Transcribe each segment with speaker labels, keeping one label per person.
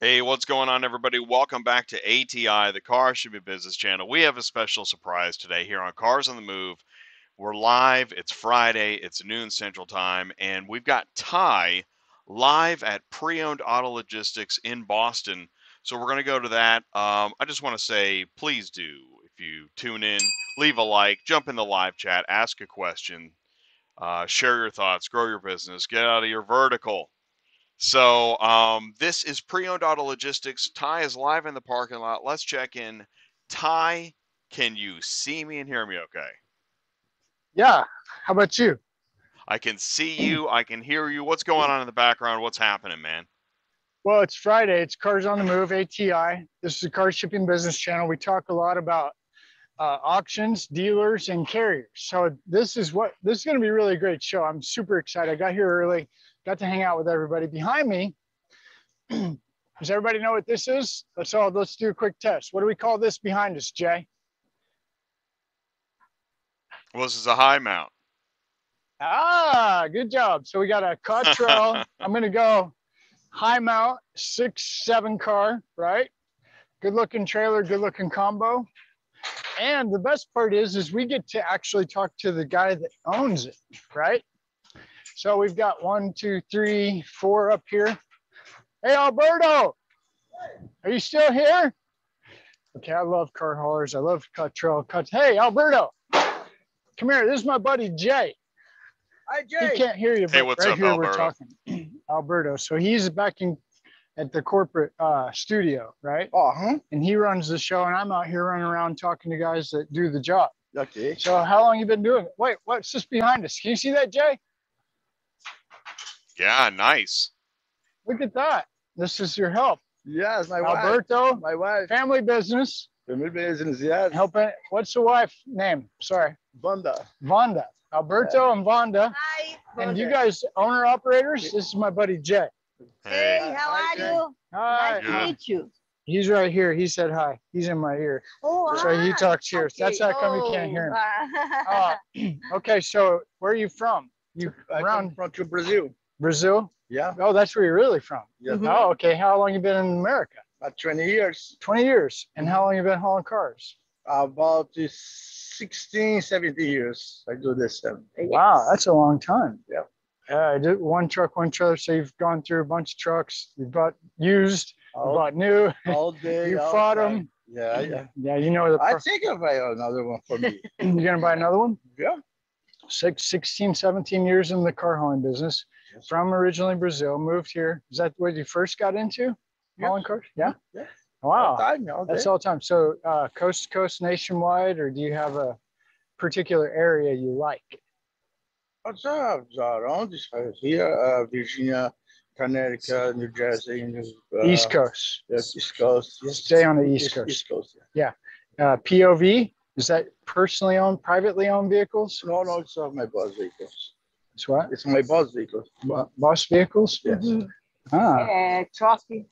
Speaker 1: Hey, what's going on, everybody? Welcome back to ATI, the Car Should Be Business channel. We have a special surprise today here on Cars on the Move. We're live. It's Friday. It's noon Central Time, and we've got Ty live at Pre-Owned Auto Logistics in Boston. So we're going to go to that. Um, I just want to say, please do if you tune in, leave a like, jump in the live chat, ask a question, uh, share your thoughts, grow your business, get out of your vertical. So um, this is pre-owned auto logistics. Ty is live in the parking lot. Let's check in. Ty, can you see me and hear me? Okay.
Speaker 2: Yeah. How about you?
Speaker 1: I can see you. I can hear you. What's going on in the background? What's happening, man?
Speaker 2: Well, it's Friday. It's Cars on the Move, ATI. This is the Car Shipping Business Channel. We talk a lot about uh, auctions, dealers, and carriers. So this is what this is going to be a really great show. I'm super excited. I got here early, got to hang out with everybody. Behind me, does everybody know what this is? Let's all let's do a quick test. What do we call this behind us, Jay?
Speaker 1: Well, this is a high mount.
Speaker 2: Ah, good job. So we got a Cottrell. I'm going to go high mount, six, seven car, right? Good looking trailer, good looking combo. And the best part is, is we get to actually talk to the guy that owns it, right? So we've got one, two, three, four up here. Hey, Alberto, are you still here? Okay, I love car haulers. I love Cottrell. Cot- hey, Alberto, come here. This is my buddy Jay.
Speaker 3: Hi,
Speaker 2: He
Speaker 3: Jay.
Speaker 2: can't hear you,
Speaker 1: Hey,
Speaker 2: but
Speaker 1: what's
Speaker 2: right
Speaker 1: up,
Speaker 2: here we're
Speaker 1: Alberto?
Speaker 2: talking Alberto. So he's back in at the corporate uh, studio, right?
Speaker 3: Oh, huh?
Speaker 2: And he runs the show, and I'm out here running around talking to guys that do the job.
Speaker 3: Okay.
Speaker 2: So how long you been doing it? Wait, what's this behind us? Can you see that, Jay?
Speaker 1: Yeah, nice.
Speaker 2: Look at that. This is your help,
Speaker 3: Yes, my wife.
Speaker 2: Alberto.
Speaker 3: My wife.
Speaker 2: Family business.
Speaker 3: Family business. Yes.
Speaker 2: Helping. What's the wife name? Sorry,
Speaker 3: Banda.
Speaker 2: Vonda. Alberto and Vonda.
Speaker 4: Hi.
Speaker 2: And you guys, owner operators. This is my buddy Jay.
Speaker 1: Hey.
Speaker 4: Hey, how are
Speaker 3: Hi,
Speaker 4: you?
Speaker 2: Hi.
Speaker 4: Nice
Speaker 1: Yeah.
Speaker 4: to meet you.
Speaker 2: He's right here. He said hi. He's in my ear.
Speaker 4: Oh,
Speaker 2: So he
Speaker 4: hi.
Speaker 2: talks yours.
Speaker 4: Okay.
Speaker 2: That's how come you can't hear him. Uh,
Speaker 4: Oh.
Speaker 2: okay, so where are you from?
Speaker 3: You I
Speaker 2: Round.
Speaker 3: come from to Brazil.
Speaker 2: Brazil?
Speaker 3: Yeah.
Speaker 2: Oh, that's where you're really from.
Speaker 3: Yeah.
Speaker 4: Mhm.
Speaker 2: Oh, okay. How long you been in America?
Speaker 3: About 20 years. Uh,
Speaker 2: 20 years. And how long you been hauling cars?
Speaker 3: About 16, 17 years. I do this. Um,
Speaker 2: Wow, that's a long time.
Speaker 3: Yeah.
Speaker 2: Yeah, I did one truck, one trailer. So you've gone through a bunch of trucks. You bought used, you
Speaker 3: all,
Speaker 2: bought new.
Speaker 3: all day.
Speaker 2: You
Speaker 3: all
Speaker 2: fought
Speaker 3: time.
Speaker 2: them.
Speaker 3: Yeah. yeah.
Speaker 2: Yeah, you know the.
Speaker 3: I
Speaker 2: Pro-
Speaker 3: think I'll buy another one for me.
Speaker 2: you're gonna buy another one.
Speaker 3: yeah.
Speaker 2: Six, 16, 17 years in the car hauling business.
Speaker 3: Yes.
Speaker 2: From originally Brazil, moved here. Is that what you first got into?
Speaker 3: Yeah.
Speaker 2: Hauling cars? Yeah.
Speaker 3: Yeah.
Speaker 2: Wow.
Speaker 3: All time. All day.
Speaker 2: That's all time. So uh, coast to coast nationwide, or do you have a particular area you like?
Speaker 3: What's up? Around this house here, uh, Virginia, Connecticut, New Jersey, New, uh,
Speaker 2: East Coast.
Speaker 3: Yes, East Coast. Yes.
Speaker 2: Stay on the East Coast.
Speaker 3: East Coast. Yeah.
Speaker 2: Uh, POV, is that personally owned, privately owned vehicles?
Speaker 3: No, no, it's not my boss vehicles.
Speaker 2: It's what?
Speaker 3: It's my boss vehicles.
Speaker 2: Bo- Boss vehicles?
Speaker 3: Yes.
Speaker 2: Ah,
Speaker 4: Uh, Trophy.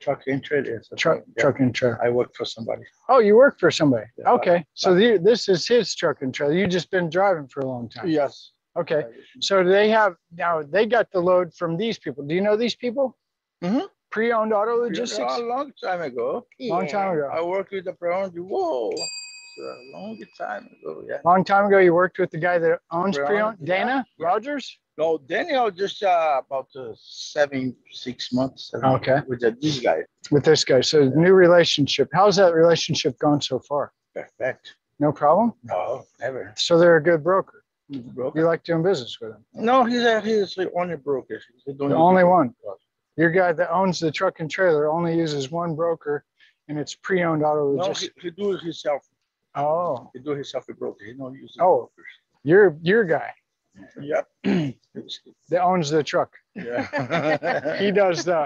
Speaker 3: Truck and trailer. yes.
Speaker 2: truck,
Speaker 3: Yeah.
Speaker 2: truck and trailer.
Speaker 3: I work for somebody.
Speaker 2: Oh, you work for somebody.
Speaker 3: Yeah.
Speaker 2: Okay. So the, this is his truck and trailer. You've just been driving for a long time.
Speaker 3: Yes.
Speaker 2: Okay. So they have, now they got the load from these people. Do you know these people?
Speaker 3: Mhm.
Speaker 2: Pre-owned auto
Speaker 3: Just
Speaker 2: logistics?
Speaker 3: a long time ago.
Speaker 2: Long time ago.
Speaker 3: I worked with the Brown. Whoa. It's a long time ago. Yeah.
Speaker 2: long time ago you worked with the guy that owns
Speaker 3: Brown,
Speaker 2: pre-owned
Speaker 3: yeah.
Speaker 2: dana rogers
Speaker 3: No, Daniel just uh, about uh, seven, six months. seven
Speaker 2: Okay.
Speaker 3: With uh, this guy.
Speaker 2: with this guy so new relationship how's that relationship gone so far
Speaker 3: Perfect.
Speaker 2: no problem
Speaker 3: No, Oh, never.
Speaker 2: so they're a good broker
Speaker 3: Broker.
Speaker 2: you like doing business with him
Speaker 3: No, he's a,
Speaker 5: uh,
Speaker 3: he's the only broker. He's the
Speaker 2: the only one your guy that owns the truck and trailer only uses one broker and it's pre-owned auto
Speaker 3: No,
Speaker 2: logistics
Speaker 3: he, he do it himself.
Speaker 2: oh
Speaker 3: He do himself a broker. He don't use.
Speaker 2: Oh. your your guy
Speaker 3: Yep.
Speaker 2: that owns the truck
Speaker 3: yeah.
Speaker 2: he does the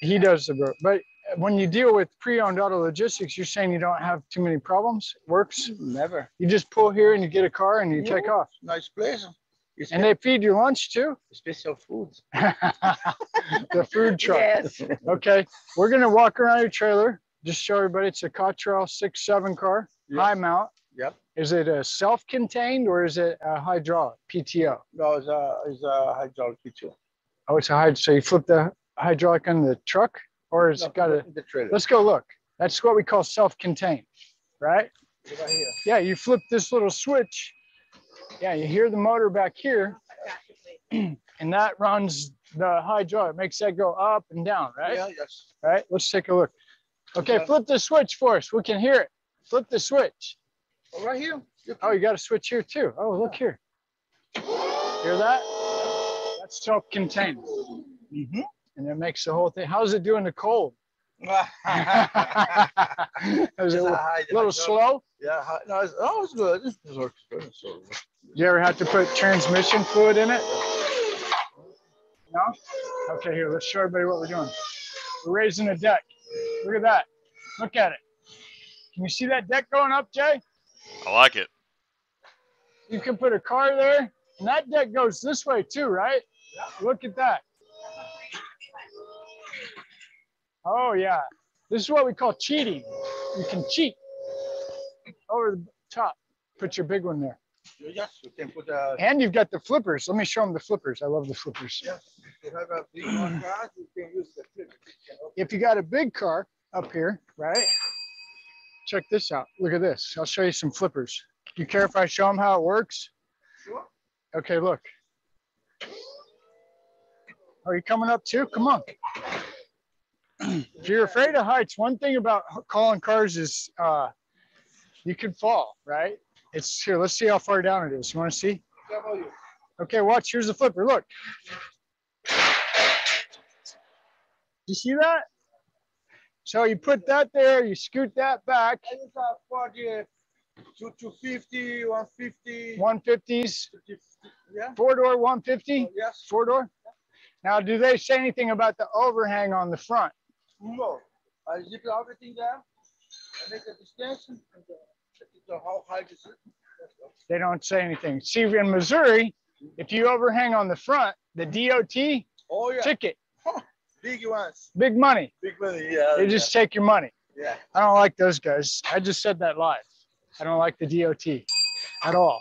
Speaker 2: he does the bro but when you deal with pre-owned auto logistics you're saying you don't have too many problems works
Speaker 3: Never.
Speaker 2: You just pull here and you get a car and you
Speaker 3: Yeah.
Speaker 2: take off.
Speaker 3: Nice place. It's
Speaker 2: And they feed you lunch too.
Speaker 3: special food.
Speaker 2: the food truck.
Speaker 4: Yes.
Speaker 2: Okay. We're gonna walk around your trailer. Just show everybody it's a Cottrell six seven car,
Speaker 3: Yeah.
Speaker 2: high mount.
Speaker 3: Yep.
Speaker 2: Is it a self-contained or is it a hydraulic PTO?
Speaker 5: uh,
Speaker 3: No, it's a, it's a hydraulic kitchen.
Speaker 2: Oh, it's a hyd. So you flip the hydraulic on the truck, or it's
Speaker 5: No,
Speaker 2: got a?
Speaker 5: in the trailer.
Speaker 2: Let's go look. That's what we call self-contained, right?
Speaker 5: Right here.
Speaker 2: Yeah, you flip this little switch. Yeah, you hear the motor back here, and that runs the hydraulic, makes that go up and down, right?
Speaker 5: Yeah, yes.
Speaker 2: All right, let's take a look. Okay,
Speaker 5: Yeah.
Speaker 2: flip the switch for us. We can hear it. Flip the switch.
Speaker 5: Oh, Right here. Look.
Speaker 2: Oh, you got a switch here too. Oh, look here. Hear that? That's self-contained.
Speaker 5: Mhm.
Speaker 2: And it makes the whole thing. How's it doing the cold? Is
Speaker 5: Ah, It's
Speaker 2: it
Speaker 5: a
Speaker 2: a
Speaker 5: high-
Speaker 2: little slow?
Speaker 5: Yeah, hi- no, it's, oh, it's good. It's, it's works good. It's all good.
Speaker 2: You ever have to put transmission fluid in it? No? Okay, here, let's show everybody what we're doing. We're raising the deck. Look at that. Look at it. Can you see that deck going up, Jay?
Speaker 1: I like it.
Speaker 2: You can put a car there, and that deck goes this way too, right? Look at that. Oh yeah, this is what we call cheating. You can cheat over the top. Put your big one there,
Speaker 5: Yes, you can put a,
Speaker 2: and you've got the flippers. Let me show them the flippers. I love the flippers.
Speaker 5: you have a big one car, you can use the flip.
Speaker 2: If you got a big car up here, right? Check this out. Look at this. I'll show you some flippers. Do you care if I show them how it works?
Speaker 5: Sure.
Speaker 2: Okay, look. Are you coming up too? Come on. if you're afraid of heights, one thing about calling cars is uh, you can fall, right? It's here. Let's see how far down it is. You want to see?
Speaker 5: Cover you.
Speaker 2: Okay, watch. Here's the flipper. Look. You see that? So you put that there, you scoot that back,
Speaker 5: I use a 40, two- 250, 150.
Speaker 2: 150s,
Speaker 5: 250, Yeah. Oh,
Speaker 2: four door 150,
Speaker 5: Yes.
Speaker 2: four door. Now, do they say anything about the overhang on the front?
Speaker 5: No. I Uh, zip everything down. I make a distance. And uh, check it out how high is it?
Speaker 2: They don't say anything. See, in Missouri, if you overhang on the front, the DOT
Speaker 5: Oh, yeah.
Speaker 2: ticket,
Speaker 5: Big ones.
Speaker 2: big money.
Speaker 5: Big money. Yeah.
Speaker 2: They just take your money.
Speaker 5: Yeah.
Speaker 2: I don't like those guys. I just said that live. I don't like the DOT at all.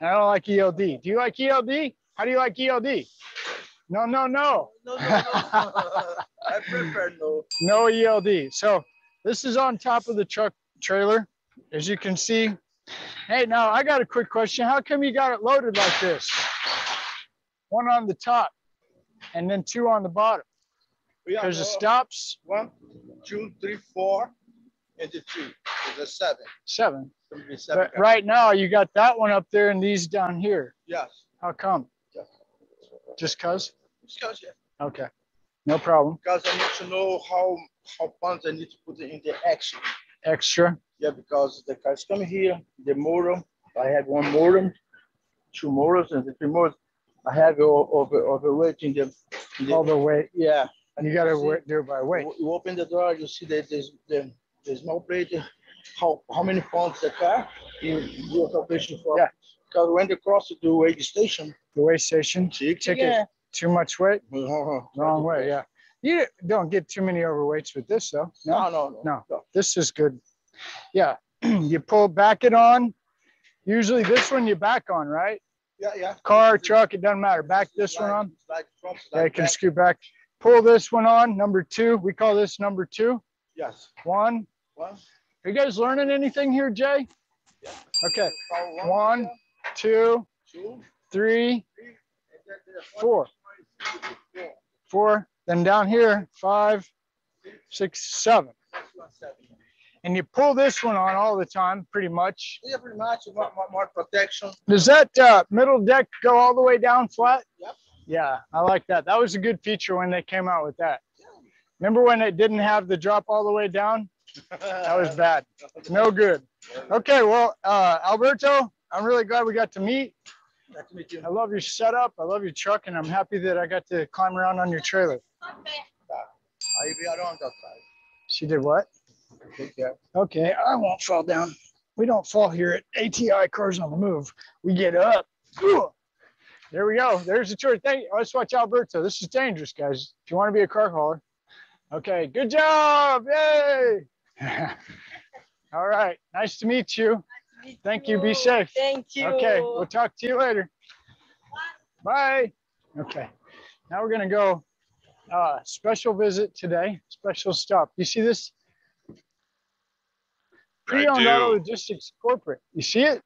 Speaker 2: And I don't like ELD. Do you like ELD? How do you like ELD? No, no, no.
Speaker 5: No, no, no. I prefer no.
Speaker 2: No ELD. So this is on top of the truck trailer, as you can see. Hey, now I got a quick question. How come you got it loaded like this? One on the top and then two on the bottom.
Speaker 5: Yeah,
Speaker 2: There's the
Speaker 5: no.
Speaker 2: stops,
Speaker 5: One, two, three, four, and the two. There's a seven.
Speaker 2: seven.
Speaker 5: There'll be seven
Speaker 2: But right now you got that one up there and these down here.
Speaker 5: Yes.
Speaker 2: How come? Just cause?
Speaker 5: Because, yeah,
Speaker 2: Okay. No problem.
Speaker 5: because I need to know how how funds I need to put in the action.
Speaker 2: Extra.
Speaker 5: Yeah, because the cars coming here, the modem. I had one modem, two modems, and the three modems. I have it o- over overweighting them.
Speaker 2: All the weight.
Speaker 5: yeah.
Speaker 2: You gotta
Speaker 5: see-
Speaker 2: wait, do it by weight.
Speaker 5: You, you open the door, you see that there's the there's no plate. How how many pounds the car? You do a calculation for.
Speaker 2: Yeah.
Speaker 5: Because when they cross the weigh station,
Speaker 2: The weigh station. Ticket. Too much weight. Wrong way. Yeah. You don't get too many overweights with this though. No.
Speaker 5: No, no, no.
Speaker 2: No. This is good. Yeah. you pull back it on. Usually this one you back on, right?
Speaker 5: Yeah, yeah.
Speaker 2: Car, truck, it doesn't matter. Back this one on.
Speaker 5: Slide front,
Speaker 2: Yeah,
Speaker 5: slide
Speaker 2: you can
Speaker 5: back.
Speaker 2: scoot back. Pull this one on. Number two. We call this number two.
Speaker 5: Yes.
Speaker 2: One.
Speaker 5: One.
Speaker 2: Are you guys learning anything here, Jay?
Speaker 5: Yeah.
Speaker 2: Okay.
Speaker 5: Call
Speaker 2: One. Two,
Speaker 5: Two.
Speaker 2: three,
Speaker 5: and then there's one,
Speaker 2: four.
Speaker 5: two, three, four.
Speaker 2: four, then down here, five, six, seven.
Speaker 5: That's one, seven.
Speaker 2: And you pull this one on all the time, pretty much.
Speaker 5: Yeah, pretty much. You want more, more protection.
Speaker 2: Does that uh, middle deck go all the way down flat?
Speaker 5: Yep.
Speaker 2: Yeah, I like that. That was a good feature when they came out with that. Remember when it didn't have the drop all the way down? That was bad. No good. Okay, well, uh, Alberto, I'm really glad we got to meet.
Speaker 5: Nice to meet you.
Speaker 2: I love your setup. I love your truck, and I'm happy that I got to climb around on your trailer.
Speaker 5: I'll be around outside.
Speaker 2: She did what?
Speaker 5: Take care.
Speaker 2: Okay, I won't fall down. We don't fall here at ATI Cars on the Move. We get up. Ooh. There we go. There's the tour. Thank you. Let's watch Alberto. This is dangerous, guys. If you want to be a car hauler. Okay, good job. Yay. All right. Nice to meet you. Thank you. Be safe.
Speaker 6: Thank you.
Speaker 2: Okay, we'll talk to you later. Bye. Okay, now we're gonna go uh, special visit today, special stop. You see this?
Speaker 1: I
Speaker 2: Pre-owned auto
Speaker 1: do.
Speaker 2: logistics corporate. You see it?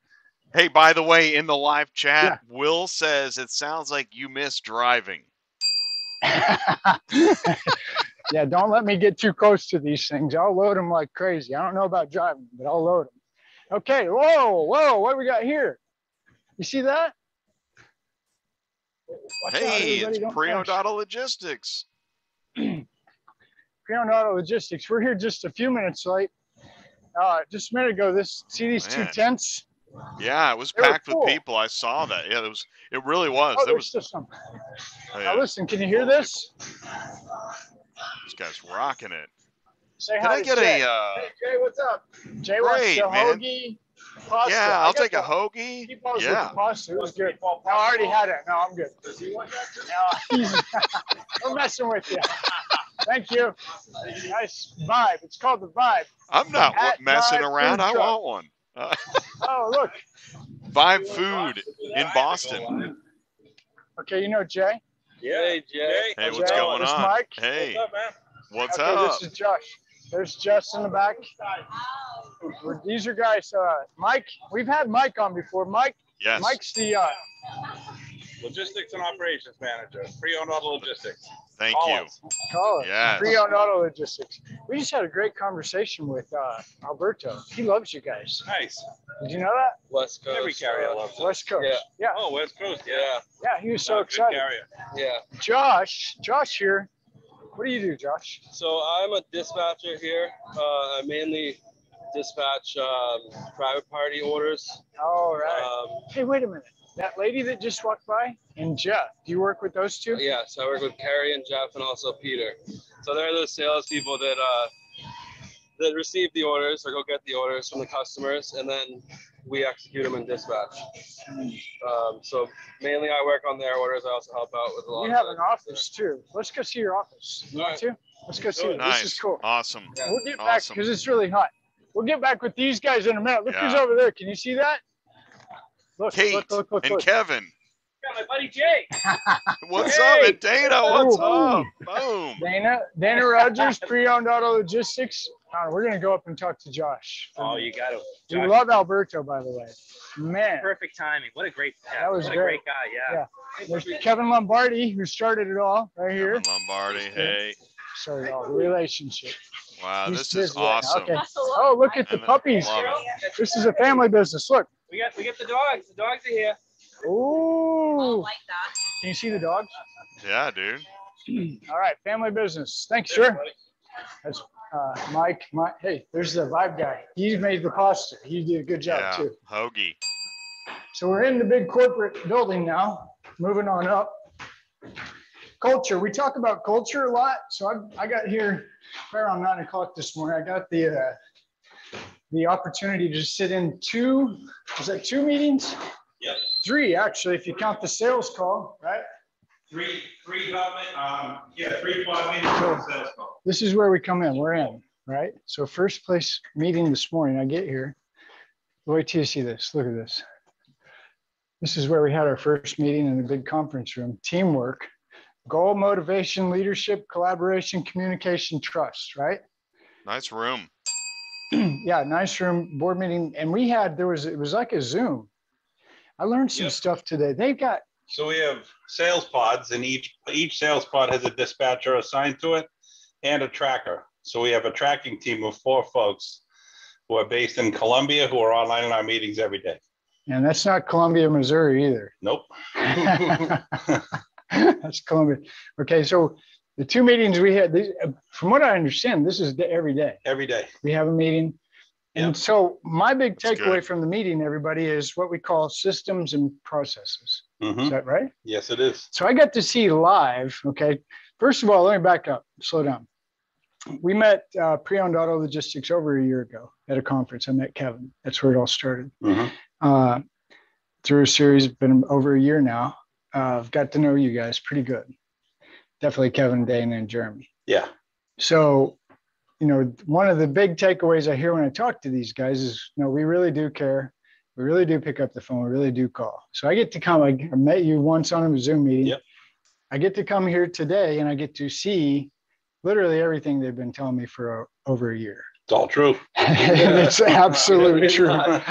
Speaker 1: Hey, by the way, in the live chat, Will says it sounds like you miss driving.
Speaker 2: yeah, don't let me get too close to these things. I'll load them like crazy. I don't know about driving, but I'll load them. Okay, whoa, whoa, what do we got here? You see that? Watch out,
Speaker 1: hey,
Speaker 2: everybody,
Speaker 1: it's
Speaker 2: don't
Speaker 1: pre-owned
Speaker 2: crash.
Speaker 1: auto logistics.
Speaker 2: Crown Auto Logistics. We're here just a few minutes late. Uh, just a minute ago, this see these two
Speaker 1: Man.
Speaker 2: tents.
Speaker 1: Yeah, it was
Speaker 2: They were
Speaker 1: packed
Speaker 2: full.
Speaker 1: with people. I saw that. Yeah, it was. It really was.
Speaker 2: Oh,
Speaker 1: there
Speaker 2: there's
Speaker 1: was.
Speaker 2: still some.
Speaker 1: oh,
Speaker 2: Now
Speaker 1: yeah,
Speaker 2: listen, can you hear
Speaker 1: Full of
Speaker 2: this?
Speaker 1: this guy's rocking it.
Speaker 2: Say
Speaker 1: Can
Speaker 2: hi
Speaker 1: I
Speaker 2: to
Speaker 1: get
Speaker 2: Jay.
Speaker 1: a? Uh,
Speaker 2: hey Jay, what's up? Jay wants
Speaker 1: Great,
Speaker 2: the
Speaker 1: man.
Speaker 2: hoagie pasta.
Speaker 1: yeah,
Speaker 2: I
Speaker 1: I'll
Speaker 2: got
Speaker 1: take a
Speaker 2: the-
Speaker 1: hoagie.
Speaker 2: He paused with
Speaker 1: Yeah.
Speaker 2: the pasta. It was good. No, I already had it. No, I'm good.
Speaker 3: Does he want that?
Speaker 2: No, he's, we're messing with you. Thank you. Nice vibe. It's called the vibe.
Speaker 1: I'm not wa-
Speaker 2: At
Speaker 1: messing
Speaker 2: Vibe
Speaker 1: around.
Speaker 2: Food
Speaker 1: I
Speaker 2: Truck.
Speaker 1: want one. Uh,
Speaker 2: Oh, look.
Speaker 1: Vibe Food in Boston.
Speaker 2: Okay, you know Jay.
Speaker 3: Yeah, Jay.
Speaker 1: Hey,
Speaker 2: Jay,
Speaker 1: what's going
Speaker 2: this
Speaker 1: on?
Speaker 2: Mike.
Speaker 1: Hey,
Speaker 3: up, man?
Speaker 1: what's
Speaker 2: okay,
Speaker 1: up?
Speaker 2: This is Josh. There's Jess in the back. We're- These are guys. Uh, Mike, we've had Mike on before. Mike,
Speaker 1: Yes.
Speaker 2: Mike's the uh,
Speaker 4: Logistics and operations manager, pre-owned auto logistics.
Speaker 1: Thank
Speaker 4: Call
Speaker 1: you.
Speaker 4: us.
Speaker 2: caller.
Speaker 1: Yes.
Speaker 2: Pre-owned Oh, auto logistics. We just had a great conversation with uh, Alberto. He loves you guys.
Speaker 4: Nice.
Speaker 2: Did you know that?
Speaker 7: West Coast.
Speaker 4: Every carrier
Speaker 7: uh,
Speaker 4: loves it.
Speaker 2: West Coast.
Speaker 7: Yeah.
Speaker 2: Yeah.
Speaker 4: Oh, West Coast. Yeah.
Speaker 7: Yeah,
Speaker 2: Yeah, he was so
Speaker 4: Uh, good
Speaker 2: excited.
Speaker 4: carrier.
Speaker 7: yeah.
Speaker 2: Josh, Josh here. What do you do, Josh?
Speaker 7: So I'm a dispatcher here. Uh, I mainly dispatch um, private party orders.
Speaker 2: All right.
Speaker 7: Um,
Speaker 2: hey, wait a minute. That lady that just walked by and Jeff. Do you work with those two?
Speaker 7: yeah, so I work with Carrie and Jeff and also Peter. So they're those salespeople that uh, that receive the orders or go get the orders from the customers, and then we execute them in dispatch. Um, so mainly I work on their orders. I also help out with a lot.
Speaker 2: You
Speaker 7: of
Speaker 2: have
Speaker 7: the-
Speaker 2: an office too. Let's go see your office. You want to? Let's go see it.
Speaker 1: Nice.
Speaker 2: This is cool.
Speaker 1: Awesome.
Speaker 7: Yeah.
Speaker 2: We'll get back
Speaker 1: Awesome.
Speaker 2: because it's really hot. We'll get back with these guys in a minute. Look who's
Speaker 1: Yeah.
Speaker 2: over there. Can you see that? Look,
Speaker 1: Kate
Speaker 2: look, look, look,
Speaker 1: and
Speaker 2: look.
Speaker 1: Kevin.
Speaker 4: Got my buddy Jay.
Speaker 1: What's up?
Speaker 4: Hey.
Speaker 1: And Dana, what's
Speaker 2: Ooh.
Speaker 1: up? Boom.
Speaker 2: Dana, Dana Rogers, pre-owned auto logistics. Uh, we're gonna go up and talk to Josh.
Speaker 4: Oh, you got him.
Speaker 2: we
Speaker 4: Josh.
Speaker 2: love Alberto, by the way. Man,
Speaker 4: Perfect timing. What a great.
Speaker 2: That was
Speaker 4: what a
Speaker 2: great.
Speaker 4: great guy. Yeah.
Speaker 2: there's Kevin Lombardi who started it all right here.
Speaker 1: Kevin Lombardi. Hey.
Speaker 2: Sorry, oh, relationship.
Speaker 1: Wow,
Speaker 2: He's
Speaker 1: this is
Speaker 2: busy right now.
Speaker 1: awesome.
Speaker 2: Okay. Oh, look at the puppies. This is a family business. Look.
Speaker 4: We got we got the dogs. The dogs are here.
Speaker 2: Ooh.
Speaker 8: Oh, like that.
Speaker 2: Can you see the dogs?
Speaker 1: Yeah, dude.
Speaker 2: All right, family business. Thanks, sir. That's uh, Mike. Mike. Hey, there's the vibe guy. He made the pasta. He did a good job
Speaker 1: yeah.
Speaker 2: too.
Speaker 1: Hoagie.
Speaker 2: So we're in the big corporate building now. Moving on up. Culture. We talk about culture a lot. So I, I got here right around nine o'clock this morning. I got the uh, the opportunity to sit in two. Was that two meetings?
Speaker 4: Yep.
Speaker 2: Three actually, if you count the sales call, right?
Speaker 4: Three three development. Um, yeah, three five minutes sales call.
Speaker 2: this is where we come in. We're in, right? So first place meeting this morning, I get here. Wait till you see this. Look at this. This is where we had our first meeting in the big conference room. Teamwork, goal, motivation, leadership, collaboration, communication, trust, right?
Speaker 1: Nice room.
Speaker 2: yeah, nice room, board meeting. And we had, there was, it was like a Zoom. I learned some
Speaker 4: Yep.
Speaker 2: stuff today. They've got,
Speaker 4: So we have sales pods, and each each sales pod has a dispatcher assigned to it and a tracker. So we have a tracking team of four folks who are based in Columbia who are online in our meetings every day.
Speaker 2: and that's not Columbia, Missouri either.
Speaker 4: Nope.
Speaker 2: That's Columbia. Okay, so the two meetings we had, these, uh, from what I understand, this is the- every day.
Speaker 4: Every day.
Speaker 2: We have a meeting.
Speaker 4: Yep.
Speaker 2: And so my big
Speaker 1: That's
Speaker 2: takeaway
Speaker 1: good.
Speaker 2: from the meeting, everybody, is what we call systems and processes.
Speaker 4: Mhm.
Speaker 2: Is that right?
Speaker 4: Yes, it is.
Speaker 2: So I got to see live. Okay. First of all, let me back up, slow down. We met uh, pre owned auto logistics over a year ago at a conference. I met Kevin. That's where it all started
Speaker 4: Mhm.
Speaker 2: uh, through a series, been over a year now. Uh, I've got to know you guys pretty good. Definitely Kevin, Dana, and Jeremy.
Speaker 4: Yeah.
Speaker 2: So, you know, one of the big takeaways I hear when I talk to these guys is, you know, we really do care. We really do pick up the phone. We really do call. So I get to come. I I met you once on a Zoom meeting.
Speaker 4: Yep.
Speaker 2: I get to come here today and I get to see literally everything they've been telling me for o- over a year.
Speaker 4: It's all true.
Speaker 2: and it's absolutely
Speaker 4: It's
Speaker 2: true.
Speaker 4: not.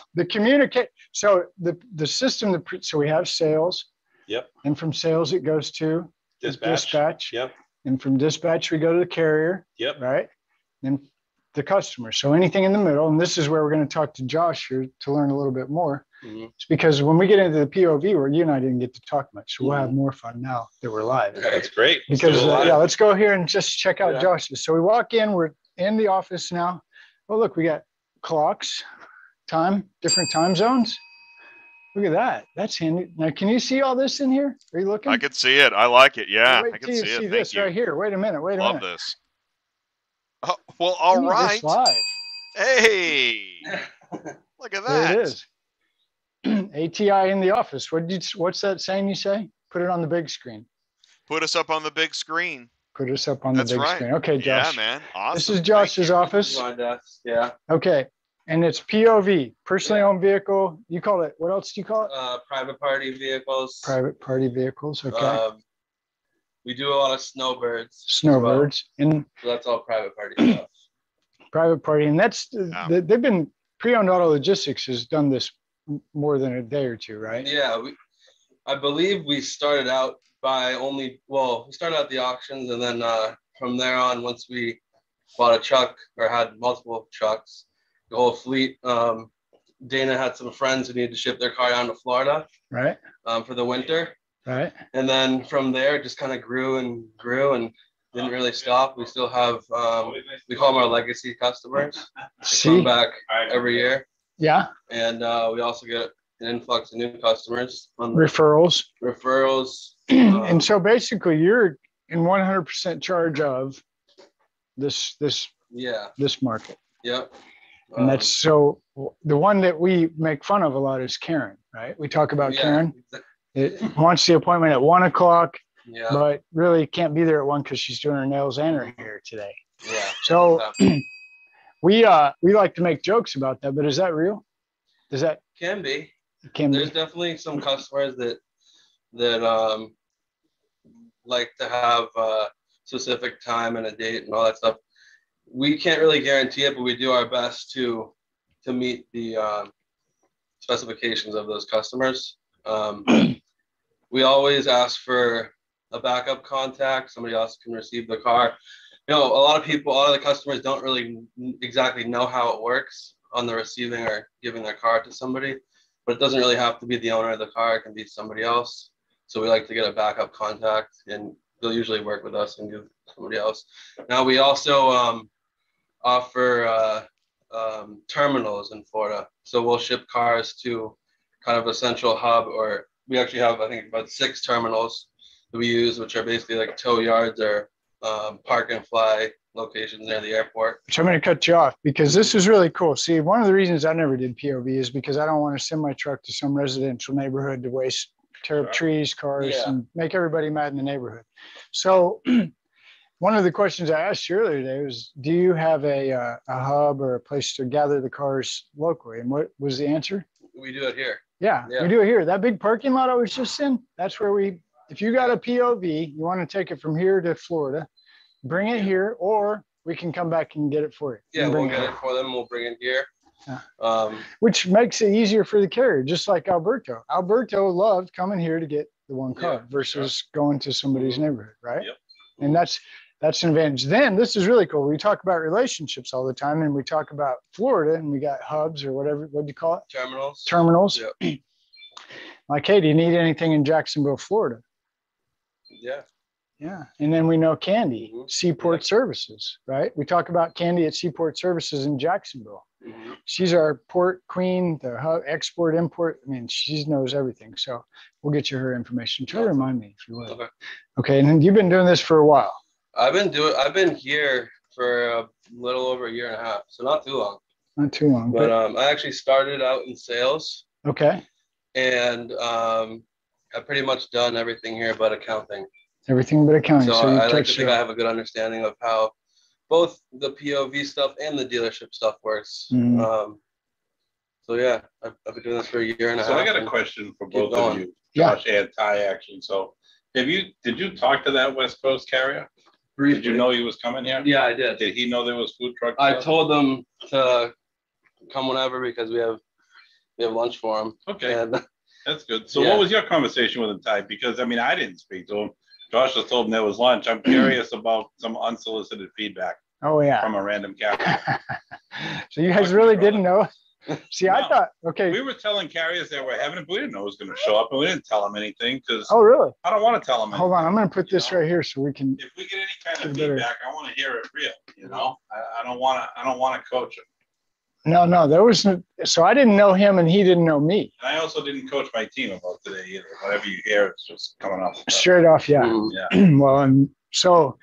Speaker 2: the communicate so the the system the pre- so we have sales
Speaker 4: Yep.
Speaker 2: and from sales it goes to
Speaker 4: Dispatch.
Speaker 2: dispatch
Speaker 4: Yep.
Speaker 2: and from dispatch we go to the carrier
Speaker 4: Yep.
Speaker 2: right then the customer so anything in the middle and this is where we're going to talk to josh here to learn a little bit more
Speaker 4: Mhm.
Speaker 2: it's because when we get into the pov where you and i didn't get to talk much so
Speaker 4: Mm-hmm.
Speaker 2: we'll have more fun now that we're live
Speaker 4: That's great. Let's
Speaker 2: because
Speaker 4: do a
Speaker 2: uh,
Speaker 4: live.
Speaker 2: yeah, let's go here and just check out
Speaker 4: Yeah.
Speaker 2: Josh's. So we walk in, we're in the office now. Oh look, we got clocks, time, different time zones. Look at that. That's handy. Now, can you see all this in here? Are you looking?
Speaker 1: I can see it. I like it. Yeah,
Speaker 2: Wait
Speaker 1: I can
Speaker 2: till you
Speaker 1: see it. Thank
Speaker 2: this
Speaker 1: you.
Speaker 2: right here. Wait a minute. Wait a
Speaker 1: Love
Speaker 2: minute.
Speaker 1: this. Oh, well,
Speaker 2: Ooh,
Speaker 1: all
Speaker 2: this
Speaker 1: right.
Speaker 2: live.
Speaker 1: Hey, look at that.
Speaker 2: There it is. ATI in the office. What did you, what's that saying you say? Put it on the big screen.
Speaker 1: Put us up on the big screen.
Speaker 2: Put us up on
Speaker 1: That's
Speaker 2: the big
Speaker 1: right.
Speaker 2: screen. Okay, Josh.
Speaker 1: Yeah, man. Awesome.
Speaker 2: This is
Speaker 1: Thank
Speaker 2: Josh's
Speaker 1: you.
Speaker 2: office.
Speaker 7: My desk, yeah.
Speaker 2: Okay. And it's POV, personally owned vehicle. You call it, what else do you call it?
Speaker 7: Uh, private party vehicles.
Speaker 2: Private party vehicles. Okay.
Speaker 7: Um, we do a lot of snowbirds. as well,
Speaker 2: Snowbirds and
Speaker 7: so that's all private party stuff.
Speaker 2: private party. And that's, they- they've been, pre owned auto logistics has done this m- more than a day or two, right?
Speaker 7: Yeah, we, I believe we started out by only, well, we started out the auctions and then uh, from there on, once we bought a truck or had multiple trucks, the whole fleet, um, Dana had some friends who needed to ship their car down to Florida
Speaker 2: Right.
Speaker 7: um, for the winter.
Speaker 2: Right.
Speaker 7: And then from there, it just kind of grew and grew and didn't really stop. We still have, um, we call them our legacy customers. They come
Speaker 2: See?
Speaker 7: back
Speaker 4: All right.
Speaker 7: every year.
Speaker 2: Yeah.
Speaker 7: And uh, we also get an influx of new customers on the
Speaker 2: Referrals.
Speaker 7: referrals. um,
Speaker 2: and so basically you're in 100% charge of this, this,
Speaker 7: Yeah.
Speaker 2: this market.
Speaker 7: Yep.
Speaker 2: And
Speaker 7: Um,
Speaker 2: that's so the one that we make fun of a lot is Karen, right? We talk about
Speaker 7: yeah,
Speaker 2: Karen.
Speaker 7: exa-
Speaker 2: It wants the appointment at one o'clock,
Speaker 7: Yeah.
Speaker 2: but really can't be there at one because she's doing her nails and her hair today.
Speaker 7: Yeah.
Speaker 2: So
Speaker 7: Exactly.
Speaker 2: we uh we like to make jokes about that, but is that real? Does that
Speaker 7: Can be.
Speaker 2: can
Speaker 7: There's
Speaker 2: be
Speaker 7: definitely some customers that that um like to have a specific time and a date and all that stuff. We can't really guarantee it, but we do our best to to meet the um, specifications of those customers. Um, we always ask for a backup contact. Somebody else can receive the car. You know, a lot of people, a lot of the customers don't really n- exactly know how it works on the receiving or giving their car to somebody, but it doesn't really have to be the owner of the car. It can be somebody else. So we like to get a backup contact, and they'll usually work with us and give somebody else. Now we also um, offer uh, um, terminals in Florida, so we'll ship cars to kind of a central hub, or we actually have I think about six terminals that we use, which are basically like tow yards or um, park and fly locations near the airport.
Speaker 2: which I'm gonna cut you off because this is really cool. See, one of the reasons I never did POV is because I don't want to send my truck to some residential neighborhood to waste tear up trees, cars,
Speaker 7: Yeah.
Speaker 2: and make everybody mad in the neighborhood. So one of the questions I asked you earlier today was, do you have a, uh, a hub or a place to gather the cars locally? And what was the answer?
Speaker 7: We do it here.
Speaker 2: Yeah,
Speaker 7: Yeah.
Speaker 2: we do it here. That big parking lot I was just in, that's where we, if you got a POV, you want to take it from here to Florida, bring it here, or we can come back and get it for you.
Speaker 7: Yeah,
Speaker 2: and bring
Speaker 7: we'll get it for them. We'll bring it here.
Speaker 2: Yeah.
Speaker 7: Um,
Speaker 2: Which makes it easier for the carrier, just like Alberto. Alberto loved coming here to get the one car
Speaker 7: Yeah,
Speaker 2: versus going to somebody's neighborhood, right?
Speaker 7: Yep.
Speaker 2: And that's that's an advantage. Then this is really cool. We talk about relationships all the time, and we talk about Florida, and we got hubs or whatever. What do you call it?
Speaker 7: terminals.
Speaker 2: Terminals. Like, hey, do you need anything in Jacksonville, Florida?
Speaker 7: Yeah.
Speaker 2: Yeah. And then we know Candy,
Speaker 7: Mhm.
Speaker 2: Seaport Services, right? We talk about Candy at Seaport Services in Jacksonville.
Speaker 7: Mhm.
Speaker 2: She's our port queen, the hub, export, import. I mean, she knows everything. So we'll get you her information. Try to remind me if you would.
Speaker 7: Okay.
Speaker 2: Okay. And you've been doing this for a while.
Speaker 7: I've been doing. I've been here for a little over a year and a half, so not too long.
Speaker 2: Not too long.
Speaker 7: But
Speaker 2: But,
Speaker 7: um, I actually started out in sales,
Speaker 2: okay.
Speaker 7: and um, I've pretty much done everything here but accounting.
Speaker 2: Everything but accounting.
Speaker 7: So,
Speaker 2: So, you
Speaker 7: I like to
Speaker 2: touched
Speaker 7: think
Speaker 2: it.
Speaker 7: I have a good understanding of how both the POV stuff and the dealership stuff works.
Speaker 2: Mhm.
Speaker 7: Um, so yeah, I've, I've been doing this for a year and a
Speaker 4: So
Speaker 7: half.
Speaker 4: I got a
Speaker 7: and-
Speaker 4: question for
Speaker 7: Keep
Speaker 4: both of
Speaker 7: going.
Speaker 4: you,
Speaker 2: Yeah.
Speaker 4: Josh and Ty, actually. So Have you, did you talk to that West Coast carrier? Did you know he was coming here?
Speaker 7: Yeah, I did.
Speaker 4: Did he know there was food trucks?
Speaker 7: I
Speaker 4: out?
Speaker 7: told them to come whenever because we have we have lunch for them.
Speaker 4: Okay,
Speaker 7: And
Speaker 4: that's good. So
Speaker 7: Yeah.
Speaker 4: what was your conversation with him, Ty? Because I mean, I didn't speak to him. Josh just told him there was lunch. I'm curious about some unsolicited feedback
Speaker 2: Oh yeah.
Speaker 4: from a random carrier.
Speaker 2: so you guys really didn't know. See, I
Speaker 4: No.
Speaker 2: thought okay.
Speaker 4: We were telling carriers that we're having it, but we didn't know who was going to show up, and we didn't tell them anything because
Speaker 2: Oh really?
Speaker 4: I don't want to tell them.
Speaker 7: Oh,
Speaker 2: Hold on, I'm gonna put this right here so we can.
Speaker 4: If we get any kind of
Speaker 2: Better.
Speaker 4: feedback, I want to hear it real. You know, I, I don't want to. I don't want to coach it.
Speaker 2: No, no, there was no, so I didn't know him and he didn't know me.
Speaker 4: And I also didn't coach my team about today either. Whatever you hear, it's just coming off. the-
Speaker 2: Straight off, yeah.
Speaker 7: Mhm.
Speaker 4: Yeah.
Speaker 2: well, and so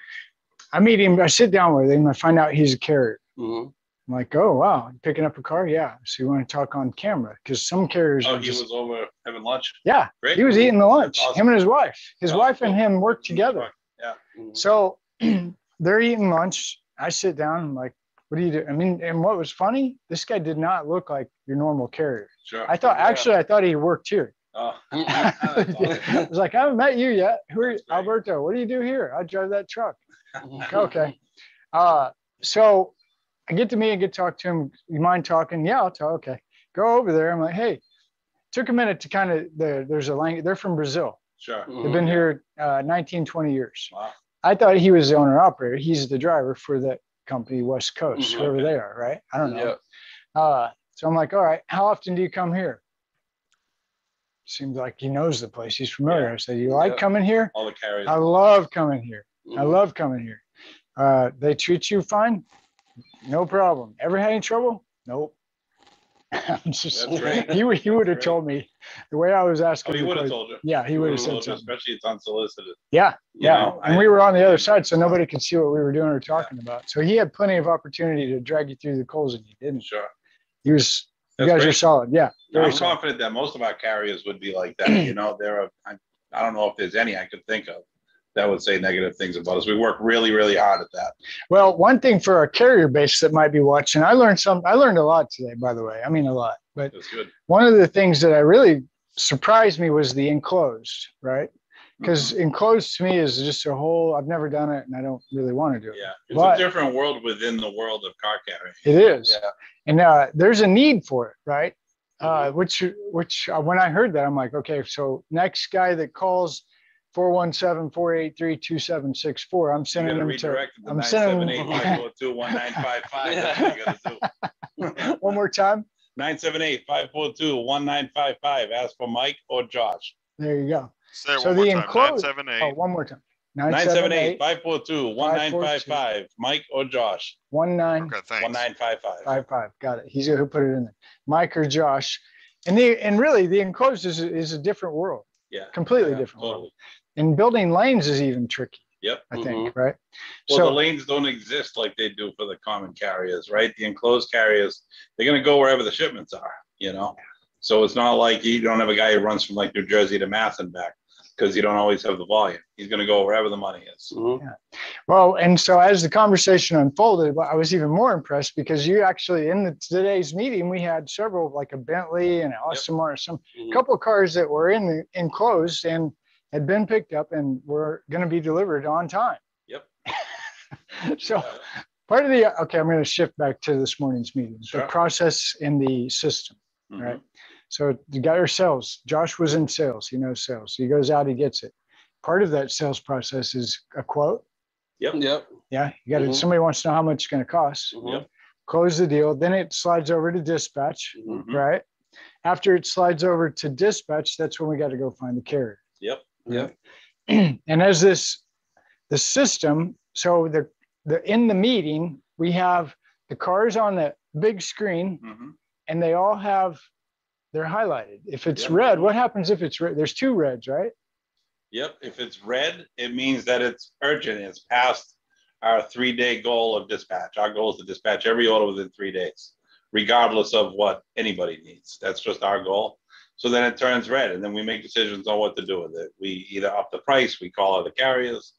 Speaker 2: I meet him. I sit down with him. and I find out he's a carrier.
Speaker 7: Mhm.
Speaker 2: I'm like, oh wow, you picking up a car? Yeah. So you want to talk on camera? Because some carriers,
Speaker 4: Oh,
Speaker 2: are
Speaker 4: he
Speaker 2: just,
Speaker 4: was over having lunch.
Speaker 2: yeah,
Speaker 4: Great.
Speaker 2: he was eating the lunch.
Speaker 4: That's awesome.
Speaker 2: Him and his wife. His
Speaker 4: Oh,
Speaker 2: wife and
Speaker 4: cool.
Speaker 2: him worked together.
Speaker 4: Mm-hmm.
Speaker 7: Mhm.
Speaker 2: So they're eating lunch. I sit down. I'm like, what do you do? I mean, and what was funny? This guy did not look like your normal carrier.
Speaker 4: Sure.
Speaker 2: I thought
Speaker 7: Yeah.
Speaker 2: actually, I thought he worked here.
Speaker 4: Oh. That's awesome.
Speaker 2: I was like, I haven't met you yet. Who are you?
Speaker 4: That's great.
Speaker 2: Alberto? What do you do here? I drive that truck. Okay. Uh, so I get to me and get to talk to him. You mind talking? Yeah, I'll talk. Okay. Go over there. I'm like, hey, took a minute to kind of, the, there's a language. They're from Brazil.
Speaker 4: Sure.
Speaker 7: Mhm.
Speaker 2: They've been here uh, 19, 20 years.
Speaker 4: Mm-hmm. Wow.
Speaker 2: I thought he was the owner operator. He's the driver for that company, West Coast,
Speaker 4: Mm-hmm.
Speaker 7: Mhm.
Speaker 2: wherever they are, right? I don't know.
Speaker 7: Yeah.
Speaker 2: Uh, so I'm like, all right, how often do you come here? Seems like he knows the place. He's familiar. I said, you like
Speaker 7: Yeah.
Speaker 2: coming here?
Speaker 4: All the carriers.
Speaker 2: I love coming here. I
Speaker 4: Mm-hmm.
Speaker 7: Mhm.
Speaker 2: love coming here. Uh, they treat you fine? No problem. Ever had any trouble? Nope. I'm just,
Speaker 4: That's great.
Speaker 2: he, would- he would have
Speaker 4: great.
Speaker 2: told me the way I was
Speaker 4: Oh,
Speaker 2: asking.
Speaker 4: he
Speaker 2: the
Speaker 4: would have
Speaker 2: question-
Speaker 4: told you.
Speaker 2: yeah, he
Speaker 4: He
Speaker 2: would
Speaker 4: would've
Speaker 2: have said
Speaker 4: told you,
Speaker 2: something.
Speaker 4: Especially it's unsolicited.
Speaker 2: Yeah,
Speaker 4: You
Speaker 2: yeah.
Speaker 4: know,
Speaker 2: And
Speaker 4: I-
Speaker 2: we were on the other side, so nobody could see what we were doing or talking about. So he had plenty of opportunity to drag you through the coals, and he didn't.
Speaker 4: Sure.
Speaker 2: He was, you
Speaker 4: That's
Speaker 2: guys are
Speaker 4: great. Uh-huh.
Speaker 2: solid. Yeah.
Speaker 4: I'm
Speaker 2: Very solid.
Speaker 4: confident that most of our carriers would be like that. You know, there are, I, I don't know if there's any I could think of that would say negative things about us. We work really, really hard at that.
Speaker 2: Well, one thing for our carrier base that might be watching, I learned some, I learned a lot today, by the way. I mean, a lot. But
Speaker 4: That's good.
Speaker 2: one of the things that I really surprised me was the enclosed, right?
Speaker 4: Mm-hmm.
Speaker 2: Because enclosed to me is just a whole, I've never done it and I don't really want to do it.
Speaker 4: Yeah. It's
Speaker 2: But-
Speaker 4: a different world within the world of car carriers.
Speaker 2: It is.
Speaker 7: Yeah.
Speaker 2: and uh, there's a need for it, right? Uh,
Speaker 4: Mm-hmm.
Speaker 2: which, which uh, when I heard that, I'm like, okay, so next guy that calls
Speaker 4: You
Speaker 2: 417-483-2764, I'm sending
Speaker 4: gotta
Speaker 2: them to
Speaker 4: redirect it to
Speaker 2: I'm
Speaker 4: nine
Speaker 2: sending-
Speaker 4: seven eight five four two one nine five five. That's what you gotta do.
Speaker 2: one more time.
Speaker 4: 978-542-1955. Ask for Mike or Josh.
Speaker 2: There you go.
Speaker 1: Say it
Speaker 2: So
Speaker 1: one more
Speaker 2: the
Speaker 1: time.
Speaker 2: enclosed-
Speaker 1: 978.
Speaker 2: Oh, one more time.
Speaker 4: 978
Speaker 2: 978
Speaker 4: 542 Mike or Josh.
Speaker 2: 1955.
Speaker 1: okay, thanks.
Speaker 4: 1955.
Speaker 2: Got it. He's who put it in there. Mike or Josh. And the and really the enclosed is, is a different world,
Speaker 4: Yeah.
Speaker 2: completely
Speaker 4: Yeah,
Speaker 2: different world.
Speaker 4: Totally.
Speaker 2: And building lanes is even tricky.
Speaker 4: Yep.
Speaker 2: I think, right?
Speaker 4: Mm-hmm. Well, the lanes don't exist like they do for the common carriers, right? The enclosed carriers, they're gonna go wherever the shipments are, you know? So it's not like you don't have a guy who runs from like New Jersey to Mass and back, because you don't always have the volume. He's gonna go wherever the money is.
Speaker 7: Mhm.
Speaker 2: Well, and so as the conversation unfolded, well, I was even more impressed because you actually in the, today's meeting we had several like a Bentley and an Austin Martin, some
Speaker 7: Mhm.
Speaker 2: couple of cars that were in the enclosed and had been picked up and were going to be delivered on time.
Speaker 4: Yep.
Speaker 2: so part of the okay, I'm going to shift back to this morning's meeting. So
Speaker 4: Sure.
Speaker 2: process in the system.
Speaker 4: Mhm.
Speaker 2: Right. So the guy or sales, Josh was in sales. He knows sales. He goes out, he gets it. Part of that sales process is a quote.
Speaker 7: Yep.
Speaker 2: Yeah, you got to.
Speaker 7: Mhm.
Speaker 2: Somebody wants to know how much it's going to cost.
Speaker 7: Mhm.
Speaker 2: Close the deal. Then it slides over to dispatch,
Speaker 7: Mhm.
Speaker 4: Mhm.
Speaker 2: right? After it slides over to dispatch, that's when we got to go find the carrier.
Speaker 4: Yep.
Speaker 7: Yep.
Speaker 2: and as this, the system. So the the in the meeting we have the cars on the big screen
Speaker 4: Mhm.
Speaker 2: and they all have they're highlighted. If it's
Speaker 4: Yep.
Speaker 2: red, what happens if it's red? There's two reds, right?
Speaker 4: Yep, if it's red, it means that it's urgent, it's past our three-day goal of dispatch. Our goal is to dispatch every order within three days, regardless of what anybody needs. That's just our goal. So then it turns red, and then we make decisions on what to do with it. We either up the price, we call other carriers,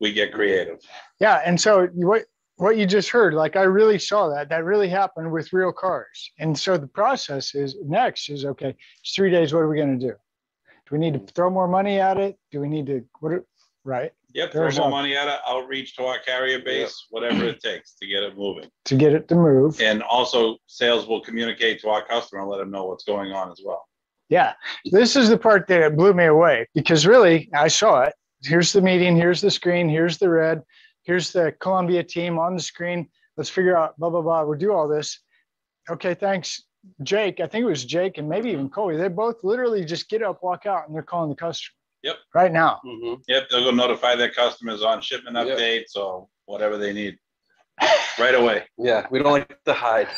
Speaker 4: we get creative.
Speaker 2: Yeah, and so you- what what you just heard, like I really saw that. That really happened with real cars. And so the process is next is okay. It's three days. What are we going to do? Do we need
Speaker 4: Mm.
Speaker 2: to throw more money at it? Do we need to, what, are- right,
Speaker 4: Yep, throw
Speaker 2: There's
Speaker 4: more
Speaker 2: a-
Speaker 4: money at it, outreach to our carrier base, whatever it takes to get it moving.
Speaker 2: to get it to move?
Speaker 4: And also, sales will communicate to our customer and let them know what's going on as well.
Speaker 2: Yeah, this is the part that blew me away because really I saw it. Here's the meeting, here's the screen, here's the red, here's the Columbia team on the screen. Let's figure out blah blah blah. We'll do all this. Okay, thanks, Jake. I think it was Jake and maybe even Coley. They both literally just get up, walk out, and they're calling the customer.
Speaker 4: Yep.
Speaker 2: Right now.
Speaker 7: Mm-hmm.
Speaker 4: Yep, they'll go notify their customers on shipment
Speaker 7: Yep.
Speaker 4: updates or whatever they need right away.
Speaker 7: Yeah, we don't like to hide.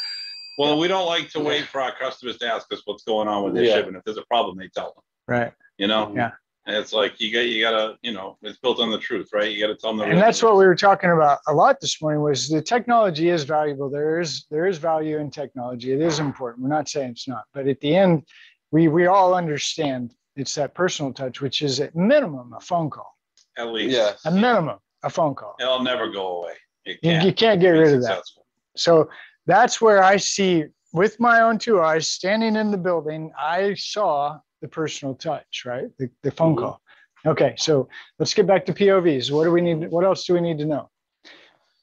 Speaker 4: Well, we don't like to wait for our customers to ask us what's going on with their
Speaker 7: Yeah.
Speaker 4: shipment. If there's a problem, they tell them.
Speaker 2: Right.
Speaker 4: You know.
Speaker 2: Yeah.
Speaker 4: And it's like you got you gotta you know it's built on the truth, right? You gotta tell them. The
Speaker 2: And that's what we were talking about a lot this morning was the technology is valuable. There is there is value in technology. It is important. We're not saying it's not, but at the end, we we all understand it's that personal touch, which is at minimum a phone call.
Speaker 4: at least.
Speaker 7: Yeah.
Speaker 2: A minimum a phone call.
Speaker 4: It'll never go away. It
Speaker 2: You,
Speaker 4: can't.
Speaker 2: you can't get
Speaker 4: be
Speaker 2: rid of that.
Speaker 4: successful.
Speaker 2: So that's where I see with my own two eyes standing in the building, I saw the personal touch, right? The, the phone
Speaker 7: Mhm.
Speaker 4: Mm-hmm.
Speaker 2: call. Okay, so let's get back to POVs. What do we need? What else do we need to know?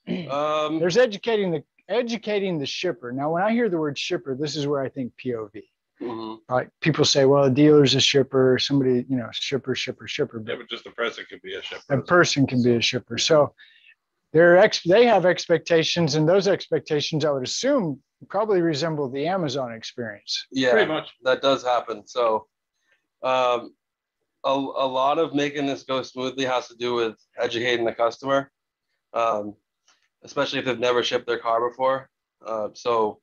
Speaker 7: Um,
Speaker 2: There's educating the educating the shipper. Now, when I hear the word shipper, this is where I think POV.
Speaker 7: mhm.
Speaker 4: Mm-hmm.
Speaker 2: Right? People say, well, a dealer's a shipper, somebody, you know, shipper, shipper, shipper,
Speaker 4: Yeah,
Speaker 2: but
Speaker 4: but just a person could be a shipper.
Speaker 2: a person can be a shipper. So they're ex- they have expectations, and those expectations, I would assume, probably resemble the Amazon experience.
Speaker 7: Yeah.
Speaker 4: Pretty much.
Speaker 7: that does happen. So, um, a, a lot of making this go smoothly has to do with educating the customer, um, especially if they've never shipped their car before. Uh, so,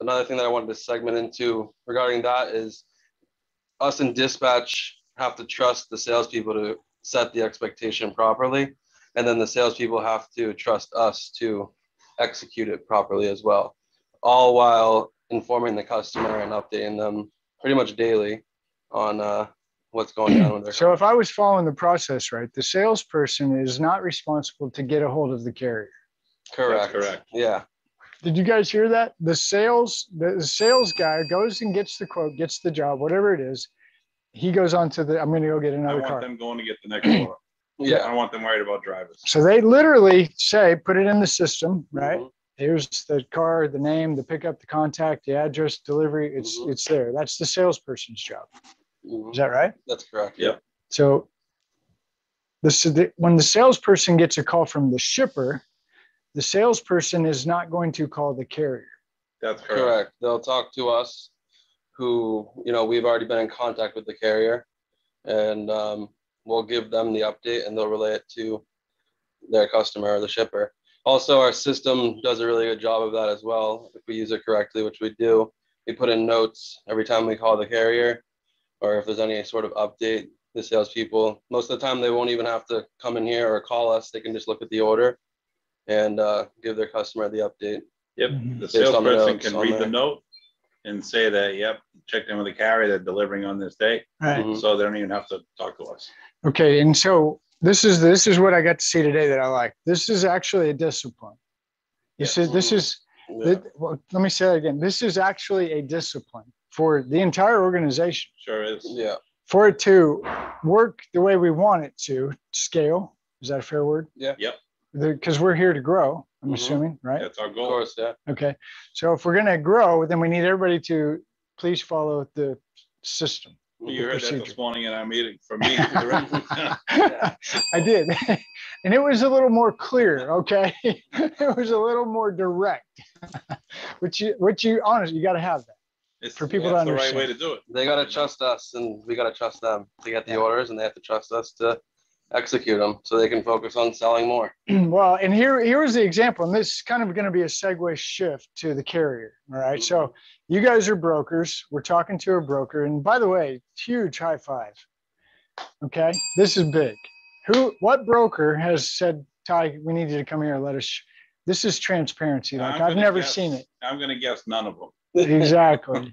Speaker 7: another thing that I wanted to segment into regarding that is us in dispatch have to trust the salespeople to set the expectation properly, and then the salespeople have to trust us to execute it properly as well all while informing the customer and updating them pretty much daily on uh, what's going on with their
Speaker 2: So if I was following the process right, the salesperson is not responsible to get a hold of the carrier.
Speaker 7: correct.
Speaker 4: That's correct.
Speaker 7: Yeah.
Speaker 2: Did you guys hear that? The sales the sales guy goes and gets the quote, gets the job, whatever it is. He goes on to the I'm going to go get
Speaker 4: I
Speaker 2: another
Speaker 4: want
Speaker 2: car.
Speaker 4: them going to get the next order. I
Speaker 7: Yeah.
Speaker 4: don't want them worried about drivers.
Speaker 2: So they literally say put it in the system, right? Here's the car, the name, the pickup, the contact, the address, delivery. It's
Speaker 7: Mhm.
Speaker 2: it's there. That's the salesperson's job.
Speaker 7: Mhm.
Speaker 2: Is that right?
Speaker 7: That's correct.
Speaker 4: Yep.
Speaker 2: So this is the, when the salesperson gets a call from the shipper, the salesperson is not going to call the carrier.
Speaker 4: That's correct.
Speaker 7: Correct. They'll talk to us who, you know, we've already been in contact with the carrier and um, we'll give them the update and they'll relay it to their customer or the shipper. Also, our system does a really good job of that as well. If we use it correctly, which we do, we put in notes every time we call the carrier or if there's any sort of update, the salespeople, most of the time they won't even have to come in here or call us. They can just look at the order and uh, give their customer the update.
Speaker 4: Yep.
Speaker 2: Mhm.
Speaker 4: The
Speaker 7: on the
Speaker 4: salesperson
Speaker 7: notes
Speaker 4: can
Speaker 7: on
Speaker 4: read the
Speaker 7: there.
Speaker 4: note and say that, yep, checked in with the carrier, they're delivering on this date.
Speaker 2: Right.
Speaker 7: Mhm.
Speaker 4: So they don't even have to talk to us.
Speaker 2: Okay. And so this is this is what I got to see today that I like. This is actually a discipline. You
Speaker 4: Yes.
Speaker 2: said this
Speaker 7: Mhm.
Speaker 2: is
Speaker 7: Yeah.
Speaker 2: th- well, let me say that again. This is actually a discipline for the entire organization
Speaker 4: Sure is.
Speaker 7: yeah.
Speaker 2: for it to work the way we want it to scale. Is that a fair word?
Speaker 7: Yeah.
Speaker 4: Yep.
Speaker 2: Because we're here to grow. I'm
Speaker 7: Mhm.
Speaker 2: assuming, right?
Speaker 4: That's our
Speaker 7: Of
Speaker 4: goal.
Speaker 7: course, yeah.
Speaker 2: Okay, so if we're gonna grow, then we need everybody to please follow the system.
Speaker 4: You heard that
Speaker 2: Procedure.
Speaker 4: this morning in our meeting from me. direct.
Speaker 2: I did, and it was a little more clear. Okay, it was a little more direct, which you, which you honestly, you got to have that.
Speaker 4: It's-
Speaker 2: For people to
Speaker 4: that's the right
Speaker 2: understand.
Speaker 4: way to do it.
Speaker 7: They gotta trust us, and we gotta trust them to get the orders, and they have to trust us to execute them, so they can focus on selling more.
Speaker 2: well, and here here is the example, and this is kind of going to be a segue shift to the carrier. All
Speaker 4: Mm-hmm.
Speaker 2: right? so you guys are brokers. We're talking to a broker, and by the way, huge high five. Okay, this is big. Who? What broker has said, Ty, we need you to come here? and Let us. sh-" This is transparency. Like
Speaker 4: I'm
Speaker 2: I've
Speaker 4: gonna
Speaker 2: never
Speaker 4: guess-
Speaker 2: seen it.
Speaker 4: I'm gonna guess none of them.
Speaker 2: Exactly.
Speaker 4: And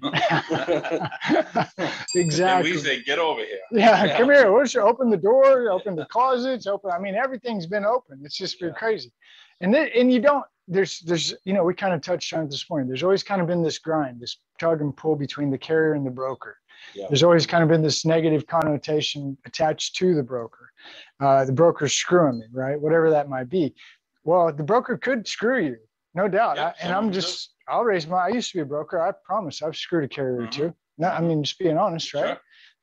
Speaker 4: we
Speaker 2: exactly.
Speaker 4: say, get over here.
Speaker 2: Yeah,
Speaker 7: Yeah.
Speaker 2: come here. We'll just open the door, open the closets, open. I mean, everything's been open. It's just been
Speaker 7: Yeah.
Speaker 2: crazy. And then, and you don't, there's, there's, you know, we kind of touched on it this morning. There's always kind of been this grind, this tug and pull between the carrier and the broker.
Speaker 4: Yeah.
Speaker 2: There's always kind of been this negative connotation attached to the broker. Uh, the broker's screwing me, right? Whatever that might be. Well, the broker could screw you, no doubt.
Speaker 4: Yeah,
Speaker 2: I, and I'm
Speaker 4: someone
Speaker 2: just, I'll raise my. I used to be a broker. I promise, I've screwed a carrier
Speaker 4: Mhm.
Speaker 2: too. No, I mean just being honest, right?
Speaker 4: Sure.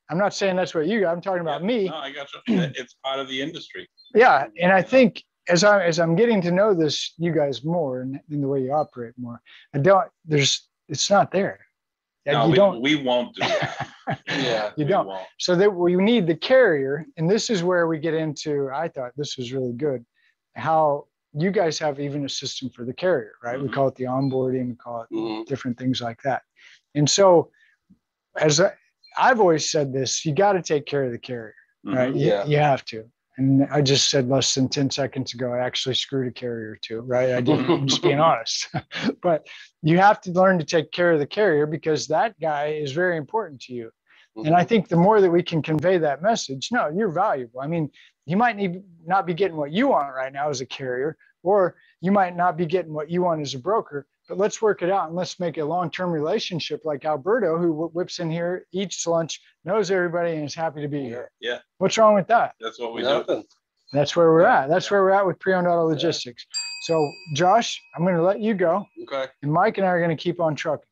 Speaker 2: I'm not saying that's what you. I'm talking about
Speaker 4: Yeah.
Speaker 2: me.
Speaker 4: No, I got you. It- It's part of the industry.
Speaker 2: yeah and i think as i as i'm getting to know this you guys more and in the way you operate more i don't there's it's not there Like,
Speaker 4: No,
Speaker 2: you
Speaker 4: we,
Speaker 2: don't
Speaker 4: we won't do that.
Speaker 7: Yeah.
Speaker 2: You
Speaker 4: we
Speaker 2: don't.
Speaker 4: won't.
Speaker 2: so that we need the carrier and this is where we get into i thought this was really good how you guys have even a system for the carrier right we
Speaker 4: Mhm.
Speaker 2: call it the onboarding we call it
Speaker 7: Mhm.
Speaker 2: different things like that. And so, as I, I've always said this, you got to take care of the carrier, right? You-
Speaker 7: Yeah.
Speaker 2: You, have to. And I just said less than 10 seconds ago, I actually screwed a carrier too, right? I did, I'm just being honest. but you have to learn to take care of the carrier because that guy is very important to you. And I think the more that we can convey that message, no, you're valuable. I mean, you might need, not be getting what you want right now as a carrier, or you might not be getting what you want as a broker, but let's work it out and let's make a long term relationship like Alberto, who wh- whips in here, eats lunch, knows everybody, and is happy to be here.
Speaker 4: Yeah,
Speaker 2: What's wrong with that?
Speaker 4: that's what we do.
Speaker 7: Nothing.
Speaker 2: That's where we're
Speaker 4: Yeah,
Speaker 2: at. That's
Speaker 4: yeah.
Speaker 2: where we're at with pre owned auto logistics. So, Josh, I'm going to let you go,
Speaker 7: Okay.
Speaker 2: and Mike and I are going to keep on trucking.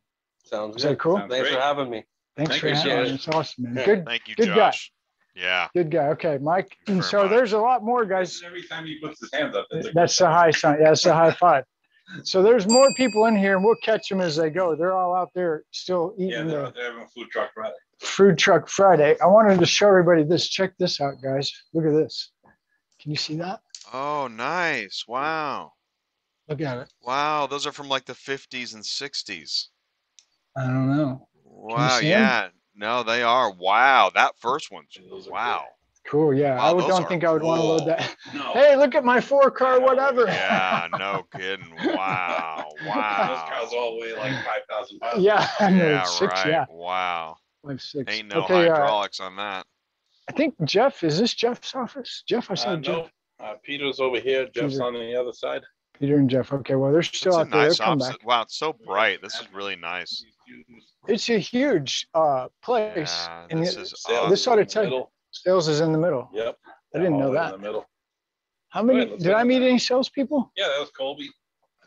Speaker 7: Sounds
Speaker 2: Is
Speaker 7: good.
Speaker 2: that cool?
Speaker 4: Sounds
Speaker 7: Thanks
Speaker 4: great.
Speaker 7: for having me.
Speaker 2: Thanks
Speaker 4: Thank
Speaker 2: for
Speaker 4: you,
Speaker 2: having
Speaker 7: Josh.
Speaker 2: us. That's awesome, man.
Speaker 7: Yeah.
Speaker 2: Good,
Speaker 1: Thank you,
Speaker 2: Good guy.
Speaker 1: Josh. Yeah.
Speaker 2: good guy. Okay, Mike.
Speaker 1: Thank you
Speaker 2: so
Speaker 1: very much.
Speaker 2: there's a lot more, guys.
Speaker 4: Every time he puts his hands up, it's a-
Speaker 2: That's the high sign. Yeah, that's the high five. So there's more people in here, and we'll catch them as they go. They're all out there still
Speaker 4: yeah,
Speaker 2: eating
Speaker 4: they're,
Speaker 2: the
Speaker 4: they're having a food truck rally.
Speaker 2: food truck Friday. I wanted to show everybody this. Check this out, guys. Look at this. Can you see that?
Speaker 1: Oh, nice. Wow.
Speaker 2: Look at it.
Speaker 1: Wow. Those are from like the 50s and 60s.
Speaker 2: I don't know.
Speaker 1: Wow.
Speaker 2: see 'em?
Speaker 1: Yeah. No, they are. Wow. That first one's
Speaker 4: Those are
Speaker 1: wow.
Speaker 2: Cool. Yeah,
Speaker 1: Wow,
Speaker 2: I would,
Speaker 1: those
Speaker 2: don't
Speaker 1: are
Speaker 2: think I would want to load
Speaker 1: cool.
Speaker 2: that.
Speaker 4: No.
Speaker 2: Hey, look at my four car, whatever.
Speaker 1: Yeah, no kidding. Wow.
Speaker 4: Those
Speaker 1: Wow.
Speaker 4: cows all weigh like 5,000 pounds.
Speaker 2: Yeah, I know,
Speaker 1: Yeah,
Speaker 2: six. Yeah,
Speaker 1: right. Wow.
Speaker 2: five, six.
Speaker 1: Ain't no
Speaker 2: okay, uh,
Speaker 1: hydraulics on that.
Speaker 2: I think Jeff. Is this Jeff's office? Jeff, I saw
Speaker 4: Uh,
Speaker 2: Jeff.
Speaker 4: no, uh, Peter's over here. Jeff's
Speaker 2: Peter.
Speaker 4: on the other side.
Speaker 2: Peter and Jeff. Okay, well they're
Speaker 1: It's
Speaker 2: still
Speaker 1: a
Speaker 2: out there.
Speaker 1: nice
Speaker 2: They'll come back.
Speaker 1: opposite. Wow, it's so bright. This is really nice.
Speaker 2: It's a huge uh, place.
Speaker 1: Yeah,
Speaker 2: and
Speaker 1: this
Speaker 2: it-
Speaker 1: is
Speaker 4: Sales
Speaker 2: This
Speaker 4: is
Speaker 1: awesome.
Speaker 2: ought to
Speaker 4: in the
Speaker 2: tell you.
Speaker 4: middle.
Speaker 2: Sales is in the middle.
Speaker 4: Yep.
Speaker 2: I didn't know
Speaker 4: All
Speaker 2: that.
Speaker 4: In the middle.
Speaker 2: How many?
Speaker 4: Right, let's
Speaker 2: did I
Speaker 4: look.
Speaker 2: meet any salespeople?
Speaker 4: Yeah, that was Colby.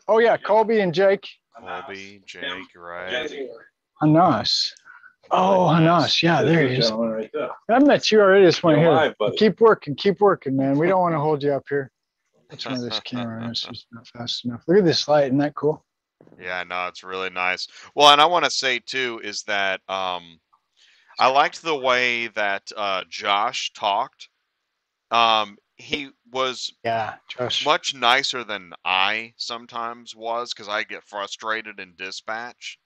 Speaker 2: Oh yeah, Colby and Jake
Speaker 1: Colby, Jake, you're right?
Speaker 4: Jesse.
Speaker 2: Hanas. Oh, Hanas. Yeah, there he
Speaker 4: This
Speaker 2: is.
Speaker 4: gentleman Right there.
Speaker 2: I met you already this one
Speaker 4: You're
Speaker 2: here.
Speaker 4: live, buddy.
Speaker 2: Keep working, keep working, man. We don't want to hold you up here. That's one of this camera. It's just not fast enough. Look at this light. Isn't that cool?
Speaker 1: Yeah, no, it's really nice. Well, and I want to say too is that um, I liked the way that uh, Josh talked. Um, he was
Speaker 2: Yeah, Josh.
Speaker 1: much nicer than I sometimes was because I get frustrated in dispatch.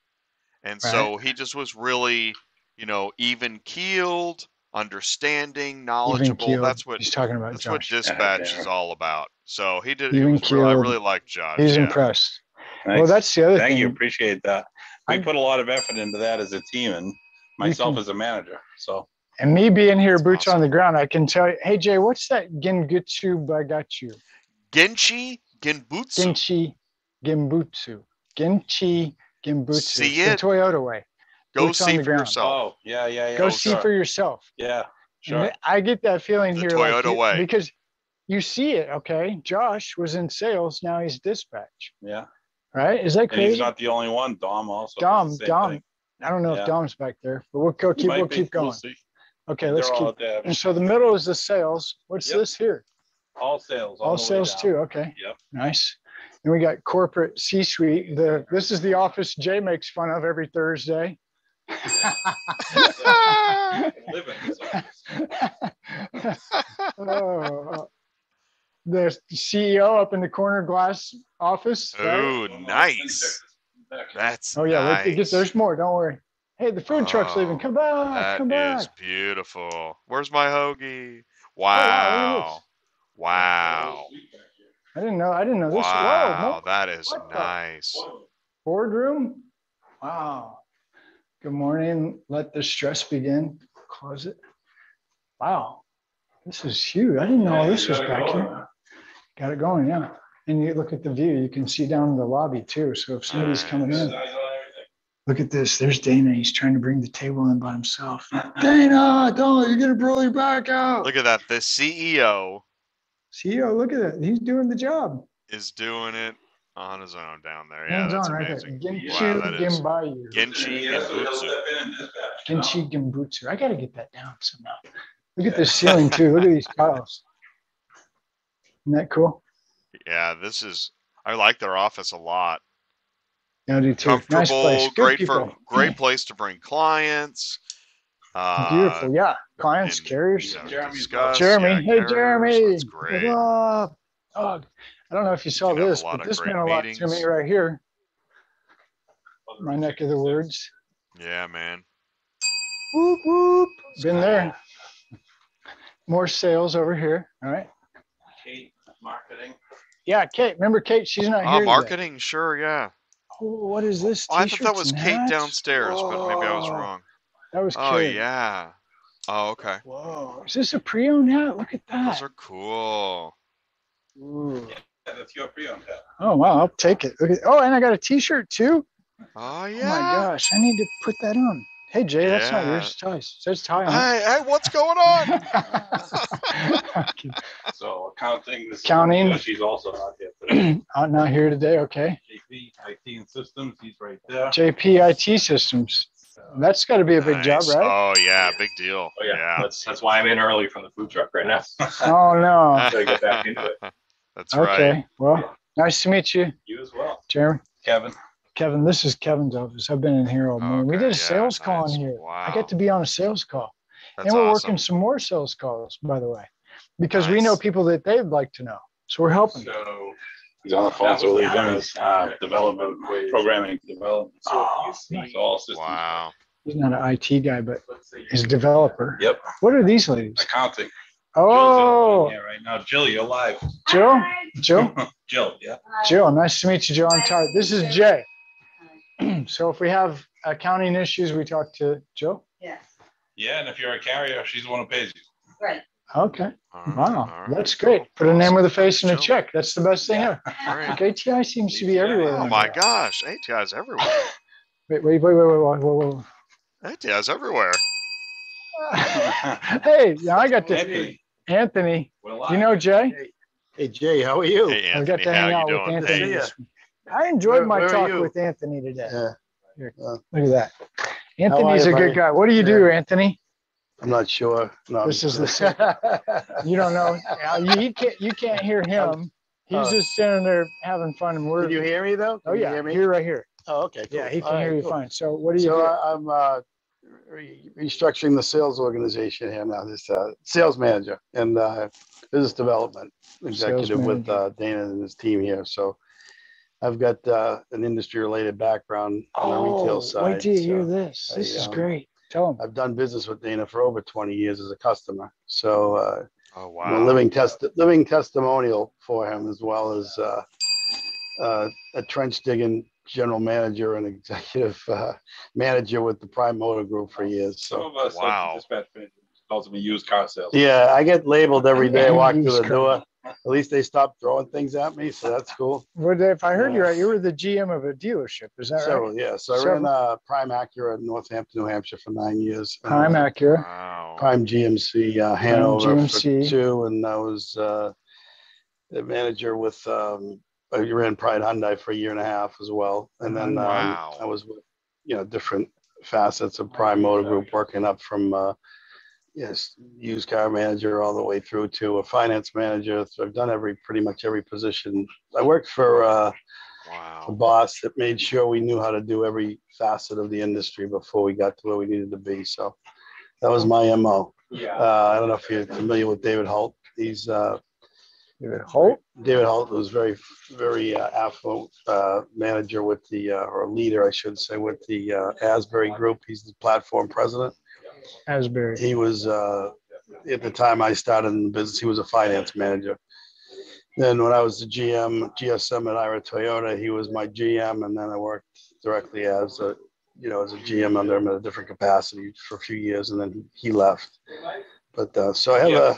Speaker 1: And
Speaker 2: Right.
Speaker 1: so he just was really, you know, even keeled, understanding,
Speaker 2: Even
Speaker 1: knowledgeable.
Speaker 2: keeled.
Speaker 1: That's what
Speaker 2: he's talking about.
Speaker 1: that's what
Speaker 2: Josh.
Speaker 1: dispatch
Speaker 4: yeah.
Speaker 1: is all about. So he did. He
Speaker 2: Even
Speaker 1: was real, I
Speaker 2: keeled.
Speaker 1: really like Josh.
Speaker 2: He's
Speaker 1: yeah.
Speaker 2: impressed. Well,
Speaker 4: Thanks.
Speaker 2: that's the other
Speaker 4: Thank
Speaker 2: thing.
Speaker 4: you. Appreciate that. We
Speaker 2: I'm-
Speaker 4: put a lot of effort into that as a team and myself as a manager. So
Speaker 2: And me being here,
Speaker 1: That's
Speaker 2: boots
Speaker 1: awesome.
Speaker 2: on the ground, I can tell you, hey Jay, what's that Gengetsu Bagachu?
Speaker 1: Genchi Genbutsu.
Speaker 2: Genchi Genbutsu. Genchi Genbutsu. It's
Speaker 1: See it?
Speaker 2: The Toyota way.
Speaker 1: Go
Speaker 2: boots on
Speaker 1: see
Speaker 2: the
Speaker 1: for
Speaker 2: ground.
Speaker 1: yourself.
Speaker 4: oh yeah, yeah, yeah.
Speaker 2: Go
Speaker 4: oh,
Speaker 2: see
Speaker 4: sure.
Speaker 2: for yourself.
Speaker 4: Yeah,
Speaker 2: And
Speaker 4: sure.
Speaker 2: I get that feeling
Speaker 1: The
Speaker 2: here. like
Speaker 1: Toyota
Speaker 2: you-
Speaker 1: way.
Speaker 2: Because you see it, okay? Josh was in sales, now he's dispatch,
Speaker 4: Yeah.
Speaker 2: right? Is
Speaker 4: And
Speaker 2: that
Speaker 4: he's
Speaker 2: crazy?
Speaker 4: not the only one. Dom also.
Speaker 2: Dom,
Speaker 4: does the same
Speaker 2: Dom.
Speaker 4: thing.
Speaker 2: I don't know
Speaker 4: Yeah.
Speaker 2: if Dom's back there, but we'll go keep
Speaker 4: Might
Speaker 2: we'll
Speaker 4: be.
Speaker 2: keep
Speaker 4: We'll
Speaker 2: going.
Speaker 4: see.
Speaker 2: Okay, let's
Speaker 4: They're all
Speaker 2: keep.
Speaker 4: out there.
Speaker 2: And so the middle is the sales. What's
Speaker 4: Yep.
Speaker 2: this here?
Speaker 4: All sales.
Speaker 2: All
Speaker 4: the way
Speaker 2: sales
Speaker 4: down.
Speaker 2: too. Okay.
Speaker 4: Yep.
Speaker 2: Nice. And we got corporate C-suite. The this is the office Jay makes fun of every Thursday.
Speaker 4: Live in this office.
Speaker 2: oh, the CEO up in the corner glass office. right?
Speaker 1: Ooh,
Speaker 4: Well,
Speaker 1: nice.
Speaker 4: let's check
Speaker 1: That's
Speaker 2: Oh yeah,
Speaker 1: nice.
Speaker 2: look, there's- there's more. Don't worry. Hey, the food truck's leaving.
Speaker 1: Oh,
Speaker 2: Come back.
Speaker 1: That
Speaker 2: Ah, Come back. Oh,
Speaker 1: is beautiful. Where's my hoagie?
Speaker 2: wow, look at
Speaker 1: Wow. Wow.
Speaker 4: this back here.
Speaker 2: I didn't know. I didn't know this. Whoa,
Speaker 1: Wow,
Speaker 2: more
Speaker 1: that is
Speaker 2: What the- Oh.
Speaker 1: nice.
Speaker 4: Whoa.
Speaker 2: boardroom. Wow. Good morning. Let the stress begin. Closet. Wow. This is huge. I didn't know all
Speaker 4: Yeah,
Speaker 2: this
Speaker 4: you
Speaker 2: was
Speaker 4: gotta
Speaker 2: back
Speaker 4: go
Speaker 2: here.
Speaker 4: now.
Speaker 2: Got it going, yeah. And you look at the view, you can see down in the lobby too. So if somebody's
Speaker 1: Nice.
Speaker 2: coming in,
Speaker 4: Eyes on everything.
Speaker 2: Look at this. There's Dana. He's trying to bring the table in by himself. Dana, don't. You're going to blow your back out.
Speaker 1: Look at that. The E CEO
Speaker 2: CEO, look at it. He's doing the job.
Speaker 1: is doing it on his own down there. Yeah,
Speaker 2: Hands
Speaker 1: that's
Speaker 2: on right
Speaker 1: amazing.
Speaker 2: there.
Speaker 1: Wow, that
Speaker 2: Genchi
Speaker 1: is.
Speaker 2: Genbayu.
Speaker 1: Genchi
Speaker 4: Yes, we'll
Speaker 1: Ibutsu.
Speaker 4: step in and dispatch.
Speaker 2: Genchi Genbutsu. I got to get that down somehow. Look at this ceiling, too. Look at these tiles. Isn't that cool?
Speaker 1: Yeah, this is. I like their office a lot.
Speaker 2: Yeah, I do too.
Speaker 1: Comfortable,
Speaker 2: Nice place. Good
Speaker 1: great
Speaker 2: people.
Speaker 1: for great place to bring clients. Uh,
Speaker 2: Beautiful. Yeah. Clients,
Speaker 1: and,
Speaker 2: carriers.
Speaker 1: you know,
Speaker 4: Jeremy's-
Speaker 1: discuss,
Speaker 2: Jeremy.
Speaker 1: yeah,
Speaker 2: Hey,
Speaker 1: carriers,
Speaker 2: Jeremy.
Speaker 1: That's great.
Speaker 2: Blah. Oh, I don't know if you saw
Speaker 1: can have a
Speaker 2: this,
Speaker 1: lot
Speaker 2: but
Speaker 1: of
Speaker 2: this
Speaker 1: great
Speaker 2: meant a lot to
Speaker 1: meetings.
Speaker 2: me right here. My neck of the woods.
Speaker 1: Yeah, man.
Speaker 2: Whoop, whoop. Been
Speaker 1: cool.
Speaker 2: there. More sales over here. All right.
Speaker 4: Kate, marketing.
Speaker 2: Yeah, Kate. Remember Kate? She's not here.
Speaker 1: Oh,
Speaker 2: today.
Speaker 1: marketing. Sure, yeah.
Speaker 2: Oh, what is this?
Speaker 1: Oh, I thought that
Speaker 2: T-shirts
Speaker 1: was
Speaker 2: and
Speaker 1: Kate
Speaker 2: hats?
Speaker 1: downstairs, but maybe I was
Speaker 2: Whoa.
Speaker 1: wrong.
Speaker 2: That was Kate.
Speaker 1: Oh yeah. Oh okay.
Speaker 2: Whoa. Is this a pre-owned hat? Look at
Speaker 1: Those
Speaker 2: that.
Speaker 1: are cool. Oh,
Speaker 2: Ooh.
Speaker 4: Yeah, That's your pre-owned. hat.
Speaker 2: Oh wow, I'll take it. Look at- Oh, and I got a T-shirt too.
Speaker 1: Oh
Speaker 2: Oh my
Speaker 1: yeah.
Speaker 2: gosh, I need to put that on. Hey Jay, that's not
Speaker 1: Yeah.
Speaker 2: yours. It's Ty's. It says Ty on.
Speaker 1: hey, hey, what's going on?
Speaker 2: it. Okay.
Speaker 4: So accounting. this is-
Speaker 2: Accounting.
Speaker 4: Yeah, She's also not here today.
Speaker 2: I'm not here today. Okay.
Speaker 4: JP, IT and systems, he's right there.
Speaker 2: JPIT Systems. That's got to be a big job,
Speaker 1: Nice.
Speaker 2: right?
Speaker 1: Oh yeah, big deal.
Speaker 8: Oh yeah, that's that's why I'm in early from the food truck right now.
Speaker 2: Oh, no.
Speaker 8: Gotta get back into it.
Speaker 1: That's
Speaker 2: Okay.
Speaker 1: right.
Speaker 2: Well, nice to meet you,
Speaker 4: You as well,
Speaker 2: Jeremy.
Speaker 4: Kevin.
Speaker 2: Kevin, this is Kevin's office. I've been in here all morning. we
Speaker 1: Okay,
Speaker 2: did a
Speaker 1: yeah,
Speaker 2: sales call
Speaker 1: nice.
Speaker 2: in here.
Speaker 1: Wow.
Speaker 2: I got to be on a sales call.
Speaker 1: That's
Speaker 2: and we're
Speaker 1: awesome.
Speaker 2: working some more sales calls, by the way, because we
Speaker 1: Nice.
Speaker 2: know people that they'd like to know. So we're helping. them.
Speaker 8: So
Speaker 4: He's on the phone, so we're doing his uh, development, programming development.
Speaker 8: so if you
Speaker 4: It's
Speaker 8: see,
Speaker 4: all systems.
Speaker 1: Wow.
Speaker 2: He's not an IT guy, but
Speaker 8: let's say
Speaker 2: he's a developer.
Speaker 4: Yep,
Speaker 2: What are these ladies?
Speaker 4: accounting.
Speaker 2: Oh,
Speaker 4: Yeah, right now, Jill, you're live.
Speaker 2: Jill, Jill,
Speaker 4: Jill, yeah.
Speaker 2: Jill. Nice to meet you, Jill. I'm tired. This is Jay. so if we have accounting issues, we talk to Jill.
Speaker 9: Yes,
Speaker 4: Yeah, and if you're a carrier, she's the one who pays you.
Speaker 9: right.
Speaker 2: Okay.
Speaker 1: All right, all
Speaker 2: Wow,
Speaker 1: right.
Speaker 2: that's great. Put a name with a face and a
Speaker 1: Jill.
Speaker 2: check. That's the best thing
Speaker 4: Yeah.
Speaker 2: ever.
Speaker 1: Great.
Speaker 2: Like ATI seems to be
Speaker 4: Yeah.
Speaker 2: everywhere.
Speaker 1: Oh
Speaker 2: now.
Speaker 1: my gosh, ATI's everywhere.
Speaker 2: Wait, wait, wait, wait, wait, wait, wait. wait.
Speaker 1: ATI's everywhere.
Speaker 2: hey, now I got to
Speaker 4: Anthony,
Speaker 2: Anthony.
Speaker 4: we're
Speaker 2: You
Speaker 4: live.
Speaker 2: know Jay.
Speaker 3: Hey Jay, how are you?
Speaker 1: Hey
Speaker 2: I got
Speaker 1: Anthony,
Speaker 2: to
Speaker 1: how
Speaker 2: hang
Speaker 1: you
Speaker 2: out with
Speaker 1: doing?
Speaker 2: Anthony.
Speaker 1: Hey,
Speaker 2: this week. I enjoyed
Speaker 3: Where-
Speaker 2: my
Speaker 3: where are
Speaker 2: talk
Speaker 3: you?
Speaker 2: with Anthony today.
Speaker 3: Yeah,
Speaker 2: Here,
Speaker 3: uh,
Speaker 2: Look at that.
Speaker 3: How are
Speaker 2: Anthony's
Speaker 3: you,
Speaker 2: a
Speaker 3: buddy?
Speaker 2: good guy. What do you do, Anthony?
Speaker 3: I'm not sure. No,
Speaker 2: This
Speaker 3: I'm-
Speaker 2: is the You don't know. Al, you- He can't. You can't hear him. He's
Speaker 3: Oh.
Speaker 2: just standing there having fun, and we're.
Speaker 3: Can you hear me though?
Speaker 2: Oh
Speaker 3: Can you
Speaker 2: yeah,
Speaker 3: hear me?
Speaker 2: here right here.
Speaker 3: Oh, okay.
Speaker 2: Yeah,
Speaker 3: cool.
Speaker 2: he can
Speaker 3: All right,
Speaker 2: hear you
Speaker 3: cool.
Speaker 2: fine. So what do you
Speaker 3: So
Speaker 2: do?
Speaker 3: I- I'm uh, re- restructuring the sales organization here now. This uh, sales manager and uh, business development executive with
Speaker 2: manager.
Speaker 3: uh, Dana and his team here. So I've got uh, an industry related background on the retail side.
Speaker 2: Oh, wait till you hear
Speaker 3: so
Speaker 2: this.
Speaker 3: I,
Speaker 2: This is
Speaker 3: um,
Speaker 2: great. Tell him.
Speaker 3: I've done business with Dana for over 20 years as a customer. So uh,
Speaker 1: Oh
Speaker 3: I'm a
Speaker 1: wow.
Speaker 3: living test, living testimonial for him as well as uh, uh, a trench digging general manager and executive uh, manager with the Prime Motor Group for years.
Speaker 4: Some
Speaker 3: So
Speaker 4: of us,
Speaker 1: Wow.
Speaker 4: like the dispatch manager, calls them a used car sales.
Speaker 3: yeah, I get labeled every day I walk through
Speaker 2: Used
Speaker 3: the
Speaker 2: car.
Speaker 3: door. At least they stop throwing things at me, so that's cool.
Speaker 2: What, if I heard you
Speaker 3: yeah.
Speaker 2: right, you were the GM of a dealership. Is that right?
Speaker 3: Several, yeah. So I ran uh, Prime Acura in Northampton, New Hampshire for nine years. and,
Speaker 2: Prime
Speaker 3: uh,
Speaker 2: Acura.
Speaker 1: Wow.
Speaker 3: Prime GMC uh, Hanover
Speaker 2: GMC.
Speaker 3: for two, and I was uh, the manager with. Um, I ran Pride Hyundai for a year and a half as well, and then um,
Speaker 1: Oh, Wow. Oh,
Speaker 3: I was with you know different facets of Prime Motor Group, working up from uh, yes used car manager all the way through to a finance manager. So I've done every pretty much every position. I worked for uh, a
Speaker 1: Wow.
Speaker 3: boss that made sure we knew how to do every facet of the industry before we got to where we needed to be. So that was my mo.
Speaker 8: yeah,
Speaker 3: Uh, I don't know if you're familiar with David Holt. He's uh,
Speaker 2: David Holt.
Speaker 3: David Holt was very, very uh, affluent uh, manager with the uh, or leader, I should say, with the uh, Asbury Group. He's the platform president.
Speaker 2: Asbury.
Speaker 3: He was uh, at the time I started in the business. He was a finance manager. Then when I was the GM, GSM at Ira Toyota, he was my GM, and then I worked directly as a, you know, as a GM under him in a different capacity for a few years, and then he left. But uh, so I have a,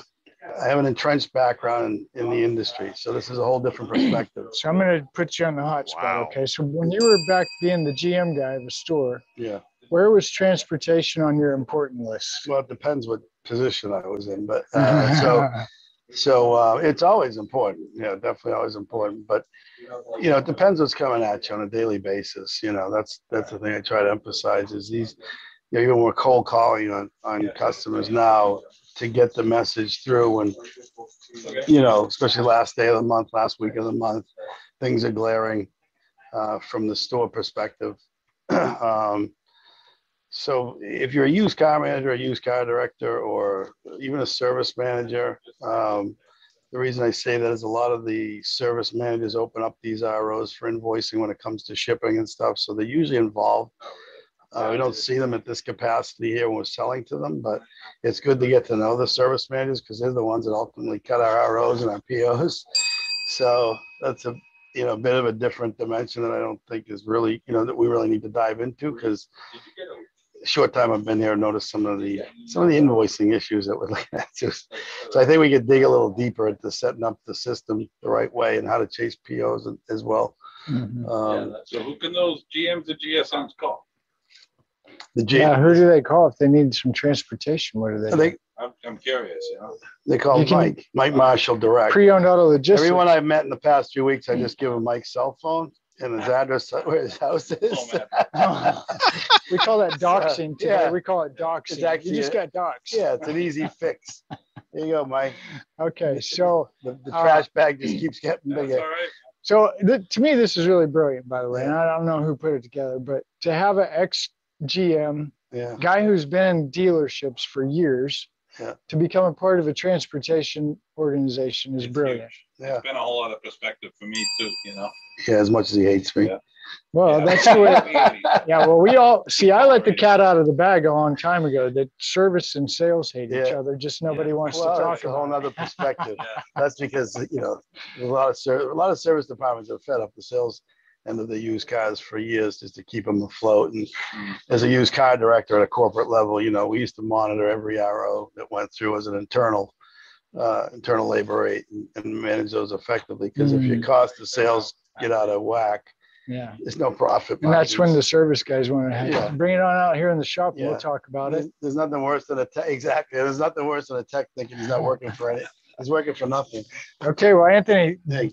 Speaker 3: I have an entrenched background in, in the industry, so this is a whole different perspective.
Speaker 2: So I'm going to put you on the hot spot.
Speaker 1: Wow.
Speaker 2: Okay. So when you were back being the GM guy of a store,
Speaker 3: Yeah.
Speaker 2: where was transportation on your important list?
Speaker 3: Well, it depends what position I was in, but uh, so. So uh, it's always important, you know, definitely always important. But you know, it depends what's coming at you on a daily basis. You know, that's that's the thing I try to emphasize is these, you know, even we're cold calling on on customers now to get the message through, and you know, especially last day of the month, last week of the month, things are glaring uh, from the store perspective. um, so if you're a used car manager, a used car director, or even a service manager, um, the reason I say that is a lot of the service managers open up these ROs for invoicing when it comes to shipping and stuff. So they're usually involved. Uh, we don't see them at this capacity here when we're selling to them, but it's good to get to know the service managers because they're the ones that ultimately cut our ROs and our POs. So that's a you know bit of a different dimension that I don't think is really you know that we really need to dive into because short time I've been here, I've noticed some of the some of the invoicing issues that we're looking at too. So I think we could dig a little deeper into setting up the system the right way and how to chase POs and- as well.
Speaker 2: Mhm.
Speaker 3: Um,
Speaker 4: So who can those GMs and GSMs call?
Speaker 3: the G,
Speaker 2: yeah. Who do they call if they need some transportation? What do they?
Speaker 3: I think
Speaker 4: I'm, I'm curious, you know?
Speaker 3: they call
Speaker 2: You can-
Speaker 3: Mike, Mike Marshall direct.
Speaker 2: Pre-owned auto logistics.
Speaker 3: Everyone I've met in the past few weeks, I just give them Mike's cell phone and his address where his house is.
Speaker 2: we call that doxing today.
Speaker 3: Yeah.
Speaker 2: We call it doxing.
Speaker 3: actually
Speaker 2: you just
Speaker 3: a-
Speaker 2: got doxed.
Speaker 3: yeah, it's an easy fix. There you go, Mike.
Speaker 2: Okay. So.
Speaker 3: The, the
Speaker 2: Uh,
Speaker 3: trash bag just keeps getting
Speaker 4: That's
Speaker 3: bigger.
Speaker 4: all right.
Speaker 2: So th- to me, this is really brilliant, by the way. And I don't know who put it together, but to have an ex GM
Speaker 3: Yeah.
Speaker 2: guy who's been in dealerships for years
Speaker 3: Yeah.
Speaker 2: to become a part of a transportation organization is
Speaker 4: It's
Speaker 2: brilliant.
Speaker 4: huge.
Speaker 3: Yeah.
Speaker 4: It's been a whole lot of perspective for me too, you know?
Speaker 3: Yeah. As much as he hates me.
Speaker 2: Well,
Speaker 4: Yeah.
Speaker 2: that's the way.
Speaker 4: Yeah.
Speaker 2: Yeah. Well, we all see. I let the cat out of the bag a long time ago that service and sales hate each
Speaker 3: Yeah.
Speaker 2: other. Just nobody wants
Speaker 3: Well,
Speaker 2: to talk
Speaker 3: that's a whole
Speaker 2: about.
Speaker 3: nother perspective.
Speaker 4: Yeah.
Speaker 3: That's because, you know, a lot of ser- a lot of service departments are fed up with sales and that they use cars for years just to keep them afloat. And
Speaker 4: Mm.
Speaker 3: as a used car director at a corporate level, you know, we used to monitor every RO that went through as an internal uh, internal labor rate and, and manage those effectively. Because if your
Speaker 2: Mhm.
Speaker 3: cost of sales get out of whack,
Speaker 2: It. Yeah.
Speaker 3: there's no profit.
Speaker 2: And that's when
Speaker 3: margins.
Speaker 2: the service guys want to
Speaker 3: Yeah.
Speaker 2: bring it on out here in the shop.
Speaker 3: Yeah.
Speaker 2: We'll talk about it.
Speaker 3: There's, there's nothing worse than a tech. Exactly. There's nothing worse than a tech thinking he's not working for it. He's working for nothing.
Speaker 2: Okay. Well, Anthony,
Speaker 3: Hey,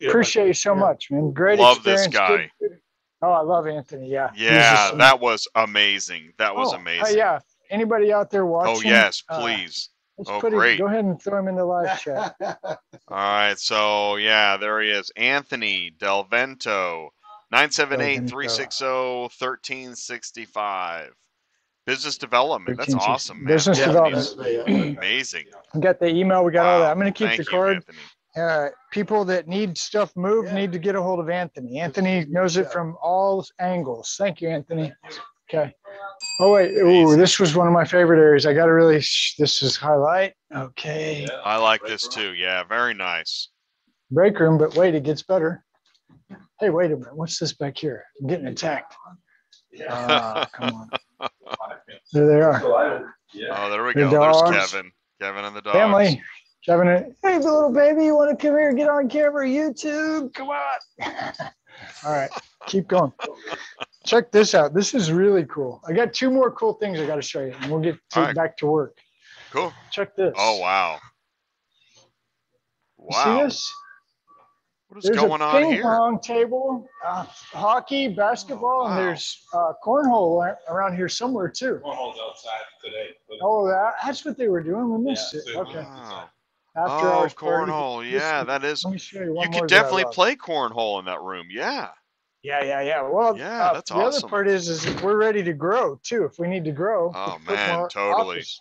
Speaker 2: appreciate you so
Speaker 3: Yeah.
Speaker 2: much, man. Great
Speaker 1: Love this
Speaker 2: experience. Good-
Speaker 1: guy.
Speaker 2: Oh, I love Anthony. Yeah. He's
Speaker 1: Yeah,
Speaker 2: just-
Speaker 1: that was amazing. That was
Speaker 2: Oh, uh,
Speaker 1: amazing.
Speaker 2: yeah. Anybody out there watching?
Speaker 1: Oh yes,
Speaker 2: uh,
Speaker 1: please.
Speaker 2: let's
Speaker 1: Oh,
Speaker 2: put it-
Speaker 1: great.
Speaker 2: Go ahead and throw him in the live chat.
Speaker 1: All right, so yeah, there he is. Anthony Delvento, 978-360-1365. oh, Business development. That's
Speaker 2: 1360.
Speaker 1: awesome, man.
Speaker 2: Business
Speaker 1: That's
Speaker 2: development.
Speaker 3: that's me,
Speaker 1: Amazing.
Speaker 2: We got the email. We got all
Speaker 1: Wow.
Speaker 2: that. I'm going to keep
Speaker 1: Thank
Speaker 2: the
Speaker 1: you,
Speaker 2: card.
Speaker 1: Anthony.
Speaker 2: Uh, people that need stuff moved
Speaker 3: Yeah.
Speaker 2: need to get a hold of Anthony. Anthony knows it
Speaker 3: Yeah.
Speaker 2: from all angles. Thank you, Anthony. Okay. Oh wait. Ooh,
Speaker 1: Amazing.
Speaker 2: this was one of my favorite areas. I got to really. Sh- this is highlight. Okay.
Speaker 1: I like this too. Yeah, very nice.
Speaker 2: break room, but wait, it gets better. Hey, wait a minute. What's this back here? I'm getting attacked. Ah, come on. There they are.
Speaker 1: Oh, there we
Speaker 2: The
Speaker 1: go. There's
Speaker 2: dogs.
Speaker 1: Kevin. Kevin and the dogs.
Speaker 2: Family. Kevin, and- hey, little baby, you want to come here? Get on camera, YouTube. Come on. All right, keep going. Check this out. This is really cool. I got two more cool things I got to show you, and we'll get to,
Speaker 1: All right.
Speaker 2: back to work.
Speaker 1: Cool.
Speaker 2: Check this.
Speaker 1: Oh wow.
Speaker 2: You See
Speaker 1: Wow.
Speaker 2: this?
Speaker 1: What is
Speaker 2: There's
Speaker 1: going
Speaker 2: a
Speaker 1: on
Speaker 2: ping
Speaker 1: here?
Speaker 2: pong table, uh, hockey, basketball,
Speaker 1: Oh, wow.
Speaker 2: and there's uh, cornhole ar- around here somewhere too.
Speaker 4: Cornhole's outside today. but-
Speaker 2: Oh, that, that's what they were doing. We missed
Speaker 4: Yeah,
Speaker 2: it.
Speaker 4: so-
Speaker 2: Okay.
Speaker 1: Wow.
Speaker 2: After
Speaker 1: Oh,
Speaker 2: hours party.
Speaker 1: cornhole. Yeah, that is
Speaker 2: Let me show you one
Speaker 1: you
Speaker 2: more.
Speaker 1: could
Speaker 2: that I
Speaker 1: definitely
Speaker 2: love.
Speaker 1: play cornhole in that room. Yeah.
Speaker 2: Yeah, yeah, yeah. Well,
Speaker 1: Yeah, that's
Speaker 2: Uh, the
Speaker 1: awesome.
Speaker 2: other part is, is if we're ready to grow too. If we need to grow.
Speaker 1: Oh
Speaker 2: put
Speaker 1: man,
Speaker 2: more
Speaker 1: totally.
Speaker 2: office.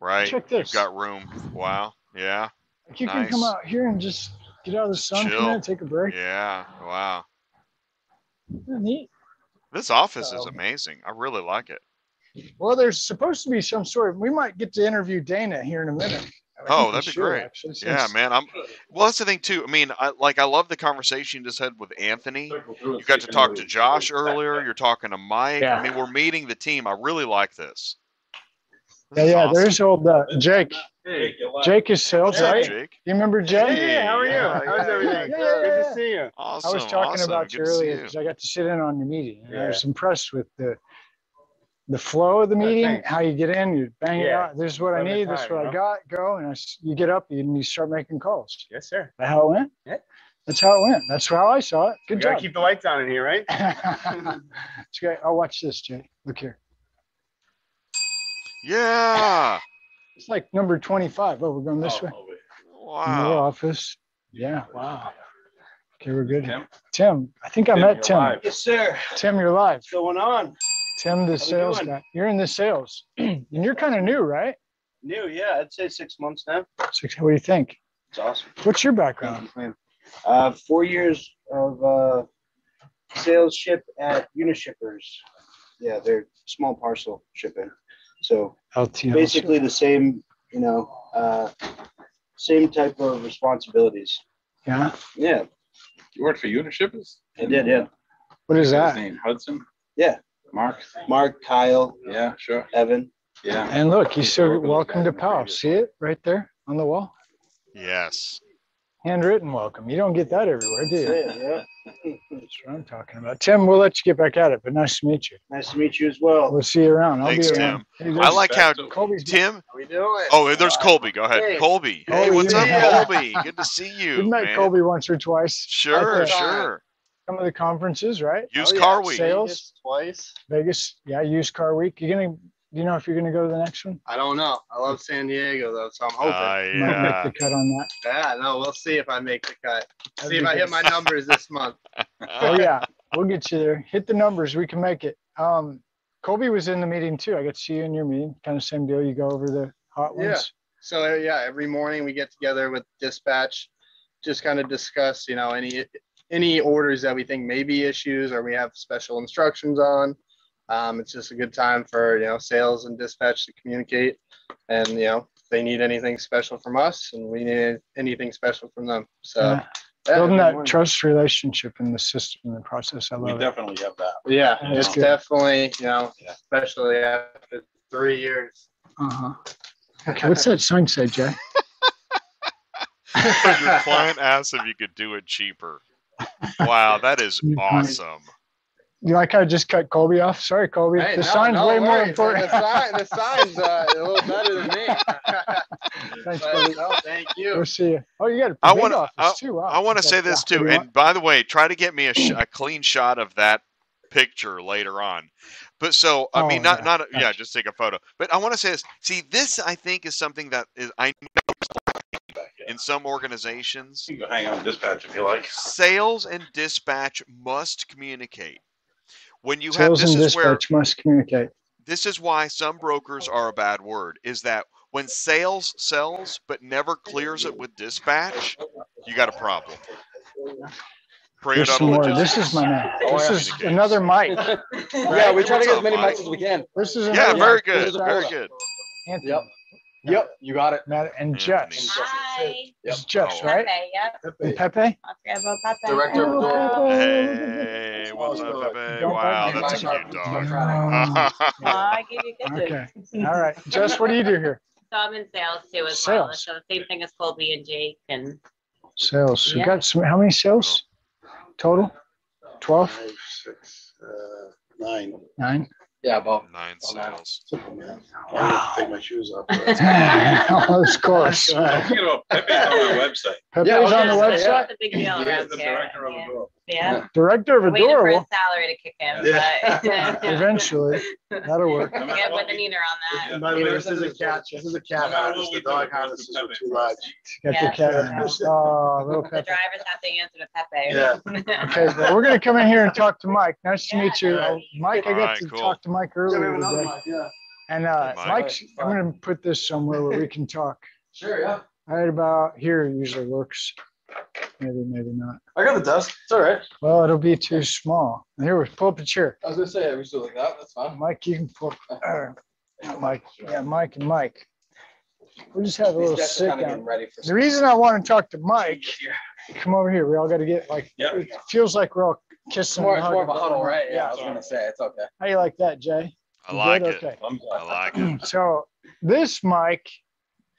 Speaker 1: Right.
Speaker 2: Check
Speaker 1: You've
Speaker 2: this.
Speaker 1: got room. Wow. Yeah.
Speaker 2: Like, you can come
Speaker 1: nice.
Speaker 2: out here and just get out of the sun,
Speaker 1: Chill.
Speaker 2: come in, take a break.
Speaker 1: Yeah. Wow.
Speaker 2: Isn't that Neat.
Speaker 1: This office is
Speaker 2: Um,
Speaker 1: amazing. I really like it.
Speaker 2: Well, there's supposed to be some sort. Of, we might get to interview Dana here in a minute. I think
Speaker 1: Oh,
Speaker 2: we
Speaker 1: that'd be
Speaker 2: should,
Speaker 1: great.
Speaker 2: actually,
Speaker 1: Yeah,
Speaker 2: since-
Speaker 1: man. I'm well that's the thing too. I mean, I like I love the conversation you just had with Anthony. You
Speaker 8: You
Speaker 1: got to talk to Josh earlier. You're talking to Mike.
Speaker 2: Yeah.
Speaker 1: I mean, we're meeting the team. I really like this.
Speaker 2: Yeah,
Speaker 1: This is
Speaker 2: yeah.
Speaker 1: awesome.
Speaker 2: There's old uh, Jake.
Speaker 5: Hey,
Speaker 2: Jake is sales,
Speaker 5: Hey.
Speaker 2: right?
Speaker 1: Jake.
Speaker 2: You remember Jake?
Speaker 5: Hey, how are you?
Speaker 2: Yeah.
Speaker 5: How's everything?
Speaker 2: Yeah, yeah,
Speaker 5: Good
Speaker 2: yeah.
Speaker 5: to see you.
Speaker 1: Awesome.
Speaker 2: I was talking
Speaker 1: awesome.
Speaker 2: about you
Speaker 1: Good to see
Speaker 2: earlier because I got to sit in on your meeting. And I
Speaker 5: Yeah. Uh,
Speaker 2: was impressed with the the flow of the meeting,
Speaker 5: thanks.
Speaker 2: how you get in, you bang it
Speaker 5: Yeah.
Speaker 2: out. This is what I
Speaker 5: Love the
Speaker 2: need. this is
Speaker 5: time,
Speaker 2: what I
Speaker 5: huh?
Speaker 2: got. Go and I s you get up and you start making calls. Is
Speaker 5: Yes, sir.
Speaker 2: that how it went?
Speaker 5: Yeah.
Speaker 2: That's how it went. That's how I saw it.
Speaker 5: We
Speaker 2: Good
Speaker 5: gotta
Speaker 2: job.
Speaker 5: keep the lights on in here, right?
Speaker 2: it's great. I'll watch this, Jay. Look here.
Speaker 5: Ah.
Speaker 1: Yeah.
Speaker 2: It's like number 25. Oh, we're going this
Speaker 10: Oh,
Speaker 2: way.
Speaker 10: oh, wait.
Speaker 2: New
Speaker 1: Wow.
Speaker 2: office. Yeah. Wow. Okay, we're good.
Speaker 4: Tim?
Speaker 2: Tim, I think I
Speaker 5: Tim,
Speaker 2: met
Speaker 5: you're
Speaker 2: Tim.
Speaker 5: live.
Speaker 11: Yes, sir.
Speaker 2: Tim, you're live.
Speaker 11: What's going on?
Speaker 2: Tim, the sales
Speaker 11: doing?
Speaker 2: guy. You're in the sales, and you're kind of new, right?
Speaker 11: New, yeah. I'd say six months now.
Speaker 2: So what do you think?
Speaker 11: It's awesome.
Speaker 2: What's your background?
Speaker 11: Uh, four years of uh, sales ship at Unishippers. Yeah, they're small parcel shipping. So
Speaker 2: LTL.
Speaker 11: basically the same, you know, uh, same type of responsibilities.
Speaker 2: Yeah.
Speaker 11: Yeah,
Speaker 4: You worked for Unishippers?
Speaker 11: I did. Yeah,
Speaker 2: What is
Speaker 4: His
Speaker 2: that?
Speaker 4: name Hudson?
Speaker 11: Yeah.
Speaker 4: Mark?
Speaker 11: Mark, Kyle,
Speaker 4: Yeah, sure.
Speaker 11: Evan.
Speaker 4: Yeah.
Speaker 2: And look, he's still
Speaker 4: Historical
Speaker 2: welcome to
Speaker 4: background.
Speaker 2: POW. See it right there on the wall?
Speaker 1: Yes.
Speaker 2: Handwritten welcome. You don't get that everywhere, do you?
Speaker 11: Yeah, yeah.
Speaker 2: That's what I'm talking about. Tim, we'll let you get back at it, but nice to meet you.
Speaker 11: nice to meet you as well.
Speaker 2: We'll see you around. I'll
Speaker 1: Thanks,
Speaker 2: be around. Hey,
Speaker 1: I
Speaker 2: there's
Speaker 1: like how
Speaker 2: Colby's.
Speaker 1: Tim.
Speaker 11: How we doing?
Speaker 1: Oh, there's Colby. Go ahead.
Speaker 11: Hey.
Speaker 1: Colby. Hey,
Speaker 2: Colby,
Speaker 1: what's
Speaker 2: you
Speaker 1: up,
Speaker 2: know.
Speaker 1: Colby? Good to see you.
Speaker 2: We've met
Speaker 1: man.
Speaker 2: Colby once or twice.
Speaker 1: Sure,
Speaker 2: Okay.
Speaker 1: sure.
Speaker 2: Some of the conferences, right?
Speaker 1: Used car week.
Speaker 2: Oh, Sales.
Speaker 11: twice.
Speaker 2: Vegas. Yeah, used car week. You're gonna. Do you know if you're gonna go to the next one?
Speaker 11: I don't know. I love San Diego though, so I'm hoping.
Speaker 4: Ah,
Speaker 1: Uh,
Speaker 2: You Might make
Speaker 1: yeah.
Speaker 2: the cut on that.
Speaker 11: yeah, no, we'll see if I make the cut.
Speaker 2: That'd
Speaker 11: see if
Speaker 2: be
Speaker 11: I
Speaker 2: good.
Speaker 11: hit my numbers this month.
Speaker 2: oh yeah, we'll get you there. Hit the numbers. We can make it. Um, Colby was in the meeting too. I got to see you in your meeting. Kind of same deal. You go over the hot
Speaker 11: Yeah.
Speaker 2: ones.
Speaker 11: So uh, yeah, every morning we get together with dispatch, just kind of discuss, you know, any any orders that we think may be issues or we have special instructions on. Um, it's just a good time for you know sales and dispatch to communicate, and you know if they need anything special from us, and we need anything special from them. So
Speaker 2: Yeah.
Speaker 11: yeah,
Speaker 2: Building
Speaker 11: every
Speaker 2: that
Speaker 11: morning.
Speaker 2: trust relationship in the system and the process. I
Speaker 4: We
Speaker 2: love it.
Speaker 4: definitely have that.
Speaker 11: yeah,
Speaker 2: Yeah.
Speaker 11: it's
Speaker 2: Good.
Speaker 11: definitely you know
Speaker 4: Yeah.
Speaker 11: especially after three years.
Speaker 2: Uh-huh. Okay, what's that sign say, Jay?
Speaker 1: Your client asked if you could do it cheaper. Wow, that is
Speaker 2: Your client.
Speaker 1: awesome.
Speaker 2: You like how I just cut Colby off? Sorry, Colby.
Speaker 11: Hey,
Speaker 2: the
Speaker 11: no,
Speaker 2: sign's
Speaker 11: no
Speaker 2: way more
Speaker 11: worries.
Speaker 2: important.
Speaker 11: The, sign, the sign's uh, a little better than me.
Speaker 2: Thanks,
Speaker 11: But,
Speaker 2: Colby.
Speaker 11: no, thank
Speaker 2: We'll
Speaker 11: you.
Speaker 2: see you. Oh, you got a big
Speaker 1: I wanna- uh,
Speaker 2: office too. Wow.
Speaker 1: I want
Speaker 2: You
Speaker 1: to
Speaker 2: got
Speaker 1: say
Speaker 2: a
Speaker 1: this
Speaker 2: back. What
Speaker 1: too.
Speaker 2: do you
Speaker 1: And by the way, try to get me a, sh- a clean shot of that picture later on. But so I mean,
Speaker 2: Oh,
Speaker 1: not
Speaker 2: yeah,
Speaker 1: not yeah,
Speaker 2: gotcha.
Speaker 1: just take a photo. But I want to say this. See, this I think is something that is I know in some organizations,
Speaker 4: You can go hang out with dispatch if you like.
Speaker 1: sales and dispatch must communicate. When you have
Speaker 2: Sales
Speaker 1: this
Speaker 2: and
Speaker 1: is where
Speaker 2: dispatch must communicate.
Speaker 1: this is why some brokers are a bad word is that when sales sells but never clears it with dispatch you got a problem Pray
Speaker 2: There's
Speaker 1: it up
Speaker 2: some
Speaker 1: with
Speaker 2: more.
Speaker 1: just-
Speaker 2: This is my man.
Speaker 1: Oh,
Speaker 2: This
Speaker 1: yeah.
Speaker 2: is another mic.
Speaker 5: Yeah,
Speaker 1: we try to get as many mics as
Speaker 5: we can.
Speaker 2: This is
Speaker 1: yeah
Speaker 2: another
Speaker 1: very
Speaker 2: mic.
Speaker 1: good
Speaker 2: This is
Speaker 1: very
Speaker 2: Ira,
Speaker 1: good
Speaker 2: Anthony,
Speaker 5: Yep. Yep, you got it.
Speaker 2: Matt and
Speaker 1: Anthony.
Speaker 2: Jess.
Speaker 12: Hi.
Speaker 2: It's Jess,
Speaker 1: Oh,
Speaker 2: right?
Speaker 12: Pepe, yep.
Speaker 2: And Pepe?
Speaker 12: I'll grab a Pepe.
Speaker 5: Director of
Speaker 2: Adorable.
Speaker 1: hey what's up baby
Speaker 2: Don't
Speaker 1: wow
Speaker 2: bug me.
Speaker 1: that's a cute dog
Speaker 2: Oh,
Speaker 12: Oh, I give you good
Speaker 2: Okay.
Speaker 12: news.
Speaker 2: All right. Jess, what do you do here?
Speaker 12: So I'm in sales too as well.
Speaker 2: Sales.
Speaker 12: So the same thing as Colby and Jake and
Speaker 2: Sales. You
Speaker 12: Yeah.
Speaker 2: got some, how many sales total? 12?
Speaker 3: Five, six, uh, nine.
Speaker 2: Nine?
Speaker 5: Yeah, about
Speaker 1: nine sales
Speaker 3: Simple math. I'm gonna take my shoes off. first.
Speaker 2: of course.
Speaker 4: Don't forget about Pepe's on our website.
Speaker 2: Pepe's
Speaker 5: Yeah,
Speaker 2: on
Speaker 5: okay.
Speaker 12: Yeah,
Speaker 2: the
Speaker 12: so
Speaker 2: website.
Speaker 12: that's a big deal
Speaker 4: He
Speaker 12: around
Speaker 4: is the
Speaker 12: here.
Speaker 4: director of the
Speaker 12: Yeah.
Speaker 4: group.
Speaker 12: Yeah.
Speaker 2: Director of
Speaker 12: Waiting for his
Speaker 2: Adorable.
Speaker 12: salary to kick in,
Speaker 5: Yeah.
Speaker 12: but.
Speaker 2: Eventually, that'll work.
Speaker 4: No matter
Speaker 12: Yeah,
Speaker 4: what
Speaker 12: put the
Speaker 4: we-
Speaker 12: meter on that.
Speaker 3: By the way, this is a cat, this is a cat harness. The dog harnesses are too large.
Speaker 2: Got the
Speaker 12: Yeah.
Speaker 2: cat. Oh, little
Speaker 12: The
Speaker 2: Pepe.
Speaker 12: drivers have to answer to Pepe.
Speaker 3: Yeah.
Speaker 2: Okay, but we're gonna come in here and talk to Mike. Nice to
Speaker 12: Yeah,
Speaker 2: meet you. Oh,
Speaker 12: that'd be-
Speaker 2: Mike, I
Speaker 1: All
Speaker 2: got
Speaker 1: right,
Speaker 2: to
Speaker 1: cool.
Speaker 2: talk to Mike earlier today. And uh,
Speaker 1: Mike.
Speaker 2: Mike's, I'm gonna put this somewhere where we can talk.
Speaker 5: Sure, yeah.
Speaker 2: Right about here usually works. Maybe, maybe not.
Speaker 5: I got the desk. It's all right.
Speaker 2: Well, it'll be too small. Here, pull up a chair.
Speaker 5: I was gonna say, we still like that. That's fine.
Speaker 2: Mike, you can pull, up- or, not Mike, yeah, Mike and Mike. We'll just have a little sit down.
Speaker 5: ready for.
Speaker 2: The reason I wanna talk to Mike, come over here. We all gotta get like,
Speaker 4: Yeah.
Speaker 2: it feels like we're all kissing. and hugging. Yeah.
Speaker 5: gonna say, it's okay.
Speaker 2: How you like that, Jay?
Speaker 1: i
Speaker 2: You
Speaker 1: like
Speaker 2: good?
Speaker 1: it
Speaker 2: Okay.
Speaker 4: I'm-
Speaker 1: i like it
Speaker 2: So this mic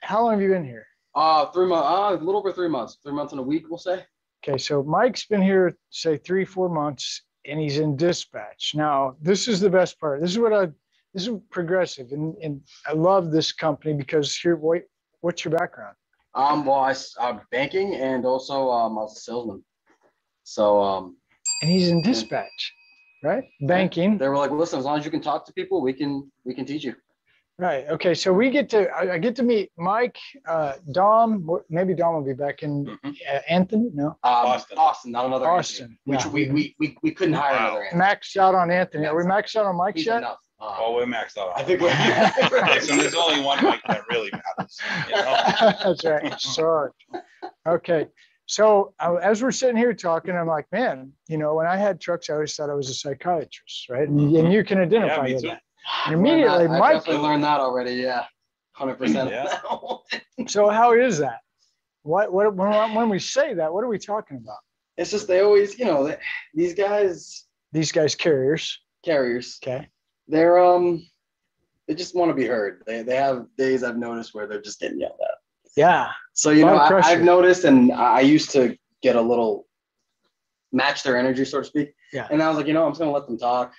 Speaker 2: how long have you been here?
Speaker 9: Uh, three months, uh, a little over three months, three months and a week, we'll say.
Speaker 2: Okay, so Mike's been here, say, three, four months, and he's in dispatch. Now, this is the best part. This is what I, this is progressive, and, and I love this company because here, what, what's your background?
Speaker 9: Um, well, I, am banking and also, um, I was a salesman. So, um,
Speaker 2: And he's in dispatch, right? Banking,
Speaker 9: they were like, listen, as long as you can talk to people, we can, we can teach you.
Speaker 2: right? Okay, so we get to, I, I get to meet Mike, uh, Dom. wh- Maybe Dom will be back in.
Speaker 4: Mhm.
Speaker 2: Uh, Anthony, no,
Speaker 9: Um,
Speaker 4: Austin.
Speaker 9: Austin, not another
Speaker 2: Austin.
Speaker 9: Anthony,
Speaker 2: yeah.
Speaker 9: which we, we, we, we couldn't hire
Speaker 1: Wow.
Speaker 9: another Anthony.
Speaker 2: maxed out on Anthony. Are we maxed out on Mike
Speaker 9: He's
Speaker 2: yet?
Speaker 9: enough. Um,
Speaker 4: Oh, we're maxed out.
Speaker 9: I think we're.
Speaker 4: Okay, so there's only one mic that really matters. you know?
Speaker 2: That's right. Sorry. Okay. So I- as we're sitting here talking, I'm like, man, you know, when I had trucks, I always thought I was a psychiatrist, right? And, and you can
Speaker 4: Yeah,
Speaker 2: identify
Speaker 4: me
Speaker 2: with
Speaker 4: too.
Speaker 2: that. And immediately,
Speaker 9: I
Speaker 2: Mike.
Speaker 9: definitely learned that already. Yeah, hundred percent.
Speaker 4: Yeah.
Speaker 2: So how is that? What what when, when we say that, what are we talking about?
Speaker 9: It's just they always, you know, they- these guys
Speaker 2: These guys carriers.
Speaker 9: carriers,
Speaker 2: Okay.
Speaker 9: they're um, they just want to be heard. They they have days I've noticed where they're just getting yelled at.
Speaker 2: Yeah.
Speaker 9: So you
Speaker 2: Lot
Speaker 9: know,
Speaker 2: of
Speaker 9: I,
Speaker 2: pressure.
Speaker 9: I've noticed, and I I used to get a little match their energy, so to speak.
Speaker 2: Yeah.
Speaker 9: And I was like, you know, I'm just gonna let them talk.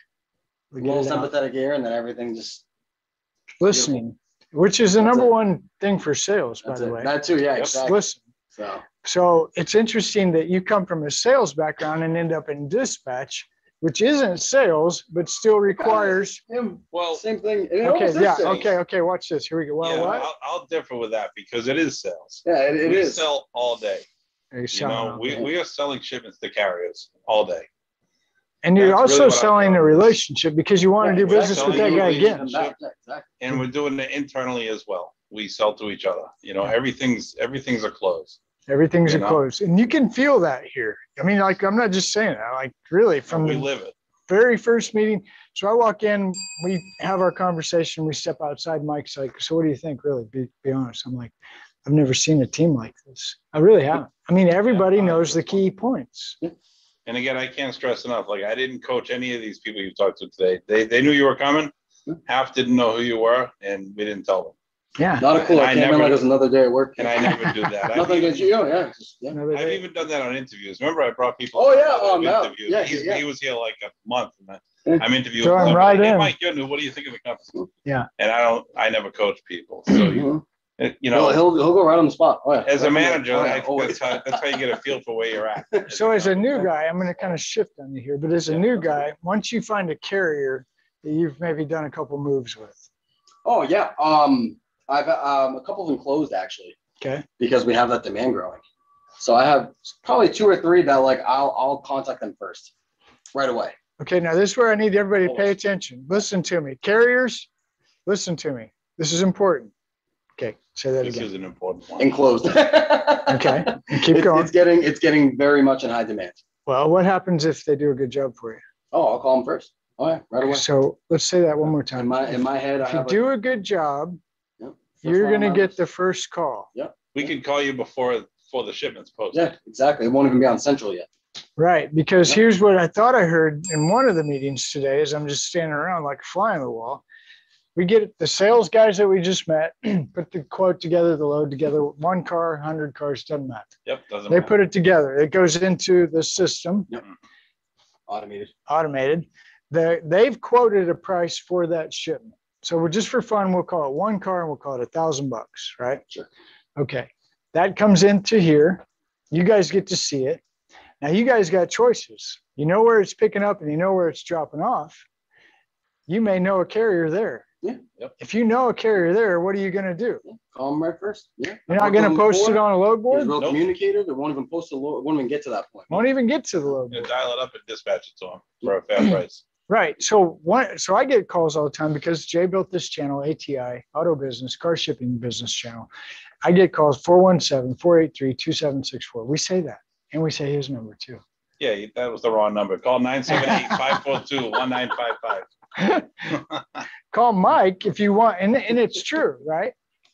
Speaker 2: We
Speaker 9: A
Speaker 2: get
Speaker 9: little
Speaker 2: it out.
Speaker 9: sympathetic ear, and then everything just
Speaker 2: Listening, which is the
Speaker 9: That's
Speaker 2: number
Speaker 9: it.
Speaker 2: one thing for sales, by
Speaker 9: that's
Speaker 2: the
Speaker 9: it.
Speaker 2: way.
Speaker 9: That too, yeah, exactly.
Speaker 2: Listen.
Speaker 9: So
Speaker 2: So it's interesting that you come from a sales background and end up in dispatch, which isn't sales, but still requires.
Speaker 9: him,
Speaker 7: Well,
Speaker 9: same thing. and it
Speaker 2: Okay,
Speaker 9: almost is
Speaker 2: yeah,
Speaker 9: sales.
Speaker 2: okay, okay. Watch this. Here we go. Well,
Speaker 4: Yeah,
Speaker 2: what?
Speaker 4: I'll, I'll differ with that because it is sales.
Speaker 9: Yeah, it, it
Speaker 4: we
Speaker 9: is.
Speaker 4: sell all day.
Speaker 2: Hey,
Speaker 4: You
Speaker 2: Sean,
Speaker 4: know,
Speaker 2: okay.
Speaker 4: we, we are selling shipments to carriers all day.
Speaker 2: and you're
Speaker 4: that's
Speaker 2: also
Speaker 4: really what I
Speaker 2: selling
Speaker 4: thought.
Speaker 2: the relationship because you want to do
Speaker 4: exactly.
Speaker 2: business with that guy
Speaker 4: Absolutely.
Speaker 2: again.
Speaker 9: Yeah, exactly.
Speaker 4: And we're doing it internally as well. We sell to each other. You know, everything's everything's a close.
Speaker 2: Everything's
Speaker 4: You
Speaker 2: a
Speaker 4: know?
Speaker 2: close, and you can feel that here. I mean, like I'm not just saying that. Like really, from
Speaker 4: we
Speaker 2: the
Speaker 4: live it.
Speaker 2: very first meeting. So I walk in, we have our conversation, we step outside. Mike's like, So what do you think, really? Be, be honest. I'm like, I've never seen a team like this. I really haven't. I mean, everybody knows the key points.
Speaker 4: And again, I can't stress enough. Like I didn't coach any of these people you talked to today. They they knew you were coming. Half didn't know who you were, and we didn't tell them.
Speaker 2: Yeah.
Speaker 9: Not a clue.
Speaker 4: And
Speaker 9: I
Speaker 4: I
Speaker 9: came in
Speaker 4: never-
Speaker 9: like it was another day at work.
Speaker 4: And I never do that.
Speaker 9: Nothing
Speaker 4: I've,
Speaker 9: against you. Oh, yeah. Just, yeah.
Speaker 2: Another
Speaker 4: I've
Speaker 2: day.
Speaker 4: even done that on interviews. Remember, I brought people.
Speaker 9: Oh,
Speaker 4: on
Speaker 9: yeah,
Speaker 4: that
Speaker 9: oh,
Speaker 4: I've
Speaker 9: no.
Speaker 4: interviewed.
Speaker 9: Yeah,
Speaker 4: He's-
Speaker 9: yeah.
Speaker 4: He was here like a month. and
Speaker 9: Yeah.
Speaker 4: I- I'm interviewing.
Speaker 2: Throw him
Speaker 4: him,
Speaker 2: right
Speaker 4: like, "Hey,
Speaker 2: in."
Speaker 4: Mike, you're new. What do you think of the company?
Speaker 2: Yeah.
Speaker 4: And I don't. I never coach people. So you,
Speaker 9: Mhm.
Speaker 4: you
Speaker 9: he'll,
Speaker 4: know,
Speaker 9: he'll, he'll go right on the spot. Oh, yeah.
Speaker 4: as a manager,
Speaker 9: Oh,
Speaker 4: I-
Speaker 9: yeah, always.
Speaker 4: that's, how, that's how you get a feel for where you're at.
Speaker 2: So as a new guy, I'm going to kind of shift on you here, but as a new guy, once you find a carrier that you've maybe done a couple moves with,
Speaker 9: Oh, yeah. Um, I've um, a couple of them closed actually
Speaker 2: okay?
Speaker 9: because we have that demand growing. So I have probably two or three that like I'll I'll contact them first right away.
Speaker 2: Okay, now this is where I need everybody to pay attention. Listen to me. Carriers, listen to me. This is important. Okay, say that
Speaker 4: This
Speaker 2: again.
Speaker 4: is an important one.
Speaker 9: And closed. okay.
Speaker 2: Okay, keep
Speaker 9: it's,
Speaker 2: going.
Speaker 9: It's getting it's getting very much in high demand.
Speaker 2: Well, what happens if they do a good job for you?
Speaker 9: Oh, I'll call them first. Oh yeah, right away.
Speaker 2: So let's say that one more
Speaker 9: In
Speaker 2: time.
Speaker 9: my in my head, I
Speaker 2: If you
Speaker 9: have
Speaker 2: do a good job,
Speaker 9: Yep. First
Speaker 2: you're
Speaker 9: one on
Speaker 2: gonna
Speaker 9: my
Speaker 2: get
Speaker 9: list.
Speaker 2: the first call,
Speaker 4: We could call you before before the shipments posted.
Speaker 9: yeah, exactly. It won't even be on central yet.
Speaker 2: right? Because
Speaker 9: Yep.
Speaker 2: here's what I thought I heard in one of the meetings today is I'm just standing around like a fly on the wall. We get the sales guys that we just met, put the quote together, the load together, one car, hundred cars, doesn't matter.
Speaker 4: Yep. Doesn't
Speaker 2: They
Speaker 4: matter.
Speaker 2: put it together. It goes into the system
Speaker 9: Automated.
Speaker 2: automated. They they've quoted a price for that shipment. So we're just for fun, we'll call it one car and we'll call it a thousand bucks, right?
Speaker 9: Sure.
Speaker 2: Okay. That comes into here. You guys get to see it. Now you guys got choices. You know where it's picking up and you know where it's dropping off. You may know a carrier there.
Speaker 9: Yeah, yep.
Speaker 2: If you know a carrier there, what are you going to do?
Speaker 9: Call them right first. Yeah.
Speaker 2: You're not going to post it on a load
Speaker 9: He's
Speaker 2: board.
Speaker 9: real
Speaker 4: Nope.
Speaker 9: communicative. It won't even post the low. It won't even get to that point.
Speaker 2: Won't even get to the load
Speaker 4: Yeah,
Speaker 2: board.
Speaker 4: dial it up and dispatch it to them for a
Speaker 9: Mm-hmm.
Speaker 4: fair price.
Speaker 2: Right. So one, so I get calls all the time because Jay built this channel, ATI, auto business, car shipping business channel. I get calls 417 483 2764. We say that and we say his number too.
Speaker 4: Yeah, that was the wrong number. Call 978-542-1955.
Speaker 2: Call Mike if you want. And, and it's true, right?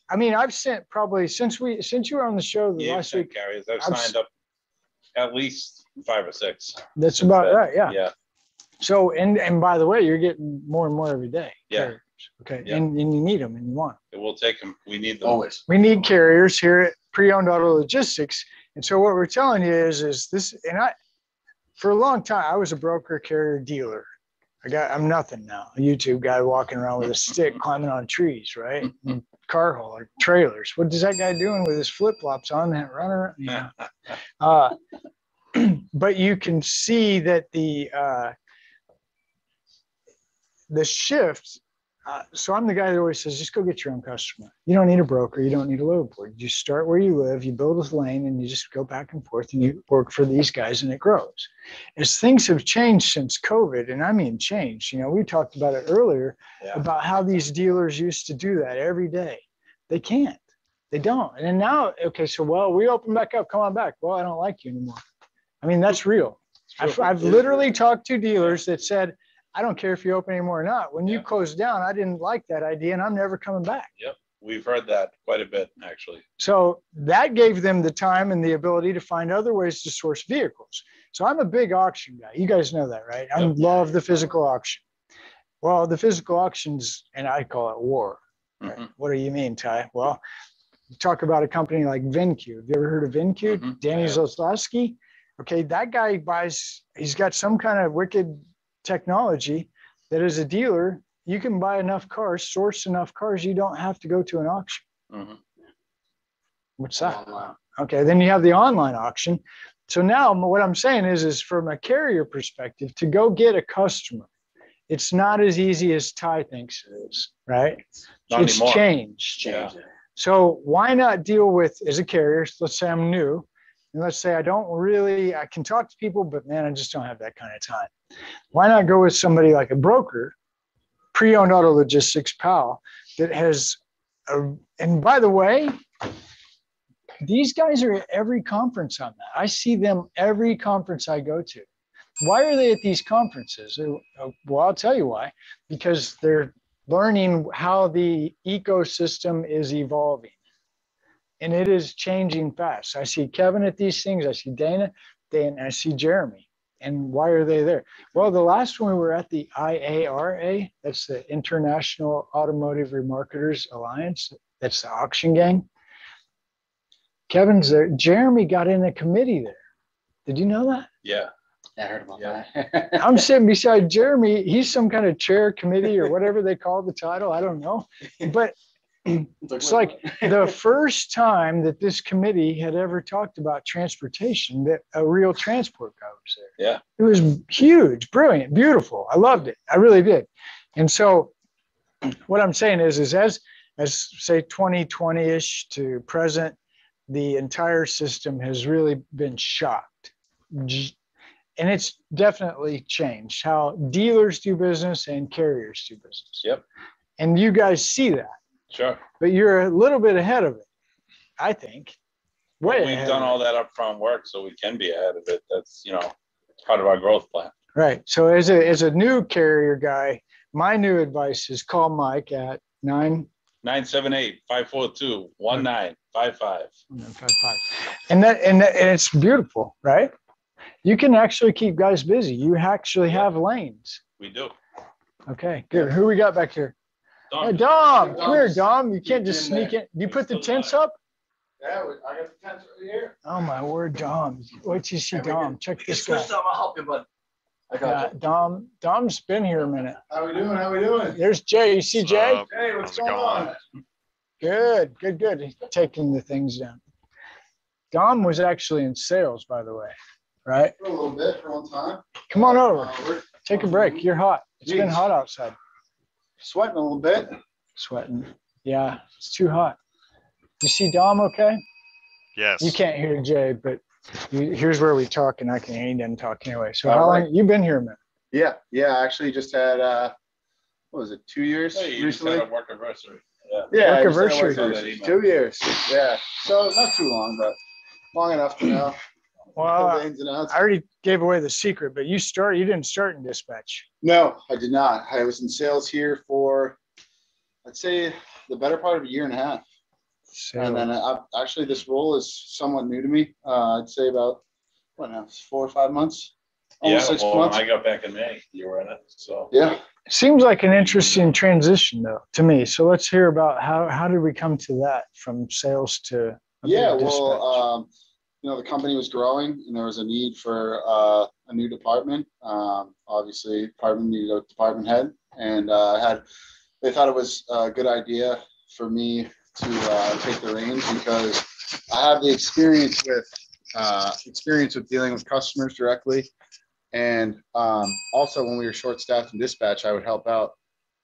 Speaker 2: I mean, I've sent probably since we, since you were on the show the
Speaker 4: You've
Speaker 2: last
Speaker 4: sent
Speaker 2: week,
Speaker 4: carriers. I've
Speaker 2: I'm s-
Speaker 4: signed up at least five or six.
Speaker 2: that's about right. Yeah.
Speaker 4: Yeah.
Speaker 2: So, and, and by the way, you're getting more and more every day.
Speaker 4: Yeah.
Speaker 2: Right. Okay.
Speaker 4: Yeah.
Speaker 2: And, and you need them and you want 'em.
Speaker 4: And We'll take them. We need them.
Speaker 9: Always.
Speaker 2: We need carriers here at Pre-Owned Auto Logistics. And so what we're telling you is, is this, and I, for a long time, I was a broker carrier dealer. I got, I'm nothing now. A YouTube guy walking around with a stick climbing on trees, right? And Car hauler, trailers. What is that guy doing with his flip flops on that runner? You know. Uh, but you can see that the uh, the shift. Uh, so I'm the guy that always says, just go get your own customer. You don't need a broker. You don't need a load board. You start where you live. You build a lane, and you just go back and forth, and you work for these guys, and it grows. As things have changed since COVID, and I mean changed. You know, we talked about it earlier
Speaker 4: Yeah.
Speaker 2: about how these dealers used to do that every day. They can't. They don't. And then now, okay, so well, we open back up. Come on back. Well, I don't like you anymore. I mean, that's real. I've, I've literally talked to dealers that said, I don't care if you open anymore or not. When you
Speaker 4: Yeah.
Speaker 2: closed down, I didn't like that idea and I'm never coming back.
Speaker 4: We've heard that quite a bit, actually.
Speaker 2: So that gave them the time and the ability to find other ways to source vehicles. So I'm a big auction guy. You guys know that, right? I
Speaker 4: Yep.
Speaker 2: love the physical auction. Well, the physical auctions, and I call it war. Right?
Speaker 4: Mhm.
Speaker 2: What do you mean, Ty? Well, you talk about a company like VenQ. Have you ever heard of VenQ?
Speaker 4: Mhm.
Speaker 2: Danny
Speaker 4: Yeah.
Speaker 2: Zolotowski. Okay, that guy buys, he's got some kind of wicked technology that as a dealer, you can buy enough cars, source enough cars, you don't have to go to an auction.
Speaker 5: Mm-hmm.
Speaker 4: Mhm.
Speaker 2: What's that?
Speaker 9: Wow.
Speaker 2: Okay, then you have the online auction. So now m- what I'm saying is, is from a carrier perspective, to go get a customer, it's not as easy as Ty thinks it is, right?
Speaker 4: Not
Speaker 2: it's
Speaker 4: anymore.
Speaker 2: changed.
Speaker 9: Change it.
Speaker 2: So why not deal with as a carrier? Let's say I'm new, and let's say I don't really I can talk to people, but man, I just don't have that kind of time. Why not go with somebody like a broker, pre-owned auto logistics pal that has a, and by the way, these guys are at every conference on that. I see them every conference I go to. Why are they at these conferences? Uh, Well, I'll tell you why. Because they're learning how the ecosystem is evolving. And it is changing fast. I see Kevin at these things, I see Dana, Dan, I see Jeremy. And why are they there? Well, the last one we were at the IARA, that's the International Automotive Remarketers Alliance, that's the auction gang. Kevin's there. Jeremy got in a committee there. Did you know that?
Speaker 4: Yeah.
Speaker 9: Yeah, I heard about
Speaker 4: Yeah.
Speaker 9: that.
Speaker 2: I'm sitting beside Jeremy. He's some kind of chair committee or whatever they call the title. I don't know. But It's like- the first time that this committee had ever talked about transportation, that a real transport guy was there.
Speaker 4: Yeah.
Speaker 2: It was huge, brilliant, beautiful. I loved it. I really did. And so what I'm saying is, is as, as say 2020-ish to present, the entire system has really been shocked. J- And it's definitely changed how dealers do business and carriers do business.
Speaker 4: Yep.
Speaker 2: And you guys see that
Speaker 4: Sure.
Speaker 2: but you're a little bit ahead of it, I think. Way
Speaker 4: We've
Speaker 2: ahead
Speaker 4: done
Speaker 2: of
Speaker 4: all that upfront work so we can be ahead of it. That's, you know, part of our growth plan.
Speaker 2: it. right. So as a as a new carrier guy, my new advice is call Mike at nine
Speaker 4: Nine seven eight five four two one nine five five.
Speaker 2: nine five five, and that and, that, and it's beautiful, right? You can actually keep guys busy. You actually have lanes.
Speaker 4: We do.
Speaker 2: Okay, good. Who we got back here? Hey,
Speaker 4: Don,
Speaker 2: Dom,
Speaker 9: Dom's-
Speaker 2: come here, Dom. You can't
Speaker 9: he's
Speaker 2: just
Speaker 9: in
Speaker 2: sneak in. You put the tents up?
Speaker 9: Yeah, we- I got the tents right here.
Speaker 2: Oh my word, Dom. Wait till you see
Speaker 9: Yeah, we
Speaker 2: Dom.
Speaker 9: can-
Speaker 2: Check
Speaker 9: we can
Speaker 2: this
Speaker 9: switch
Speaker 2: guy.
Speaker 9: some, I'll help you, bud. I
Speaker 2: Yeah,
Speaker 9: got you.
Speaker 2: Dom. Dom's been here a minute.
Speaker 9: How we doing? How we doing?
Speaker 2: There's Jay. You see Jay?
Speaker 1: Sup?
Speaker 9: Hey, what's
Speaker 1: How's it
Speaker 9: going
Speaker 1: going?
Speaker 9: on?
Speaker 2: Good, good, good. He's taking the things down. Dom was actually in sales, by the way, right?
Speaker 9: For a little bit, for one time.
Speaker 2: Come on over,
Speaker 9: Uh, we're
Speaker 2: take a break. You're hot. It's been
Speaker 9: Jeez.
Speaker 2: hot outside,
Speaker 9: Sweating a little bit.
Speaker 2: sweating. Yeah, it's too hot. You see Dom okay?
Speaker 1: Yes.
Speaker 2: You can't hear Jay, but you, here's where we talk and I can, he doesn't talk anyway. So how
Speaker 13: All right.
Speaker 2: long, you've been here, man?
Speaker 13: Yeah, yeah. I actually just had uh, what was it? Two years
Speaker 4: Hey, you just
Speaker 13: recently.
Speaker 4: had a work anniversary.
Speaker 13: yeah, I just had a
Speaker 2: Workiversary.
Speaker 13: work anniversary.
Speaker 4: Email.
Speaker 13: Two years. Yeah. So not too long, but long enough to know the
Speaker 2: Well,
Speaker 13: ins and outs.
Speaker 2: I already gave away the secret, but you start, you didn't start in dispatch.
Speaker 13: No, I did not. I was in sales here for, I'd say, the better part of a year and a half. And then
Speaker 2: So,
Speaker 13: I, actually, this role is somewhat new to me. Uh, I'd say about what now, four or five months, almost
Speaker 4: yeah,
Speaker 13: six
Speaker 4: well, when
Speaker 13: months.
Speaker 4: I got back in May. You were in it, so
Speaker 13: yeah,
Speaker 2: Seems like an interesting transition though to me. So let's hear about how how did we come to that from sales to
Speaker 13: Yeah,
Speaker 2: dispatch?
Speaker 13: well, um, you know, the company was growing and there was a need for uh, a new department. Um, obviously, department needed a department head, and uh, had they thought it was a good idea for me to uh, take the reins because I have the experience with uh, experience with dealing with customers directly, and um, also when we were short staffed in dispatch, I would help out.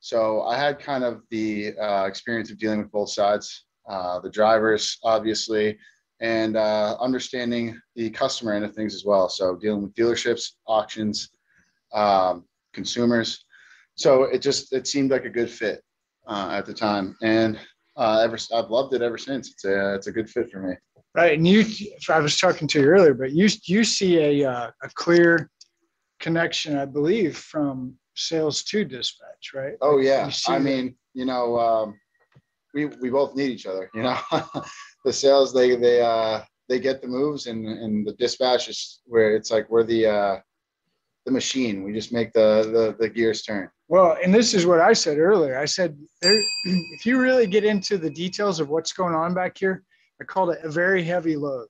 Speaker 13: So I had kind of the uh, experience of dealing with both sides uh, the drivers, obviously, and uh, understanding the customer end of things as well. So dealing with dealerships, auctions, um, consumers. So it just it seemed like a good fit uh, at the time, and uh, ever I've loved it ever since. It's a it's a good fit for me.
Speaker 2: Right, and you, I was talking to you earlier, but you you see a uh, a clear connection, I believe, from sales to dispatch, right?
Speaker 13: Oh
Speaker 2: You
Speaker 13: yeah,
Speaker 2: see
Speaker 13: I
Speaker 2: that.
Speaker 13: mean, you know, um, we we both need each other. You know, the sales they they uh, they get the moves, and and the dispatch is where it's like we're the uh, the machine. We just make the the, the gears turn.
Speaker 2: Well, and this is what I said earlier. I said, there, if you really get into the details of what's going on back here, I called it a very heavy load.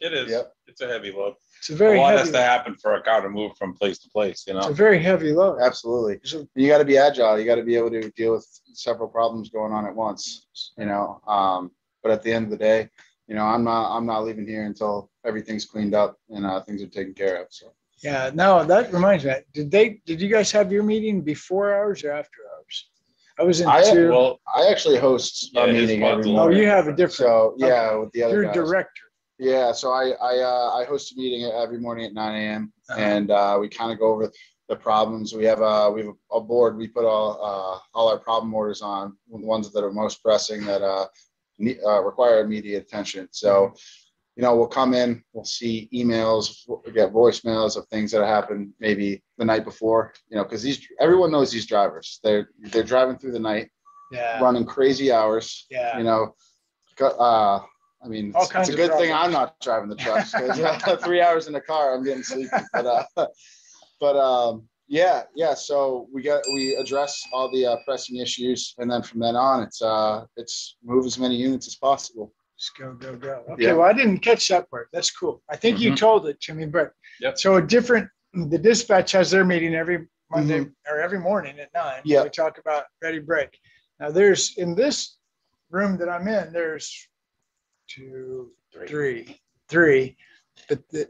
Speaker 4: It is.
Speaker 13: Yep.
Speaker 4: It's a heavy load.
Speaker 2: It's a
Speaker 4: A
Speaker 2: very
Speaker 4: lot
Speaker 2: heavy.
Speaker 4: has to happen for a car to move from place to place, you
Speaker 2: It's a
Speaker 13: Oh.
Speaker 4: know?
Speaker 2: very heavy load.
Speaker 13: Absolutely.
Speaker 2: So-
Speaker 13: You got to be agile. You got to be able to deal with several problems going on at once. You know, um, but at the end of the day, you know, I'm not I'm not leaving here until everything's cleaned up and uh, things are taken care of. So
Speaker 2: Yeah. No, that reminds me. Did they? Did you guys have your meeting before hours or after hours? I was in
Speaker 13: I-
Speaker 2: two.
Speaker 4: Well,
Speaker 13: I actually host
Speaker 4: Yeah,
Speaker 13: a
Speaker 4: his
Speaker 13: meeting every
Speaker 4: mod's a lot
Speaker 2: oh,
Speaker 13: morning.
Speaker 2: you have a different.
Speaker 13: So yeah, with the other
Speaker 2: You're a
Speaker 13: guys.
Speaker 2: director.
Speaker 13: Yeah, so I I uh, I host a meeting every morning at nine a.m.
Speaker 2: Uh-huh.
Speaker 13: and uh, we kind of go over the problems. We have a we have a board. We put all uh, all our problem orders on the ones that are most pressing that uh, ne- uh, require immediate attention. So, you know, we'll come in, we'll see emails, we get voicemails of things that happened maybe the night before. You know, because these everyone knows these drivers. They're they're driving through the night,
Speaker 2: Yeah.
Speaker 13: running crazy hours.
Speaker 2: Yeah.
Speaker 13: You know, go- uh, I mean,
Speaker 2: All
Speaker 13: it's,
Speaker 2: kinds
Speaker 13: it's a
Speaker 2: of
Speaker 13: good thing
Speaker 2: problems.
Speaker 13: I'm not driving the truck because three hours in the car, I'm getting sleepy. But, uh, but um, yeah, yeah. So we got we address all the uh, pressing issues, and then from then on, it's uh, it's move as many units as possible.
Speaker 2: Just go, go, go. Okay,
Speaker 13: Yeah.
Speaker 2: well, I didn't catch that part. That's cool. I think
Speaker 4: Mm-hmm.
Speaker 2: you told it to me, but
Speaker 8: Yep.
Speaker 2: so a different, the dispatch has their meeting every Monday or every morning at nine.
Speaker 13: Mm-hmm. Yeah.
Speaker 2: We talk about ready break. Now there's in this room that I'm in, there's two, three, three, but the,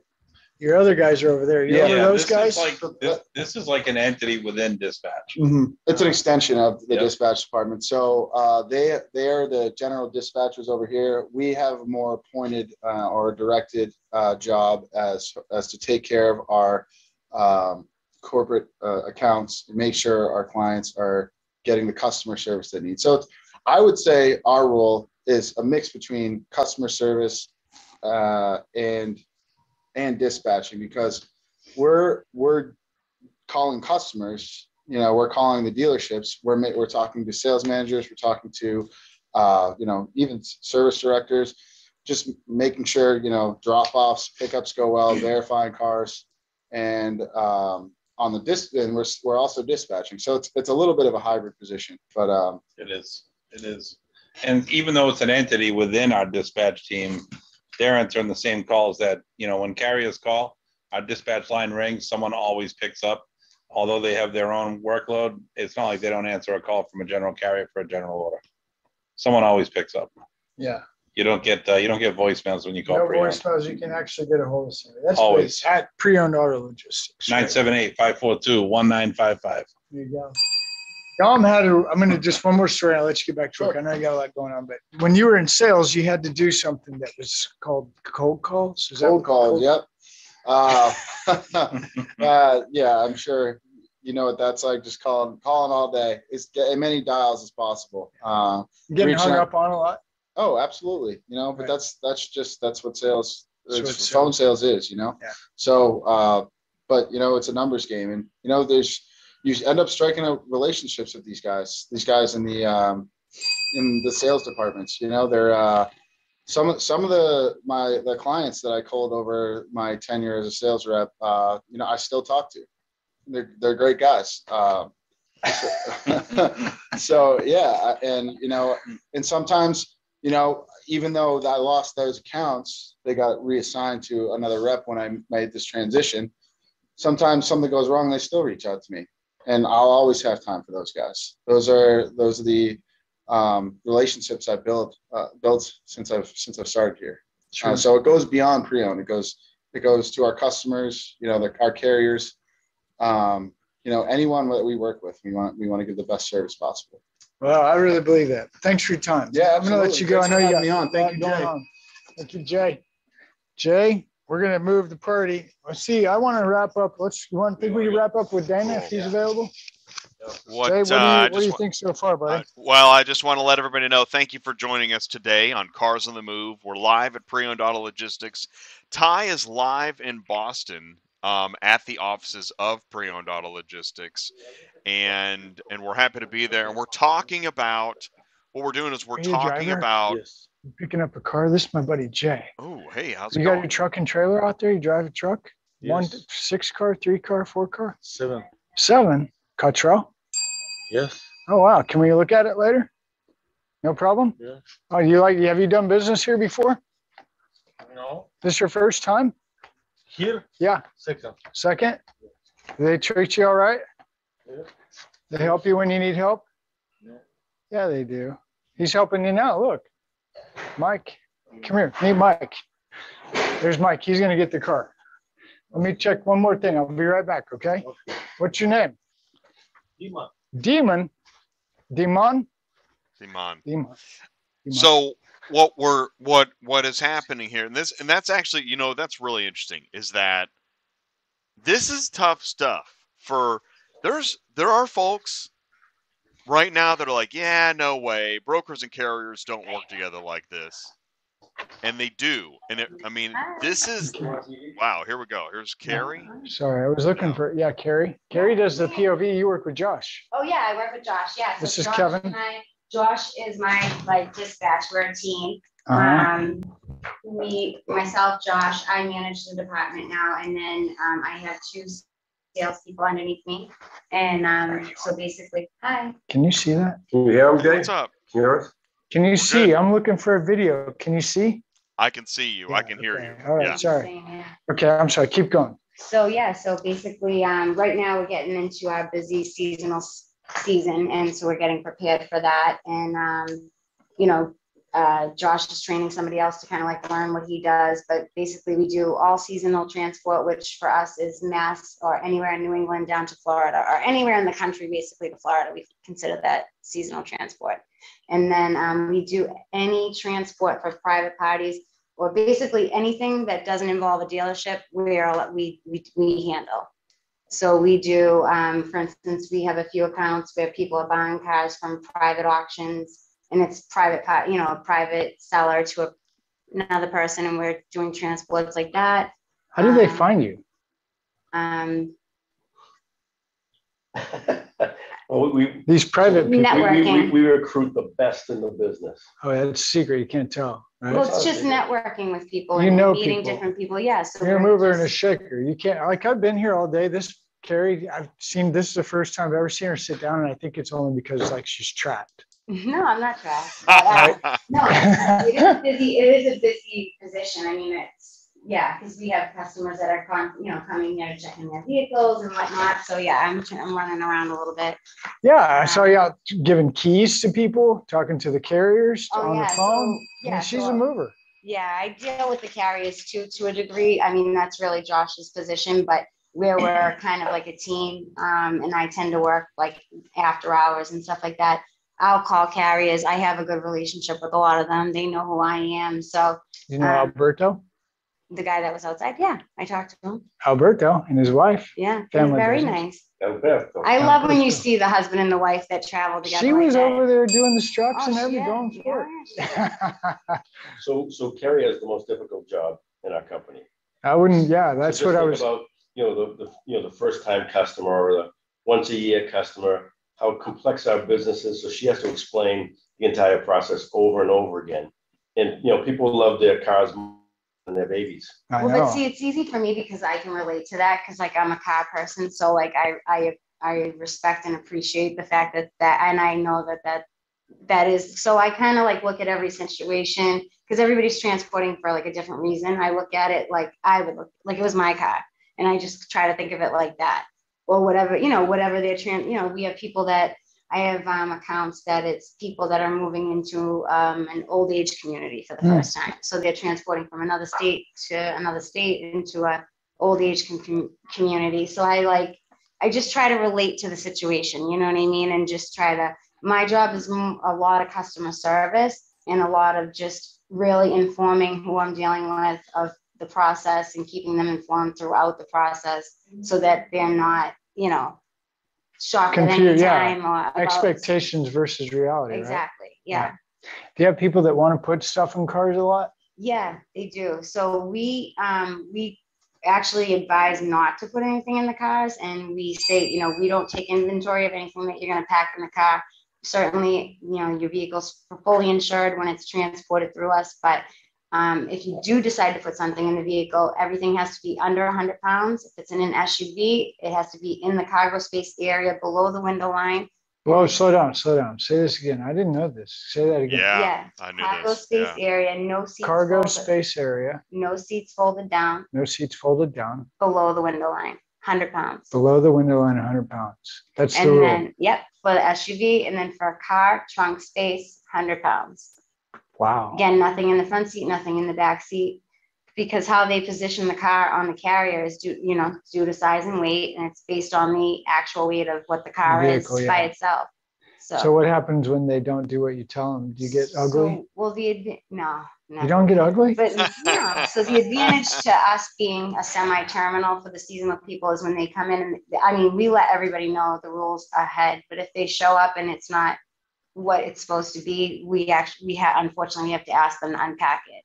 Speaker 2: your other guys are over there. You
Speaker 13: Yeah,
Speaker 2: remember those
Speaker 4: this
Speaker 2: guys?
Speaker 4: Is like, this, this is like an entity within dispatch.
Speaker 13: Mm-hmm. It's
Speaker 2: Uh,
Speaker 13: an extension of the
Speaker 4: Yep.
Speaker 13: dispatch department. So uh, they they are the general dispatchers over here. We have a more appointed uh, or directed uh, job as as to take care of our um, corporate uh, accounts, and make sure our clients are getting the customer service they need. So it's, I would say our role is a mix between customer service uh, and and dispatching because we're we're calling customers you know we're calling the dealerships we're ma- we're talking to sales managers we're talking to uh, you know even s- service directors just making sure you know drop offs pickups go well verifying cars and um, on the dis and we're, s- we're also dispatching so it's, it's a little bit of a hybrid position but um,
Speaker 4: It is. It is. And even though it's an entity within our dispatch team, they're answering the same calls that, you know, when carriers call, our dispatch line rings, someone always picks up. Although they have their own workload, it's not like they don't answer a call from a general carrier for a general order. Someone always picks up.
Speaker 2: Yeah.
Speaker 4: You don't get, uh, you don't get voicemails when you call
Speaker 2: No
Speaker 4: pre-owned.
Speaker 2: voicemails. You can actually get a hold of somebody. That's
Speaker 4: Always.
Speaker 2: great. At pre-owned auto logistics. right?
Speaker 4: 978-542-1955.
Speaker 2: There you go. Dom had a, I'm going to just one more story. and I'll let you get back to work. I know you got a lot going on, but when you were in sales, you had to do something that was called cold calls. Is that
Speaker 13: cold
Speaker 2: what-
Speaker 13: calls yep uh, uh, yeah i'm sure you know what that's like just calling calling all day it's get as many dials as possible uh,
Speaker 2: Getting
Speaker 13: Reaching
Speaker 2: hung
Speaker 13: out.
Speaker 2: up on a lot.
Speaker 13: Oh, absolutely. You know, but
Speaker 2: Right.
Speaker 13: that's that's just that's what sales
Speaker 2: That's
Speaker 13: it's
Speaker 2: what
Speaker 13: what phone sales is, you know?
Speaker 2: Yeah.
Speaker 13: So uh but you know it's a numbers game and you know there's you end up striking out relationships with these guys, these guys in the um in the sales departments, you know, they're uh some of some of the my the clients that I called over my tenure as a sales rep, uh, you know, I still talk to. they're they're great guys. Um, so, so, yeah, and you know, and sometimes you know, even though I lost those accounts, they got reassigned to another rep when I made this transition. Sometimes something goes wrong, they still reach out to me, and I'll always have time for those guys. Those are those are the um, relationships I've built uh, built since I've since I've started here. Uh, so it goes beyond pre-owned. It goes it goes to our customers, you know, the, our carriers, um, you know, anyone that we work with. We want we want to give the best service possible.
Speaker 2: Well, I really believe that. Thanks for your time.
Speaker 13: Yeah,
Speaker 2: I'm going to let
Speaker 13: absolutely.
Speaker 2: you go. I
Speaker 13: Thanks
Speaker 2: know
Speaker 13: for
Speaker 2: you got
Speaker 13: having me on. Thank
Speaker 2: a
Speaker 13: you,
Speaker 2: lot going
Speaker 13: Jay.
Speaker 2: on. Thank you, Jay. Jay, we're going to move the party. Let's see. I want to wrap up. Let's. You want? Think we can wrap up with Dana if he's available.
Speaker 1: What,
Speaker 2: Jay, what do
Speaker 1: uh,
Speaker 2: you,
Speaker 1: I
Speaker 2: what do
Speaker 1: just
Speaker 2: you
Speaker 1: wa-
Speaker 2: think so far, buddy?
Speaker 1: Uh, well, I just want to let everybody know thank you for joining us today on Cars on the Move. We're live at Pre Owned Auto Logistics. Ty is live in Boston um, at the offices of Pre Owned Auto Logistics, and and we're happy to be there. And we're talking about what we're doing is we're
Speaker 2: Are you a
Speaker 1: talking
Speaker 2: driver?
Speaker 1: about.
Speaker 13: Yes.
Speaker 2: You picking up a car. This is my buddy Jay.
Speaker 1: Oh, hey, how's it
Speaker 2: You got your
Speaker 1: going?
Speaker 2: truck and trailer out there. You drive a truck. One,
Speaker 13: Yes.
Speaker 2: six car, three car, four car,
Speaker 13: Seven.
Speaker 2: seven. Cottrell.
Speaker 13: Yes.
Speaker 2: Oh wow! Can we look at it later? No problem.
Speaker 13: Yeah.
Speaker 2: Oh, you like? Have you done business here before?
Speaker 13: No.
Speaker 2: This your first time?
Speaker 13: Here.
Speaker 2: Yeah.
Speaker 13: Second.
Speaker 2: Second, Do they treat you all right?
Speaker 13: Yeah.
Speaker 2: They help you when you need help?
Speaker 13: No.
Speaker 2: Yeah, they do. He's helping you now. Look, Mike, come here. Meet Mike. There's Mike. He's going to get the car. Let me check one more thing. I'll be right back. Okay. What's your name? Demon. Demon.
Speaker 1: Simon.
Speaker 2: Demon. Demon.
Speaker 1: So what we're what what is happening here, and this and that's actually you know that's really interesting is that this is tough stuff for there's there are folks right now that are like yeah no way brokers and carriers don't work together like this and they do and it, I mean this is wow here we go here's Carrie
Speaker 2: sorry, I was looking for yeah, Carrie. Carrie does the POV. You work with Josh.
Speaker 14: Oh, yeah, I work with Josh, yeah. so
Speaker 2: This is
Speaker 14: Josh
Speaker 2: Kevin.
Speaker 14: and I- Josh is my, like, dispatch, we're a team.
Speaker 2: Uh-huh.
Speaker 14: Um, me, myself, Josh, I manage the department now, and then, um, I have two salespeople underneath me. And, um, so basically, hi,
Speaker 2: Can you see that?
Speaker 8: Can you hear him, Dave?
Speaker 1: what's up
Speaker 8: Can you hear us?
Speaker 2: Can you see?
Speaker 1: good.
Speaker 2: I'm looking for a video. Can you see?
Speaker 1: I can see you I
Speaker 2: Yeah,
Speaker 1: can hear
Speaker 2: okay.
Speaker 1: you
Speaker 2: All right,
Speaker 1: yeah
Speaker 2: sorry.
Speaker 14: Same, yeah.
Speaker 2: Okay, I'm sorry. Keep going.
Speaker 14: So yeah, so basically, um, right now we're getting into our busy seasonal s- season, and so we're getting prepared for that. And um, you know, uh, Josh is training somebody else to kind of like learn what he does. But basically, we do all seasonal transport, which for us is mass or anywhere in New England down to Florida or anywhere in the country, basically to Florida. We consider that seasonal transport. And then um, we do any transport for private parties or basically anything that doesn't involve a dealership, we are, we, we, we handle. So we do, um, for instance, we have a few accounts where people are buying cars from private auctions and it's private, pa- you know, a private seller to a- another person and we're doing transports like that.
Speaker 2: How did they
Speaker 14: Um,
Speaker 2: find you?
Speaker 14: Um,
Speaker 8: Well, Oh, we,
Speaker 2: These private people.
Speaker 14: Network.
Speaker 8: we, we,
Speaker 14: Networking.
Speaker 8: we recruit the best in the business.
Speaker 2: Oh, that's secret. You can't tell. right?
Speaker 14: well, it's just networking with people
Speaker 2: You
Speaker 14: and
Speaker 2: know
Speaker 14: meeting
Speaker 2: people.
Speaker 14: different people. Yeah. So
Speaker 2: You're a
Speaker 14: we're
Speaker 2: mover and a
Speaker 14: just-
Speaker 2: shaker. You can't. Like I've been here all day. This Carrie, I've seen. This is the first time I've ever seen her sit down, and I think it's only because like she's trapped.
Speaker 14: No, I'm not trash. but, uh, No, it is a busy, it is a busy position. I mean, it's, yeah, because we have customers that are con, you know, coming here, checking their vehicles and whatnot. So yeah, I'm, tr- I'm running around a little bit.
Speaker 2: yeah, I saw you out giving keys to people, talking to the carriers
Speaker 14: Oh,
Speaker 2: on
Speaker 14: yeah,
Speaker 2: the phone.
Speaker 14: so-
Speaker 2: I mean,
Speaker 14: yeah,
Speaker 2: she's
Speaker 14: so-
Speaker 2: a mover.
Speaker 14: Yeah, I deal with the carriers too, to a degree. I mean, that's really Josh's position, but where we're kind of like a team, um, and I tend to work like after hours and stuff like that. I'll call carriers. I have a good relationship with a lot of them. They know who I am. So
Speaker 2: You know
Speaker 14: Um,
Speaker 2: Alberto,
Speaker 14: the guy that was outside, yeah, I talked to him.
Speaker 2: Alberto and his wife.
Speaker 14: Yeah, it was
Speaker 2: Family
Speaker 14: very
Speaker 2: business.
Speaker 14: nice.
Speaker 8: Alberto.
Speaker 14: I
Speaker 2: Yeah.
Speaker 14: love when you see the husband and the wife that travel together.
Speaker 2: She
Speaker 14: like
Speaker 2: was
Speaker 14: that.
Speaker 2: over there doing the structs
Speaker 14: Oh,
Speaker 2: and
Speaker 14: she
Speaker 2: everything,
Speaker 14: is,
Speaker 2: going for
Speaker 14: yeah.
Speaker 2: it.
Speaker 8: So, so Carrie has the most difficult job in our company.
Speaker 2: I wouldn't. Yeah, that's
Speaker 8: So
Speaker 2: what
Speaker 8: just
Speaker 2: I
Speaker 8: think
Speaker 2: was.
Speaker 8: About, you know, the, the, you know, the first time customer or the once a year customer, how complex our business is. So she has to explain the entire process over and over again. And, you know, people love their cars and their babies.
Speaker 14: well, but see, it's easy for me because I can relate to that because like I'm a car person, so like I I I respect and appreciate the fact that that, and I know that that that is so I kind of like look at every situation because everybody's transporting for like a different reason. I look at it like I would look like it was my car, and I just try to think of it like that or whatever you know whatever they're trans. You know, we have people that I have um, accounts that it's people that are moving into um, an old age community for the
Speaker 2: Hmm.
Speaker 14: first time. So they're transporting from another state to another state into a old age com- com- community. So I like, I just try to relate to the situation, you know what I mean? And just try to, my job is m- a lot of customer service and a lot of just really informing who I'm dealing with of the process and keeping them informed throughout the process so that they're not, you know, shocked at any
Speaker 2: Confused,
Speaker 14: time
Speaker 2: yeah.
Speaker 14: or about
Speaker 2: Expectations versus reality, right?
Speaker 14: Exactly. Yeah.
Speaker 2: Do you have people that want to put stuff in cars a lot?
Speaker 14: Yeah, they do. So we um we actually advise not to put anything in the cars and we say, you know, we don't take inventory of anything that you're gonna pack in the car. Certainly, you know, your vehicle's fully insured when it's transported through us, but um, if you do decide to put something in the vehicle, everything has to be under 100 pounds. If it's in an SUV, it has to be in the cargo space area below the window line.
Speaker 2: Whoa, slow down, slow down. Say this again. I didn't know this. Say that again.
Speaker 14: Yeah, cargo space area, no seats.
Speaker 2: Cargo
Speaker 14: folded-
Speaker 2: space area,
Speaker 14: No seats folded down.
Speaker 2: no seats folded down,
Speaker 14: below the window line, 100 pounds.
Speaker 2: below the window line, 100 pounds. That's the
Speaker 14: and
Speaker 2: rule.
Speaker 14: then, yep, for the SUV. And then for a car, trunk space, 100 pounds.
Speaker 2: Wow.
Speaker 14: Again, nothing in the front seat, nothing in the back seat, because how they position the car on the carrier is due, you know, due to size and weight, and it's based on the actual weight of what the car
Speaker 2: vehicle,
Speaker 14: is
Speaker 2: yeah.
Speaker 14: by itself. So,
Speaker 2: So what happens when they don't do what you tell them? Do you get ugly?
Speaker 14: So, well, the adva- no, no.
Speaker 2: You don't get ugly?
Speaker 14: But no, so the advantage to us being a semi-terminal for the seasonal people is when they come in, and I mean, we let everybody know the rules ahead. But if they show up and it's not what it's supposed to be, we actually we have unfortunately we have to ask them to unpack it.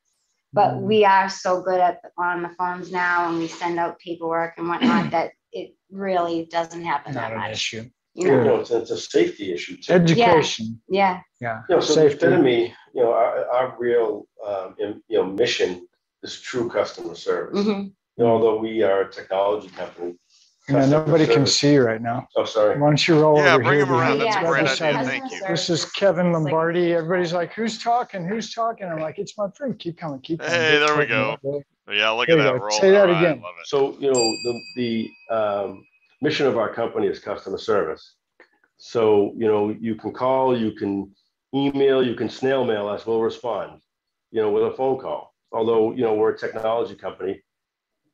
Speaker 14: But we are so good at on the phones now, and we send out paperwork and whatnot that it really doesn't happen
Speaker 2: Not
Speaker 14: that
Speaker 2: an
Speaker 14: much.
Speaker 2: issue.
Speaker 14: You
Speaker 8: You
Speaker 14: know.
Speaker 8: know, it's, it's a safety issue too.
Speaker 2: Education.
Speaker 14: Yeah.
Speaker 2: Yeah.
Speaker 8: You know, so the
Speaker 2: Safety.
Speaker 8: epitome, you know, our, our real, um, in- you know, mission is true customer service.
Speaker 14: Mhm.
Speaker 8: You know, although we are a technology company,
Speaker 2: You know,
Speaker 8: customer
Speaker 2: nobody can
Speaker 8: service-
Speaker 2: see you right now.
Speaker 8: Oh, sorry.
Speaker 2: Why don't you roll
Speaker 8: Yeah,
Speaker 2: over
Speaker 8: bring
Speaker 2: here?
Speaker 8: him around.
Speaker 2: behind
Speaker 8: That's a
Speaker 2: the
Speaker 8: great
Speaker 2: other
Speaker 8: idea.
Speaker 2: side?
Speaker 8: Thank you.
Speaker 2: This is Kevin Lombardi. Everybody's like, "Who's talking? Who's talking?" I'm like, "It's my friend. Keep coming. Keep coming."
Speaker 1: Hey,
Speaker 2: Keep
Speaker 1: there we
Speaker 2: talking
Speaker 1: go.
Speaker 2: about that.
Speaker 1: Yeah, look
Speaker 2: There
Speaker 1: at
Speaker 2: you
Speaker 1: that
Speaker 2: go.
Speaker 1: roll.
Speaker 2: Say that
Speaker 1: All right,
Speaker 2: again.
Speaker 1: love it.
Speaker 8: So, you know, the, the um, mission of our company is customer service. So, you know, you can call, you can email, you can snail mail us, we'll respond, you know, with a phone call. Although, you know, we're a technology company,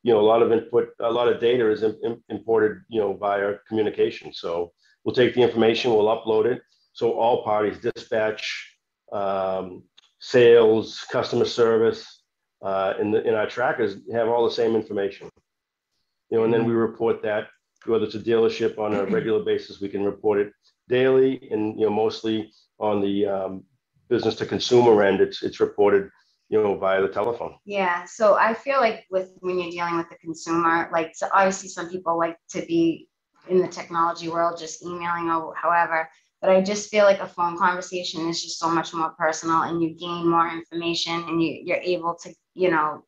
Speaker 8: you know, a lot of input, a lot of data is im- im- imported, you know, by our communication. So we'll take the information, we'll upload it. So all parties, dispatch, um, sales, customer service, uh, and, the, and our trackers have all the same information. You know, and then we report that whether it's a dealership on a regular basis, we can report it daily, and you know, mostly on the um, business to consumer end, it's it's reported, you know, via the telephone.
Speaker 14: Yeah, so I feel like with when you're dealing with the consumer, like so obviously some people like to be in the technology world, just emailing or however. But I just feel like a phone conversation is just so much more personal, and you gain more information, and you you're able to you know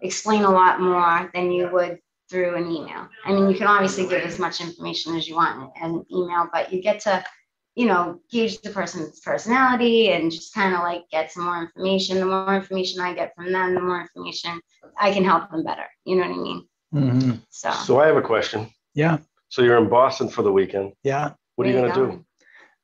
Speaker 14: explain a lot more than you would through an email. I mean, you can obviously give as much information as you want in an email, but you get to, you know, gauge the person's personality and just kind of like get some more information. The more information I get from them, the more information I can help them better. You know what I mean? So,
Speaker 8: So I have a question.
Speaker 2: Mm-hmm. Yeah.
Speaker 8: So you're in Boston for the weekend.
Speaker 2: Yeah.
Speaker 8: What are you
Speaker 14: Where
Speaker 8: going
Speaker 14: you
Speaker 8: to do?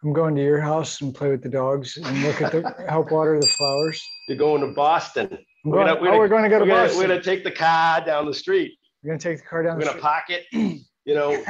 Speaker 2: I'm going to your house and play with the dogs and look at the help water the flowers.
Speaker 8: You're going to Boston.
Speaker 2: I'm going- oh, we're going to go to
Speaker 8: we're gonna-
Speaker 2: Boston.
Speaker 8: We're going to take the car down the street.
Speaker 2: We're gonna take the car down.
Speaker 8: We're
Speaker 2: the street.
Speaker 8: going to park it. You know.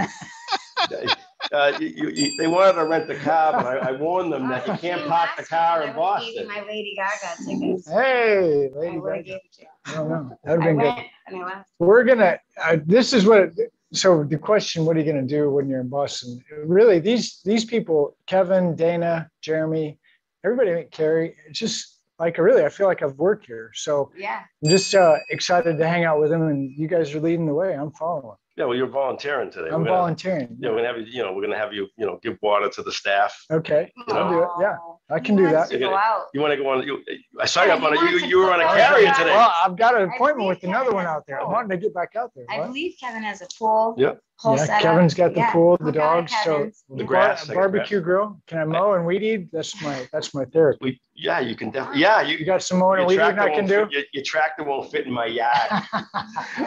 Speaker 8: Uh, you, you, you- they wanted to rent the car, but I, I warned them that you can't park the car in
Speaker 14: Gave you
Speaker 8: Boston.
Speaker 14: my Lady Gaga tickets.
Speaker 2: Hey,
Speaker 14: I
Speaker 2: Lady
Speaker 14: would have
Speaker 2: Gaga.
Speaker 14: gave it to you.
Speaker 2: I don't know. That would
Speaker 14: I
Speaker 2: Mm. have been
Speaker 14: went
Speaker 2: good.
Speaker 14: and I left.
Speaker 2: We're gonna. Uh, this is what. So the question: What are you gonna do when you're in Boston? Really, these these people, Kevin, Dana, Jeremy, everybody, Carrie, it's just like really, I feel like I've worked here. So
Speaker 14: Yeah.
Speaker 2: I'm just uh, excited to hang out with them, and you guys are leading the way. I'm following.
Speaker 8: Yeah, well, you're volunteering today.
Speaker 2: I'm
Speaker 8: We're gonna-
Speaker 2: volunteering.
Speaker 8: Yeah, we're gonna have you. You know, we're gonna have you. You know, give water to the staff.
Speaker 2: Okay,
Speaker 8: You
Speaker 2: I'll
Speaker 8: know?
Speaker 2: do it. Yeah, I can do that.
Speaker 8: You're gonna- You want to go on? You, I saw you
Speaker 2: Yeah,
Speaker 8: up
Speaker 2: you
Speaker 8: on a. You,
Speaker 2: want to
Speaker 8: you were on a
Speaker 2: go out
Speaker 8: carrier
Speaker 2: there.
Speaker 8: today.
Speaker 2: Well, I've got an
Speaker 14: I
Speaker 2: appointment
Speaker 14: believe
Speaker 2: with another
Speaker 14: Kevin
Speaker 2: one
Speaker 14: has
Speaker 2: out there.
Speaker 14: a
Speaker 2: I
Speaker 14: pool.
Speaker 2: wanted to get back out there.
Speaker 14: I
Speaker 2: What?
Speaker 14: believe Kevin has a pool.
Speaker 8: Yep.
Speaker 14: Whole
Speaker 2: Yeah,
Speaker 14: setup.
Speaker 2: Kevin's got the
Speaker 14: Yeah,
Speaker 2: pool, the
Speaker 14: look out,
Speaker 2: dogs, so-
Speaker 14: Kevin.
Speaker 8: The
Speaker 2: Bar-
Speaker 8: grass. I-
Speaker 2: Barbecue grill. Can I mow and weed eat? That's my, that's my therapy.
Speaker 8: We, yeah, you can definitely. Yeah,
Speaker 2: You
Speaker 8: you.
Speaker 2: got some mowing
Speaker 8: your
Speaker 2: and weed eating
Speaker 8: tractor
Speaker 2: I can
Speaker 8: won't
Speaker 2: do?
Speaker 8: fit- Your, your tractor won't fit in my yard.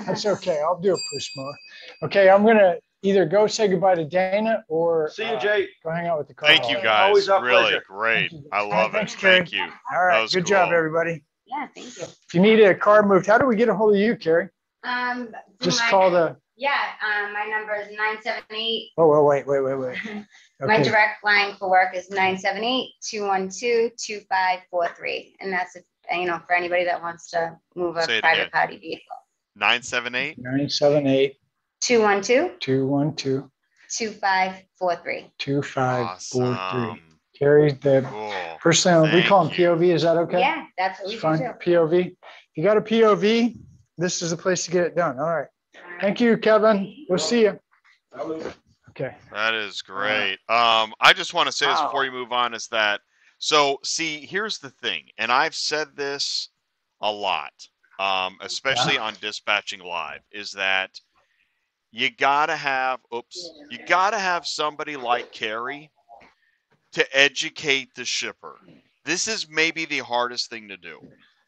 Speaker 2: That's okay. I'll do a push mower. Okay, I'm gonna either go say goodbye to Dana or
Speaker 8: See you,
Speaker 2: uh,
Speaker 8: Jay.
Speaker 2: go hang out with the car.
Speaker 1: Thank you
Speaker 2: hauler.
Speaker 1: guys.
Speaker 8: Always our
Speaker 1: Really
Speaker 8: pleasure.
Speaker 1: great.
Speaker 2: Thank you.
Speaker 1: I
Speaker 2: All right,
Speaker 1: love it.
Speaker 2: thanks, Carrie.
Speaker 1: Thank you.
Speaker 2: All right,
Speaker 1: was
Speaker 2: good job,
Speaker 1: cool.
Speaker 2: everybody.
Speaker 14: Yeah, thank you.
Speaker 2: If you need a car moved, how do we get a hold of you, Carrie?
Speaker 14: Um, do
Speaker 2: Just
Speaker 14: my-
Speaker 2: call the,
Speaker 14: Yeah, um, my number is nine seven eight.
Speaker 2: oh, well, wait, wait, wait, wait.
Speaker 14: My
Speaker 2: Okay,
Speaker 14: direct line for work is nine seven eight two one two two five four three. And that's, if you know, for anybody that wants to move a
Speaker 1: Say it again.
Speaker 14: private party vehicle.
Speaker 1: Nine seven eight.
Speaker 2: nine, seven, eight,
Speaker 14: Two one two,
Speaker 2: two, one, two,
Speaker 14: two five four three.
Speaker 2: two, five, four, three.
Speaker 1: Awesome.
Speaker 2: Carrie, the
Speaker 1: Cool.
Speaker 2: person, we call him
Speaker 1: Thank you.
Speaker 2: POV, is that okay?
Speaker 14: Yeah, that's what we
Speaker 2: It's
Speaker 14: do
Speaker 2: fine,
Speaker 14: too.
Speaker 2: POV. If you got a POV, this is the place to get it done. All right. Thank you, Kevin. We'll see you. Okay.
Speaker 1: That is
Speaker 2: Uh,
Speaker 1: great. Um, I just want to say this before you move on is that so see, here's the thing, and I've said this a lot, um, especially on dispatching live, is that you gotta have oops, you gotta have somebody like Carrie to educate the shipper. This is maybe the hardest thing to do,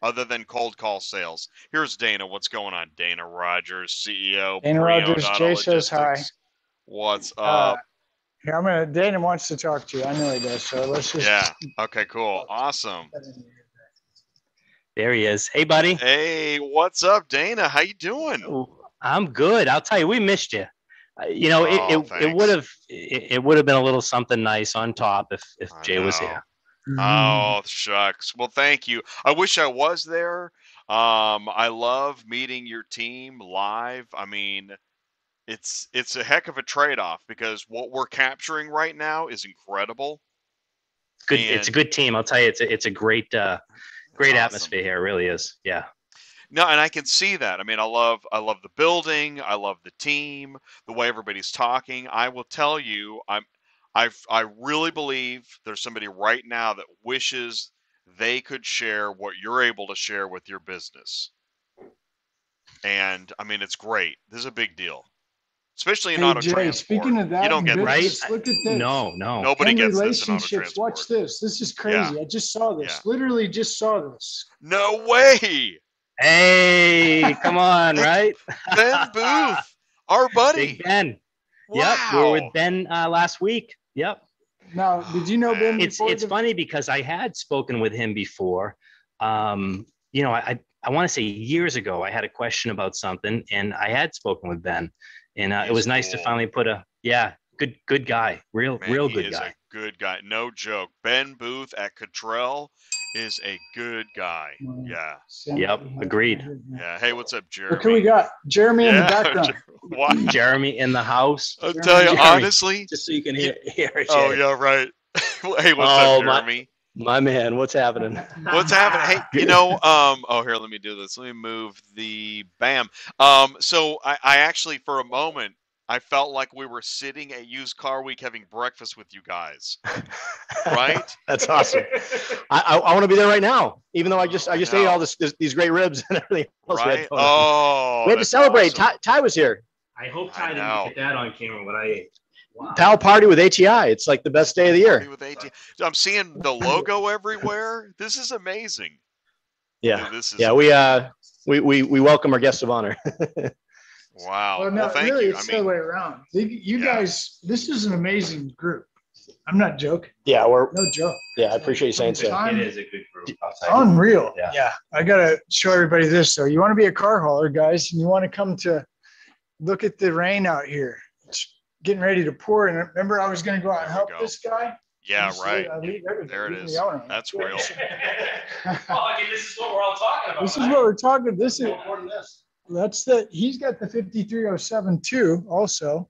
Speaker 1: other than cold call sales. Here's Dana. What's going on, Dana Rogers, E CEO?
Speaker 2: Dana
Speaker 1: Preo
Speaker 2: Rogers,
Speaker 1: Data
Speaker 2: Jay says hi.
Speaker 1: Logistics. What's
Speaker 2: Uh,
Speaker 1: up?
Speaker 2: Here, I'm gonna, Dana wants to talk to you. I know he does, so let's just.
Speaker 1: Yeah. Okay, cool. Awesome.
Speaker 15: There he is. Hey, buddy.
Speaker 1: Hey, what's up, Dana? How you doing?
Speaker 15: I'm good. I'll tell you, we missed you. Uh, You know, it,
Speaker 1: Oh,
Speaker 15: it, it would have it, it would have been a little something nice on top if if
Speaker 1: I
Speaker 15: Jay was
Speaker 1: know.
Speaker 15: here.
Speaker 1: Oh, shucks. Well, thank you. I wish I was there. Um, I love meeting your team live. I mean, it's it's a heck of a trade-off because what we're capturing right now is incredible.
Speaker 15: It's good. It's a
Speaker 1: And-
Speaker 15: good team. I'll tell you, it's a, it's a great uh, great
Speaker 1: Awesome.
Speaker 15: atmosphere here. It really is. Yeah.
Speaker 1: No, and I can see that. I mean, I love I love the building, I love the team, the way everybody's talking. I will tell you, I'm I I really believe there's somebody right now that wishes they could share what you're able to share with your business. And I mean, it's great. This is a big deal. Especially in
Speaker 2: Hey,
Speaker 1: auto
Speaker 2: Jay,
Speaker 1: transport.
Speaker 2: speaking of that,
Speaker 1: you don't
Speaker 2: and
Speaker 1: get this.
Speaker 2: business,
Speaker 15: Right?
Speaker 2: Look at this.
Speaker 15: No, no.
Speaker 1: Nobody
Speaker 2: And
Speaker 1: gets this in auto
Speaker 2: relationships.
Speaker 1: transport.
Speaker 2: Watch this. This is crazy. I just saw this. Literally just saw this.
Speaker 1: No way.
Speaker 15: Hey, come on, right?
Speaker 1: Ben Booth, our buddy.
Speaker 15: Big Ben. Yep. We were
Speaker 1: Wow. Oh,
Speaker 15: with Ben uh, last week. Yep.
Speaker 2: Now, did you know Ben?
Speaker 15: it's
Speaker 2: before
Speaker 15: it's
Speaker 2: the-
Speaker 15: funny because I had spoken with him before. Um, you know, I I, I want to say years ago I had a question about something, and I had spoken with Ben, and uh, it
Speaker 1: He's
Speaker 15: was nice to
Speaker 1: cool.
Speaker 15: finally put a yeah, good good guy, real
Speaker 1: Man,
Speaker 15: real
Speaker 1: he
Speaker 15: good
Speaker 1: is
Speaker 15: guy.
Speaker 1: a good guy. No joke. Ben Booth at Cottrell is a good guy.
Speaker 2: Mm.
Speaker 1: Yeah.
Speaker 15: Yep, agreed.
Speaker 1: Yeah. Hey, what's up, Jeremy?
Speaker 2: Look who we got. Jeremy in the
Speaker 1: Yeah,
Speaker 2: background.
Speaker 1: Wow.
Speaker 15: Jeremy in the house.
Speaker 1: I'll tell you
Speaker 15: Jeremy.
Speaker 1: honestly.
Speaker 15: Just so you can hear, hear it.
Speaker 1: Oh, yeah, right. hey, what's
Speaker 15: Oh,
Speaker 1: up,
Speaker 15: my-
Speaker 1: Jeremy?
Speaker 15: my man, what's happening?
Speaker 1: What's happening? Hey, you know, um, oh, here, let me do this. Let me move the bam. Um, so I, I actually, for a moment, I felt like we were sitting at Used Car Week having breakfast with you guys, right?
Speaker 15: That's awesome. I I, I want to be there right now, even though I just I just ate
Speaker 1: No.
Speaker 15: all this, this these great ribs and everything. Else we had
Speaker 1: right?
Speaker 15: going on.
Speaker 1: Oh,
Speaker 15: we had to
Speaker 1: that's
Speaker 15: celebrate.
Speaker 1: awesome.
Speaker 15: Ty, Ty was here.
Speaker 16: I hope
Speaker 1: I
Speaker 16: Ty didn't
Speaker 1: know.
Speaker 16: get that on camera when I ate. Wow.
Speaker 15: Pal party with ATI. It's like the best day of the
Speaker 1: Be
Speaker 15: year.
Speaker 1: with AT. I'm seeing the logo everywhere. This is amazing.
Speaker 15: Yeah.
Speaker 1: Dude, This is
Speaker 15: Yeah. We, uh, we, we, we welcome our guests of honor.
Speaker 1: wow.
Speaker 2: Well,
Speaker 1: Well,
Speaker 2: no,
Speaker 1: thank
Speaker 2: really,
Speaker 1: you. I
Speaker 2: it's the other
Speaker 1: mean,
Speaker 2: way around. You, you
Speaker 1: Yeah.
Speaker 2: guys, this is an amazing group. I'm not joking.
Speaker 15: yeah. We're,
Speaker 2: No joke.
Speaker 15: yeah. I appreciate you saying
Speaker 2: It's
Speaker 15: so.
Speaker 16: It
Speaker 2: un-
Speaker 16: is a good group. I'll tell you.
Speaker 2: Unreal.
Speaker 15: Yeah.
Speaker 2: I gotta show everybody this though. You want to be a car hauler, guys, and you want to come to look at the rain out here. It's getting ready to pour. And remember, I was gonna go out and
Speaker 1: There we
Speaker 2: help
Speaker 1: go.
Speaker 2: this guy.
Speaker 1: yeah,
Speaker 2: You see,
Speaker 1: right.
Speaker 2: I leave everything.
Speaker 1: There it
Speaker 2: Leave
Speaker 1: is.
Speaker 2: the owner.
Speaker 1: That's real.
Speaker 16: well, Oh, I mean, this is what we're all talking about.
Speaker 2: This is
Speaker 16: right?
Speaker 2: what we're talking. This is
Speaker 16: No more than this.
Speaker 2: that's the he's got the 5307 too. Also,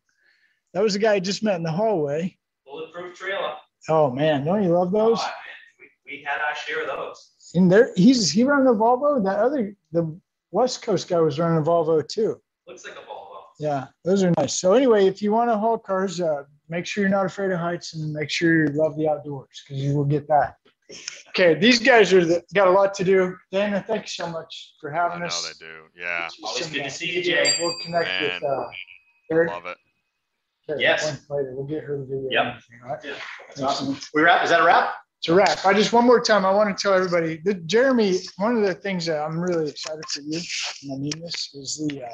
Speaker 2: that was the guy I just met in the hallway.
Speaker 16: Bulletproof trailer.
Speaker 2: Oh man, don't you love those?
Speaker 1: Oh,
Speaker 16: Come on, man. we, we had our share of those.
Speaker 2: And there he's he ran the Volvo. That other the West Coast guy was running a Volvo too.
Speaker 16: Looks like a Volvo.
Speaker 2: Yeah, those are nice. So anyway, if you want to haul cars, uh, make sure you're not afraid of heights and make sure you love the outdoors because you will get that. Okay, these guys are the, got a lot to do. Dana, thank you so much for having
Speaker 1: No,
Speaker 2: us.
Speaker 1: they do. Yeah.
Speaker 16: Always good to see you,
Speaker 2: Yeah,
Speaker 16: Jay.
Speaker 2: We'll connect
Speaker 1: Man,
Speaker 2: with uh, Eric.
Speaker 1: Love it.
Speaker 2: Eric
Speaker 16: Yes.
Speaker 2: once Later. We'll get her the video.
Speaker 16: Yep.
Speaker 2: and everything, all right?
Speaker 16: That's awesome. We wrap? Is that a wrap?
Speaker 2: to wrap, I just one more time, I want to tell everybody that Jeremy, one of the things that I'm really excited for you, and I mean this, is the, uh,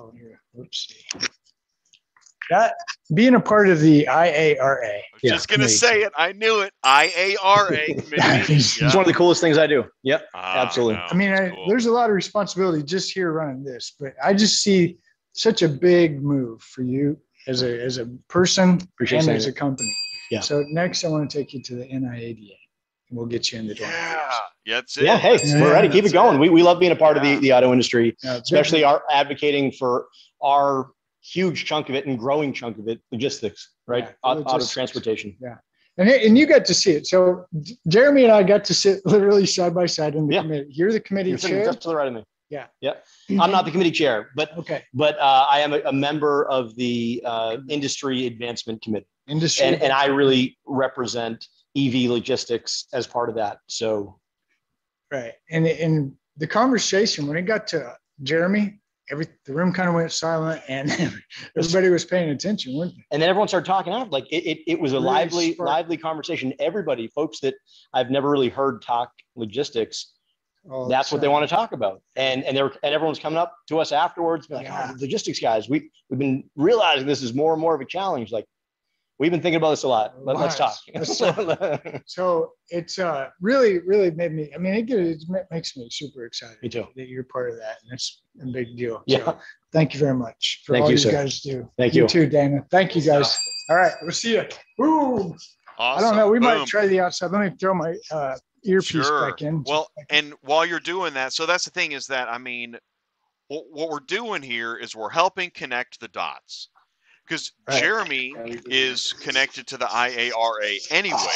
Speaker 2: oh, here, whoopsie. That being a part of the IARA.
Speaker 1: Just gonna say it. I knew it. I A R A committee.
Speaker 2: It's
Speaker 1: Yeah.
Speaker 17: It's one of the coolest things I do. Yep,
Speaker 1: Ah,
Speaker 17: absolutely.
Speaker 1: no.
Speaker 2: I mean, I, there's a lot of responsibility just here running this, but I just see such a big move for you as a as a person
Speaker 17: Appreciate
Speaker 2: and
Speaker 17: saying
Speaker 2: as a
Speaker 17: it.
Speaker 2: company.
Speaker 17: Yeah.
Speaker 2: So next, I want to take you to the NIADA, and we'll get you in the door.
Speaker 1: Yeah, that's it.
Speaker 17: Yeah, hey, we're ready. Keep it going. We, we love being a part of the, the auto industry,
Speaker 2: Yeah, it's
Speaker 17: especially our advocating for our huge chunk of it and growing chunk of it, logistics, right?
Speaker 2: Yeah,
Speaker 17: Au- auto
Speaker 2: logistics.
Speaker 17: transportation.
Speaker 2: Yeah. And, and you got to see it. So J- Jeremy and I got to sit literally side by side in the committee. You're the committee
Speaker 17: You're sitting
Speaker 2: chair.
Speaker 17: just to the right of me.
Speaker 2: Yeah.
Speaker 17: Yep. I'm not the committee chair, but
Speaker 2: okay.
Speaker 17: But uh, I am a, a member of the uh, industry advancement committee.
Speaker 2: Industry.
Speaker 17: And, and I really represent EV logistics as part of that. So
Speaker 2: Right. And and the conversation when it got to Jeremy, every the room kind of went silent and everybody was paying attention, weren't they?
Speaker 17: and then everyone started talking out like it, it, it was a
Speaker 2: Really
Speaker 17: lively
Speaker 2: sparked-
Speaker 17: lively conversation everybody folks that i've never really heard talk logistics
Speaker 2: Oh,
Speaker 17: that's what they
Speaker 2: sorry.
Speaker 17: want to talk about and and they were and everyone's coming up to us afterwards like "Ah, the logistics guys we we've been realizing this is more and more of a challenge like we've been thinking about this a lot Let, us talk
Speaker 2: Let's talk. so it's uh, really, really made me. I mean, it, gets, it ma- makes me super excited.
Speaker 17: Me too.
Speaker 2: That you're part of that, and it's a big deal.
Speaker 17: Yeah.
Speaker 2: So thank you very much for
Speaker 17: Thank
Speaker 2: all
Speaker 17: you,
Speaker 2: you,
Speaker 17: sir.
Speaker 2: guys do.
Speaker 17: Thank
Speaker 2: you.
Speaker 17: you.
Speaker 2: too, Dana. Thank you guys. All right, we'll see you. Boom. I don't know. We might
Speaker 1: Boom.
Speaker 2: try the outside. Let me throw my uh, earpiece back in.
Speaker 1: Well, and while you're doing that, so that's the thing is that I mean, what, what we're doing here is we're helping connect the dots because
Speaker 2: Right.
Speaker 1: Jeremy is connected to the IARA anyways,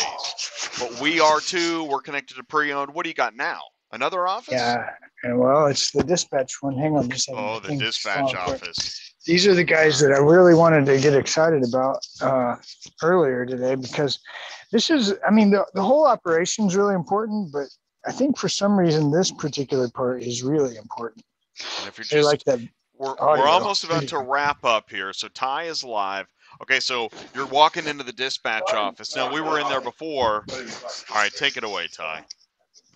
Speaker 1: but we are too. We're connected to pre-owned. What do you got now? Another office?
Speaker 2: Yeah. And well, it's the dispatch one. Hang on just a second.
Speaker 1: Oh,
Speaker 2: I
Speaker 1: the
Speaker 2: think it's
Speaker 1: dispatch
Speaker 2: falling apart.
Speaker 1: office.
Speaker 2: These are the guys that I really wanted to get excited about uh, earlier today because this is, I mean, the, the whole operation is really important, but I think for some reason this particular part is really important.
Speaker 1: And if you're
Speaker 2: They
Speaker 1: just
Speaker 2: like that.
Speaker 1: We're,
Speaker 2: audio.
Speaker 1: we're almost about to wrap up here. So Ty is live. Okay, so you're walking into the dispatch office. Now we were in there before. All right, take it away, Ty.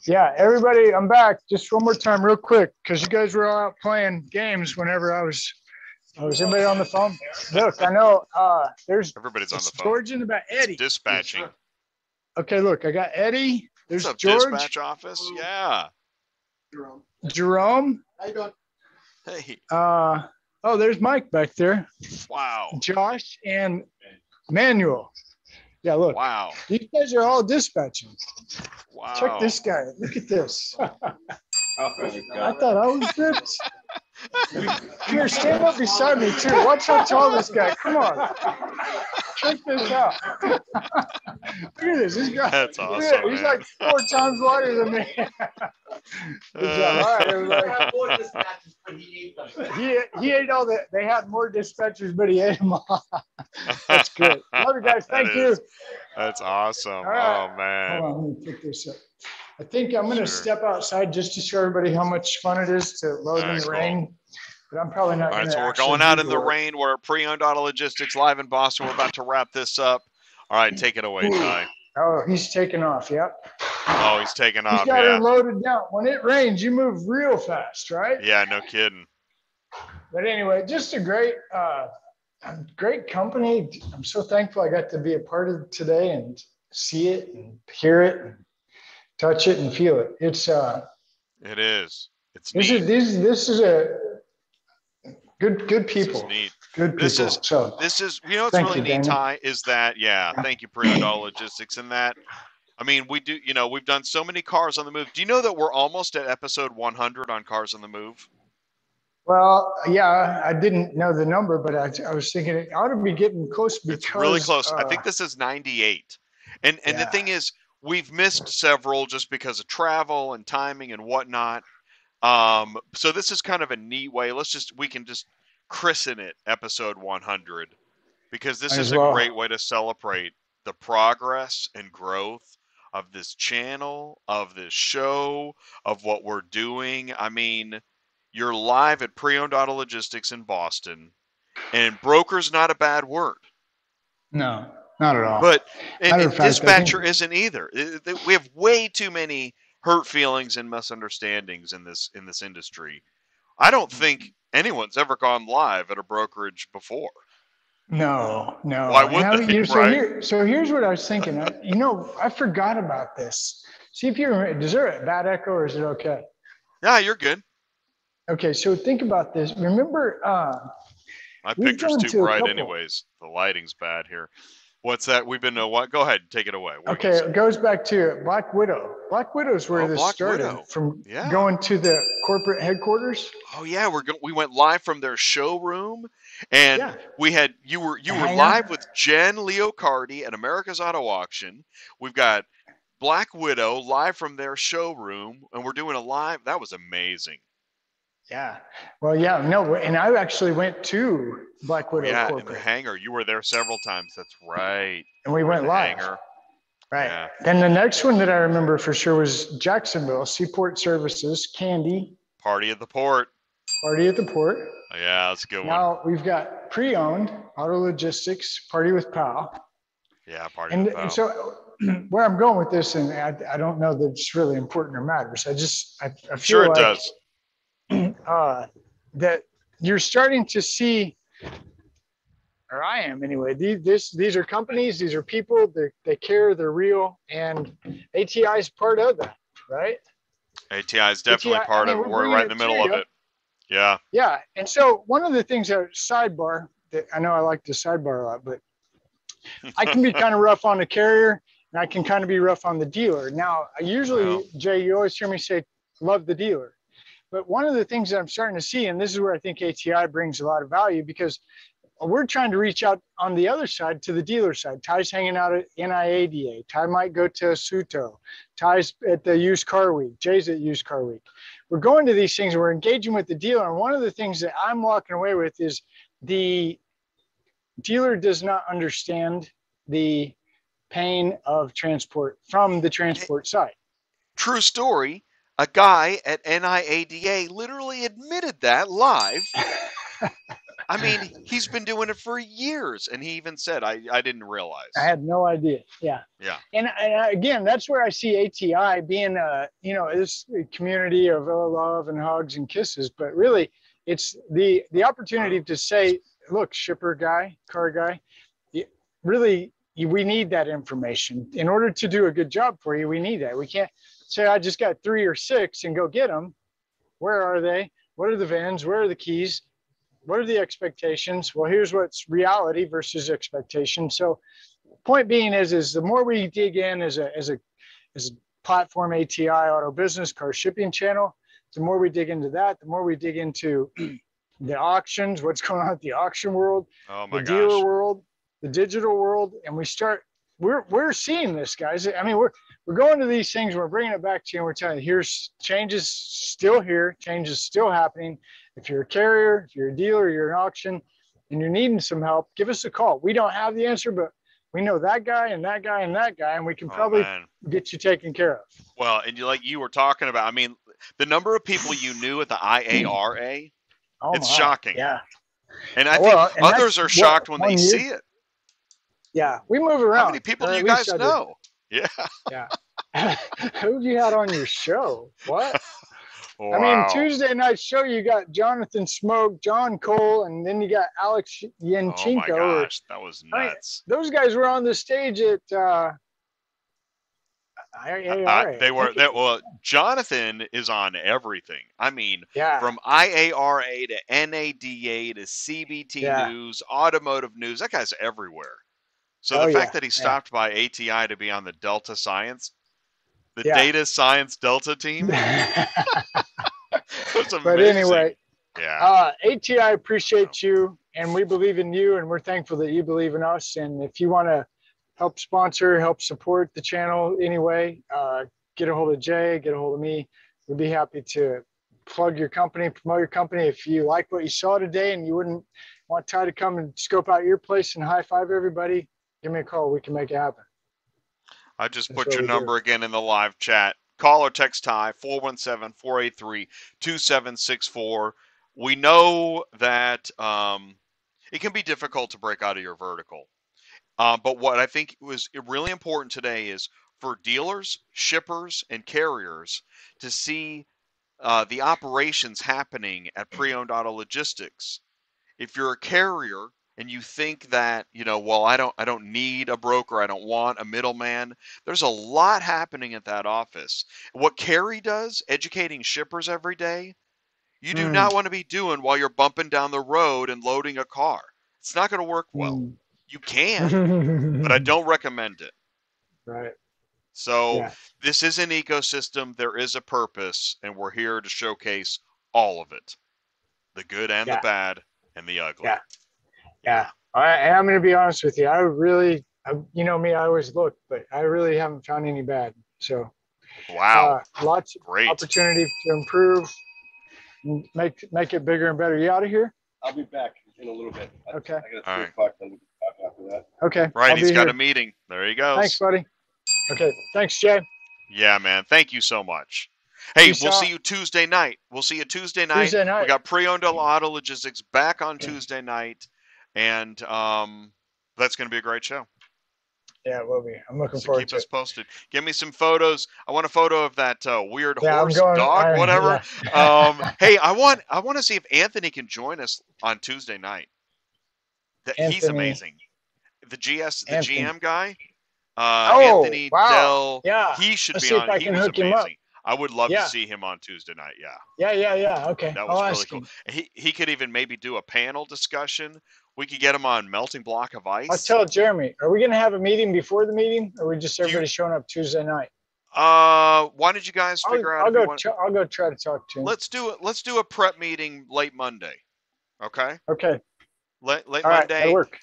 Speaker 2: Yeah, everybody, I'm back. Just one more time, real quick, because you guys were all out playing games whenever I was. Oh, was anybody on the phone? Look, I know uh, there's
Speaker 1: Everybody's on the phone.
Speaker 2: George in the back. Eddie.
Speaker 1: Dispatching.
Speaker 2: Okay, look, I got Eddie. There's
Speaker 1: What's up,
Speaker 2: George,
Speaker 1: dispatch office? Yeah.
Speaker 2: Jerome.
Speaker 13: How you doing?
Speaker 1: Hey.
Speaker 2: Uh, oh, there's Mike back there.
Speaker 1: Wow.
Speaker 2: Josh and Manuel. Yeah, look.
Speaker 1: Wow.
Speaker 2: These guys are all dispatching.
Speaker 1: Wow.
Speaker 2: Check this guy. Look at this.
Speaker 7: Oh,
Speaker 2: I thought I was ripped. Here, stand up beside me too. Watch how tall this guy. Come on. Check this out. Look at this. This guy.
Speaker 1: That's
Speaker 2: look at
Speaker 1: awesome,
Speaker 2: it. He's
Speaker 1: man.
Speaker 2: like four times lighter than me. Good job. All right, everybody. He, he ate all the. They had more dispatchers, but he ate them all. That's good. Love you guys.
Speaker 1: That
Speaker 2: Thank you.
Speaker 1: is- That's awesome.
Speaker 2: All right.
Speaker 1: Oh man.
Speaker 2: Hold on, let me pick this up. I think I'm gonna
Speaker 1: Sure.
Speaker 2: step outside just to show everybody how much fun it is to
Speaker 1: All
Speaker 2: load in
Speaker 1: right,
Speaker 2: the
Speaker 1: cool.
Speaker 2: rain. But I'm probably not
Speaker 1: All right,
Speaker 2: gonna
Speaker 1: so we're
Speaker 2: actually
Speaker 1: going out
Speaker 2: do
Speaker 1: in the
Speaker 2: work.
Speaker 1: rain. We're at Pre-Owned Auto Logistics live in Boston. We're about to wrap this up. All right, take it away, Ty.
Speaker 2: Oh, he's taking off, yep.
Speaker 1: Oh, he's taking
Speaker 2: He's
Speaker 1: off.
Speaker 2: got her
Speaker 1: Yeah.
Speaker 2: loaded down. When it rains, you move real fast, right?
Speaker 1: Yeah, no kidding.
Speaker 2: But anyway, just a great, uh, a great company. I'm so thankful I got to be a part of today and see it and hear it and touch it and feel it. It's, uh,
Speaker 1: It is. It's
Speaker 2: This
Speaker 1: neat.
Speaker 2: is this this is a good good people.
Speaker 1: neat.
Speaker 2: Good people.
Speaker 1: This is-
Speaker 2: so
Speaker 1: This is, you know, what's
Speaker 2: Thank
Speaker 1: really
Speaker 2: you,
Speaker 1: neat,
Speaker 2: Daniel.
Speaker 1: Ty, is that, yeah, thank you, Pre-Owned Auto Logistics, and that, I mean, we do, you know, we've done so many Cars on the Move. Do you know that we're almost at episode 100 on Cars on the Move?
Speaker 2: well, yeah, I didn't know the number, but I, I was thinking it ought to be getting close because
Speaker 1: It's really close. I
Speaker 2: uh,
Speaker 1: think this is 98. And and
Speaker 2: yeah.
Speaker 1: the thing is, we've missed several just because of travel and timing and whatnot. Um, so this is kind of a neat way. Let's just we can just christen it episode 100 because this
Speaker 2: Might
Speaker 1: is
Speaker 2: as well.
Speaker 1: a great way to celebrate the progress and growth of this channel, of this show, of what we're doing. I mean, you're live at Pre Owned Auto Logistics in Boston, and broker's not a bad word.
Speaker 2: No, not at all.
Speaker 1: But and,
Speaker 2: Matter
Speaker 1: and
Speaker 2: of fact, I
Speaker 1: dispatcher
Speaker 2: think-
Speaker 1: isn't either. It- it- We have way too many hurt feelings and misunderstandings in this in this industry. I don't think anyone's ever gone live at a brokerage before.
Speaker 2: No, no.
Speaker 1: Why
Speaker 2: And
Speaker 1: would
Speaker 2: I
Speaker 1: they,
Speaker 2: you- so
Speaker 1: right?
Speaker 2: here, so here's what I was thinking. I, you know, I forgot about this. See if you remember. Is there a bad echo or is it okay?
Speaker 1: Yeah, you're good.
Speaker 2: Okay, so think about this. Remember, uh,
Speaker 1: My
Speaker 2: We've
Speaker 1: picture's
Speaker 2: gone
Speaker 1: too
Speaker 2: to a
Speaker 1: bright
Speaker 2: couple.
Speaker 1: anyways. The lighting's bad here. What's that? We've been to what? Go ahead, take it away. What-
Speaker 2: okay, it goes back to Black Widow. Black Widow's where
Speaker 1: Oh,
Speaker 2: this
Speaker 1: Black
Speaker 2: started
Speaker 1: Widow.
Speaker 2: from
Speaker 1: Yeah.
Speaker 2: going to the corporate headquarters.
Speaker 1: Oh yeah, we're go- we went live from their showroom and
Speaker 2: Yeah.
Speaker 1: we had you were you were
Speaker 2: Hang on.
Speaker 1: live with Jen Leocardi at America's Auto Auction. We've got Black Widow live from their showroom and we're doing a live. That was amazing.
Speaker 2: Yeah. Well, yeah, no, and I actually went to Black Widow
Speaker 1: yeah, in the
Speaker 2: corporate,
Speaker 1: hangar. You were there several times. That's right.
Speaker 2: and we
Speaker 1: You were in
Speaker 2: went
Speaker 1: the
Speaker 2: live.
Speaker 1: hangar.
Speaker 2: Right.
Speaker 1: Yeah.
Speaker 2: Then the next one that I remember for sure was Jacksonville Seaport Services Candy
Speaker 1: Party at the port.
Speaker 2: Party at the Port.
Speaker 1: Yeah, that's a good one.
Speaker 2: Now we've got pre-owned auto logistics party with Pal,
Speaker 1: Yeah, party
Speaker 2: and,
Speaker 1: at the
Speaker 2: and
Speaker 1: port.
Speaker 2: so where I'm going with this, and I, I don't know that it's really important or matters. I just I, I feel
Speaker 1: sure it
Speaker 2: like
Speaker 1: does.
Speaker 2: uh, that you're starting to see, or I am anyway. These this, these are companies, these are people. They they care, they're real, and ATI is part of that, right?
Speaker 1: ATI is definitely
Speaker 2: ATI
Speaker 1: part
Speaker 2: I mean,
Speaker 1: of it.
Speaker 2: we're
Speaker 1: We're
Speaker 2: bringing
Speaker 1: right
Speaker 2: it
Speaker 1: in the
Speaker 2: to
Speaker 1: middle of
Speaker 2: you.
Speaker 1: it. Yeah.
Speaker 2: Yeah, and so one of the things that sidebar that I know I like to sidebar a lot, but I can be kind of rough on the carrier, and I can kind of be rough on the dealer. Now, I usually,
Speaker 1: Well.
Speaker 2: Jay, you always hear me say, "Love the dealer," but one of the things that I'm starting to see, and this is where I think ATI brings a lot of value because we're trying to reach out on the other side to the dealer side. Ty's hanging out at NIADA. Ty might go to Suto. Ty's at the used car week. Jay's at used car week. We're going to these things. We're engaging with the dealer. And one of the things that I'm walking away with is the dealer does not understand the pain of transport from the transport side.
Speaker 1: True story. A guy at NIADA literally admitted that live. I mean, he's been doing it for years, and he even said, "I, I didn't realize."
Speaker 2: I had no idea. Yeah.
Speaker 1: Yeah.
Speaker 2: And, and I- again, that's where I see ATI being, uh, you know, this community of uh, love and hugs and kisses. But really, it's the the opportunity to say, look, shipper guy, car guy, y- really, you, we need that information in order to do a good job for you. We need that. We can't say I just got three or six and go get them. Where are they? What are the vans? Where are the keys? What are the expectations? Well, here's what's reality versus expectation. So point being is is the more we dig in as a as a as a platform ATI auto business car shipping channel, the more we dig into that, the more we dig into the auctions, what's going on at the auction world,
Speaker 1: Oh my
Speaker 2: the dealer
Speaker 1: gosh!
Speaker 2: world, the digital world, and we start we're we're seeing this, guys. I mean, we're we're going to these things, we're bringing it back to you, and we're telling you here's changes still here, changes still happening. If you're a carrier, if you're a dealer, you're an auction, and you're needing some help, give us a call. We don't have the answer, but we know that guy and that guy and that guy, and we can
Speaker 1: Oh,
Speaker 2: probably
Speaker 1: man.
Speaker 2: get you taken care of.
Speaker 1: Well, and you like you were talking about. I mean, the number of people you knew at the IARA,
Speaker 2: Oh,
Speaker 1: it's
Speaker 2: my.
Speaker 1: shocking.
Speaker 2: Yeah.
Speaker 1: And I
Speaker 2: Well,
Speaker 1: think
Speaker 2: and that's
Speaker 1: others are
Speaker 2: what-
Speaker 1: shocked when they
Speaker 2: one year- Uh,
Speaker 1: see it.
Speaker 2: Yeah. We move around.
Speaker 1: How many people
Speaker 2: or
Speaker 1: do
Speaker 2: at
Speaker 1: you
Speaker 2: least
Speaker 1: guys
Speaker 2: I do.
Speaker 1: know? Yeah.
Speaker 2: Who have you had on your show? What? I mean,
Speaker 1: Wow.
Speaker 2: Tuesday night show, you got Jonathan Smoke, John Cole, and then you got Alex
Speaker 1: oh my
Speaker 2: Yanchenko. or-
Speaker 1: gosh, that was
Speaker 2: I mean,
Speaker 1: nuts.
Speaker 2: those guys were on the stage at. Uh, IARA.
Speaker 1: I, they were that well jonathan is on everything i mean
Speaker 2: Yeah.
Speaker 1: from iara to nada to cbt
Speaker 2: Yeah.
Speaker 1: news automotive news that guy's everywhere so
Speaker 2: Oh,
Speaker 1: the fact
Speaker 2: yeah,
Speaker 1: that he
Speaker 2: yeah.
Speaker 1: stopped by ati to be on the delta science the
Speaker 2: Yeah.
Speaker 1: data science delta team was amazing.
Speaker 2: But anyway,
Speaker 1: yeah
Speaker 2: uh, ATI appreciates you, and we believe in you, and we're thankful that you believe in us. And if you want to help sponsor, help support the channel anyway, uh, get a hold of Jay, get a hold of me. We'd be happy to plug your company, promote your company. If you like what you saw today and you wouldn't want Ty to come and scope out your place and high five everybody, give me a call. We can make it happen.
Speaker 1: I just
Speaker 2: That's
Speaker 1: put your
Speaker 2: what we do.
Speaker 1: number again in the live chat. Call or text Ty 417 483 2764. We know that um, it can be difficult to break out of your vertical. Uh, but what I think was really important today is for dealers, shippers, and carriers to see uh, the operations happening at pre owned auto logistics. If you're a carrier and you think that, you know, well, I don't, I don't need a broker, I don't want a middleman, there's a lot happening at that office. What Carrie does, educating shippers every day, you do
Speaker 2: Hmm.
Speaker 1: not want to be doing while you're bumping down the road and loading a car. It's not going to work well. You can, but I don't recommend it.
Speaker 2: Right.
Speaker 1: So
Speaker 2: Yeah.
Speaker 1: this is an ecosystem. There is a purpose, and we're here to showcase all of it, the good and
Speaker 2: Yeah.
Speaker 1: the bad and the ugly.
Speaker 2: Yeah. Yeah. All right. And I'm going to be honest with you. I really, I, you know me, I always look, but I really haven't found any bad. So,
Speaker 1: Wow.
Speaker 2: uh, lots of
Speaker 1: Great.
Speaker 2: opportunity to improve, m- make make it bigger and better. You out of here?
Speaker 7: I'll be back in a little bit.
Speaker 2: Okay.
Speaker 7: I got a
Speaker 1: All
Speaker 7: three
Speaker 1: right.
Speaker 7: o'clock and talk after that.
Speaker 2: Okay.
Speaker 1: Right,
Speaker 2: I'll
Speaker 1: he's
Speaker 2: be
Speaker 1: got
Speaker 2: here.
Speaker 1: a meeting. There he goes.
Speaker 2: Thanks, buddy. Okay. Thanks, Jay.
Speaker 1: Yeah, man. Thank you so much. Hey,
Speaker 2: Peace
Speaker 1: we'll
Speaker 2: out.
Speaker 1: see you Tuesday night. We'll see you Tuesday night.
Speaker 2: Tuesday
Speaker 1: We
Speaker 2: night.
Speaker 1: got pre-owned auto logistics back on Tuesday night, and um, that's going to be a great show.
Speaker 2: Yeah, it will be. I'm looking
Speaker 1: So
Speaker 2: forward
Speaker 1: keep
Speaker 2: to it.
Speaker 1: us posted. Give me some photos. I want a photo of that uh, weird
Speaker 2: Yeah, I'm
Speaker 1: horse,
Speaker 2: going-
Speaker 1: dog,
Speaker 2: I-
Speaker 1: whatever.
Speaker 2: yeah.
Speaker 1: um, hey, I want I want to see if Anthony can join us on Tuesday night. That he's
Speaker 2: Anthony.
Speaker 1: amazing. The GS, the
Speaker 2: Anthony.
Speaker 1: GM guy, uh,
Speaker 2: Oh,
Speaker 1: Anthony
Speaker 2: wow.
Speaker 1: Dell.
Speaker 2: Yeah.
Speaker 1: He should
Speaker 2: Let's
Speaker 1: be
Speaker 2: see if
Speaker 1: on.
Speaker 2: I
Speaker 1: He
Speaker 2: can
Speaker 1: was
Speaker 2: hook him up.
Speaker 1: amazing. I would love
Speaker 2: Yeah.
Speaker 1: to see him on Tuesday night. Yeah,
Speaker 2: Yeah, yeah, yeah. Okay.
Speaker 1: that
Speaker 2: I'll
Speaker 1: was really
Speaker 2: ask
Speaker 1: cool.
Speaker 2: him.
Speaker 1: He he could even maybe do a panel discussion. We could get him on melting block of ice.
Speaker 2: I'll tell Jeremy. Are we going to have a meeting before the meeting, or we just everybody showing up Tuesday night?
Speaker 1: Uh, why don't you guys
Speaker 2: I'll,
Speaker 1: figure out
Speaker 2: I'll
Speaker 1: if you
Speaker 2: go.
Speaker 1: want-
Speaker 2: tr- I'll go try to talk to him.
Speaker 1: Let's do it. Let's do a prep meeting late Monday. Okay.
Speaker 2: okay.
Speaker 1: Late, late
Speaker 2: All right.
Speaker 1: Monday.
Speaker 2: That'll work.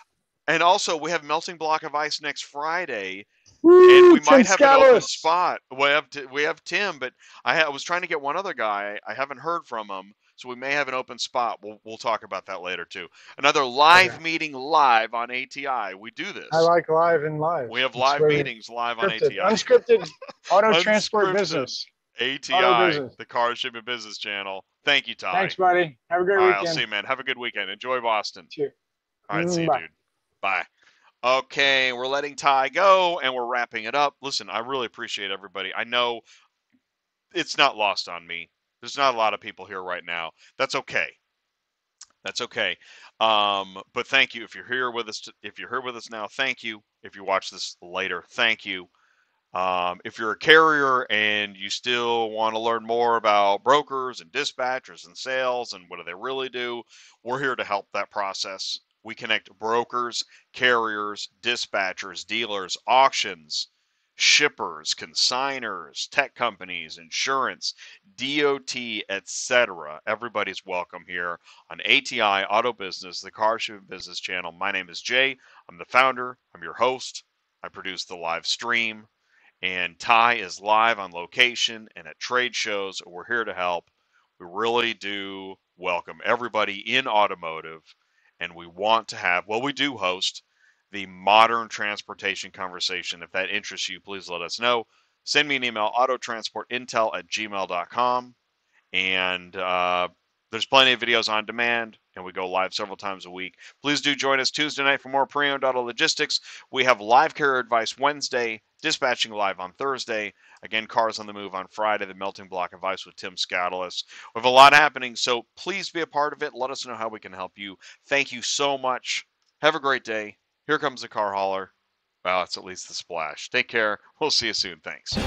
Speaker 1: And also, we have melting block of ice next Friday,
Speaker 2: Woo,
Speaker 1: and we might have an open
Speaker 2: Skalos.
Speaker 1: spot. We have t- we have Tim, but I, ha- I was trying to get one other guy. I haven't heard from him, so we may have an open spot. We'll we'll talk about that later too. Another live meeting live on ATI. We do this.
Speaker 2: I like live and live.
Speaker 1: we have
Speaker 2: That's
Speaker 1: live
Speaker 2: where we-
Speaker 1: meetings live on ATI.
Speaker 2: Scripted, unscripted auto
Speaker 1: Unscripted.
Speaker 2: transport business. Auto
Speaker 1: ATI,
Speaker 2: business.
Speaker 1: the Car Shipping Business Channel. Thank you, Ty.
Speaker 2: Thanks, buddy. Have a great
Speaker 1: All right,
Speaker 2: weekend.
Speaker 1: I'll see you, man. Have a good weekend. Enjoy Boston.
Speaker 2: Cheers.
Speaker 1: All right, see you,
Speaker 2: Bye.
Speaker 1: dude. Bye. Okay, we're letting Ty go and we're wrapping it up. Listen, I really appreciate everybody. I know it's not lost on me. There's not a lot of people here right now. That's okay. That's okay. Um, but thank you if you're here with us. t- If you're here with us now, thank you. If you watch this later, thank you. Um, if you're a carrier and you still want to learn more about brokers and dispatchers and sales and what do they really do, we're here to help that process. We connect brokers, carriers, dispatchers, dealers, auctions, shippers, consigners, tech companies, insurance, DOT, etc. Everybody's welcome here on ATI Auto Business, the Car Shipping Business Channel. My name is Jay. I'm the founder. I'm your host. I produce the live stream and Ty is live on location and at trade shows. We're here to help. We really do welcome everybody in automotive, and we want to have, well, we do host the modern transportation conversation. If that interests you, please let us know. Send me an email, autotransportintel at gmail.com. And uh, there's plenty of videos on demand, and we go live several times a week. Please do join us Tuesday night for more pre owned auto logistics. We have live carrier advice Wednesday, dispatching live on Thursday. Again, cars on the move on Friday, the melting block of ice with Tim Scoutalis. We have a lot happening, so please be a part of it. Let us know how we can help you. Thank you so much. Have a great day. Here comes the car hauler. Well, it's at least the splash. Take care. We'll see you soon. Thanks.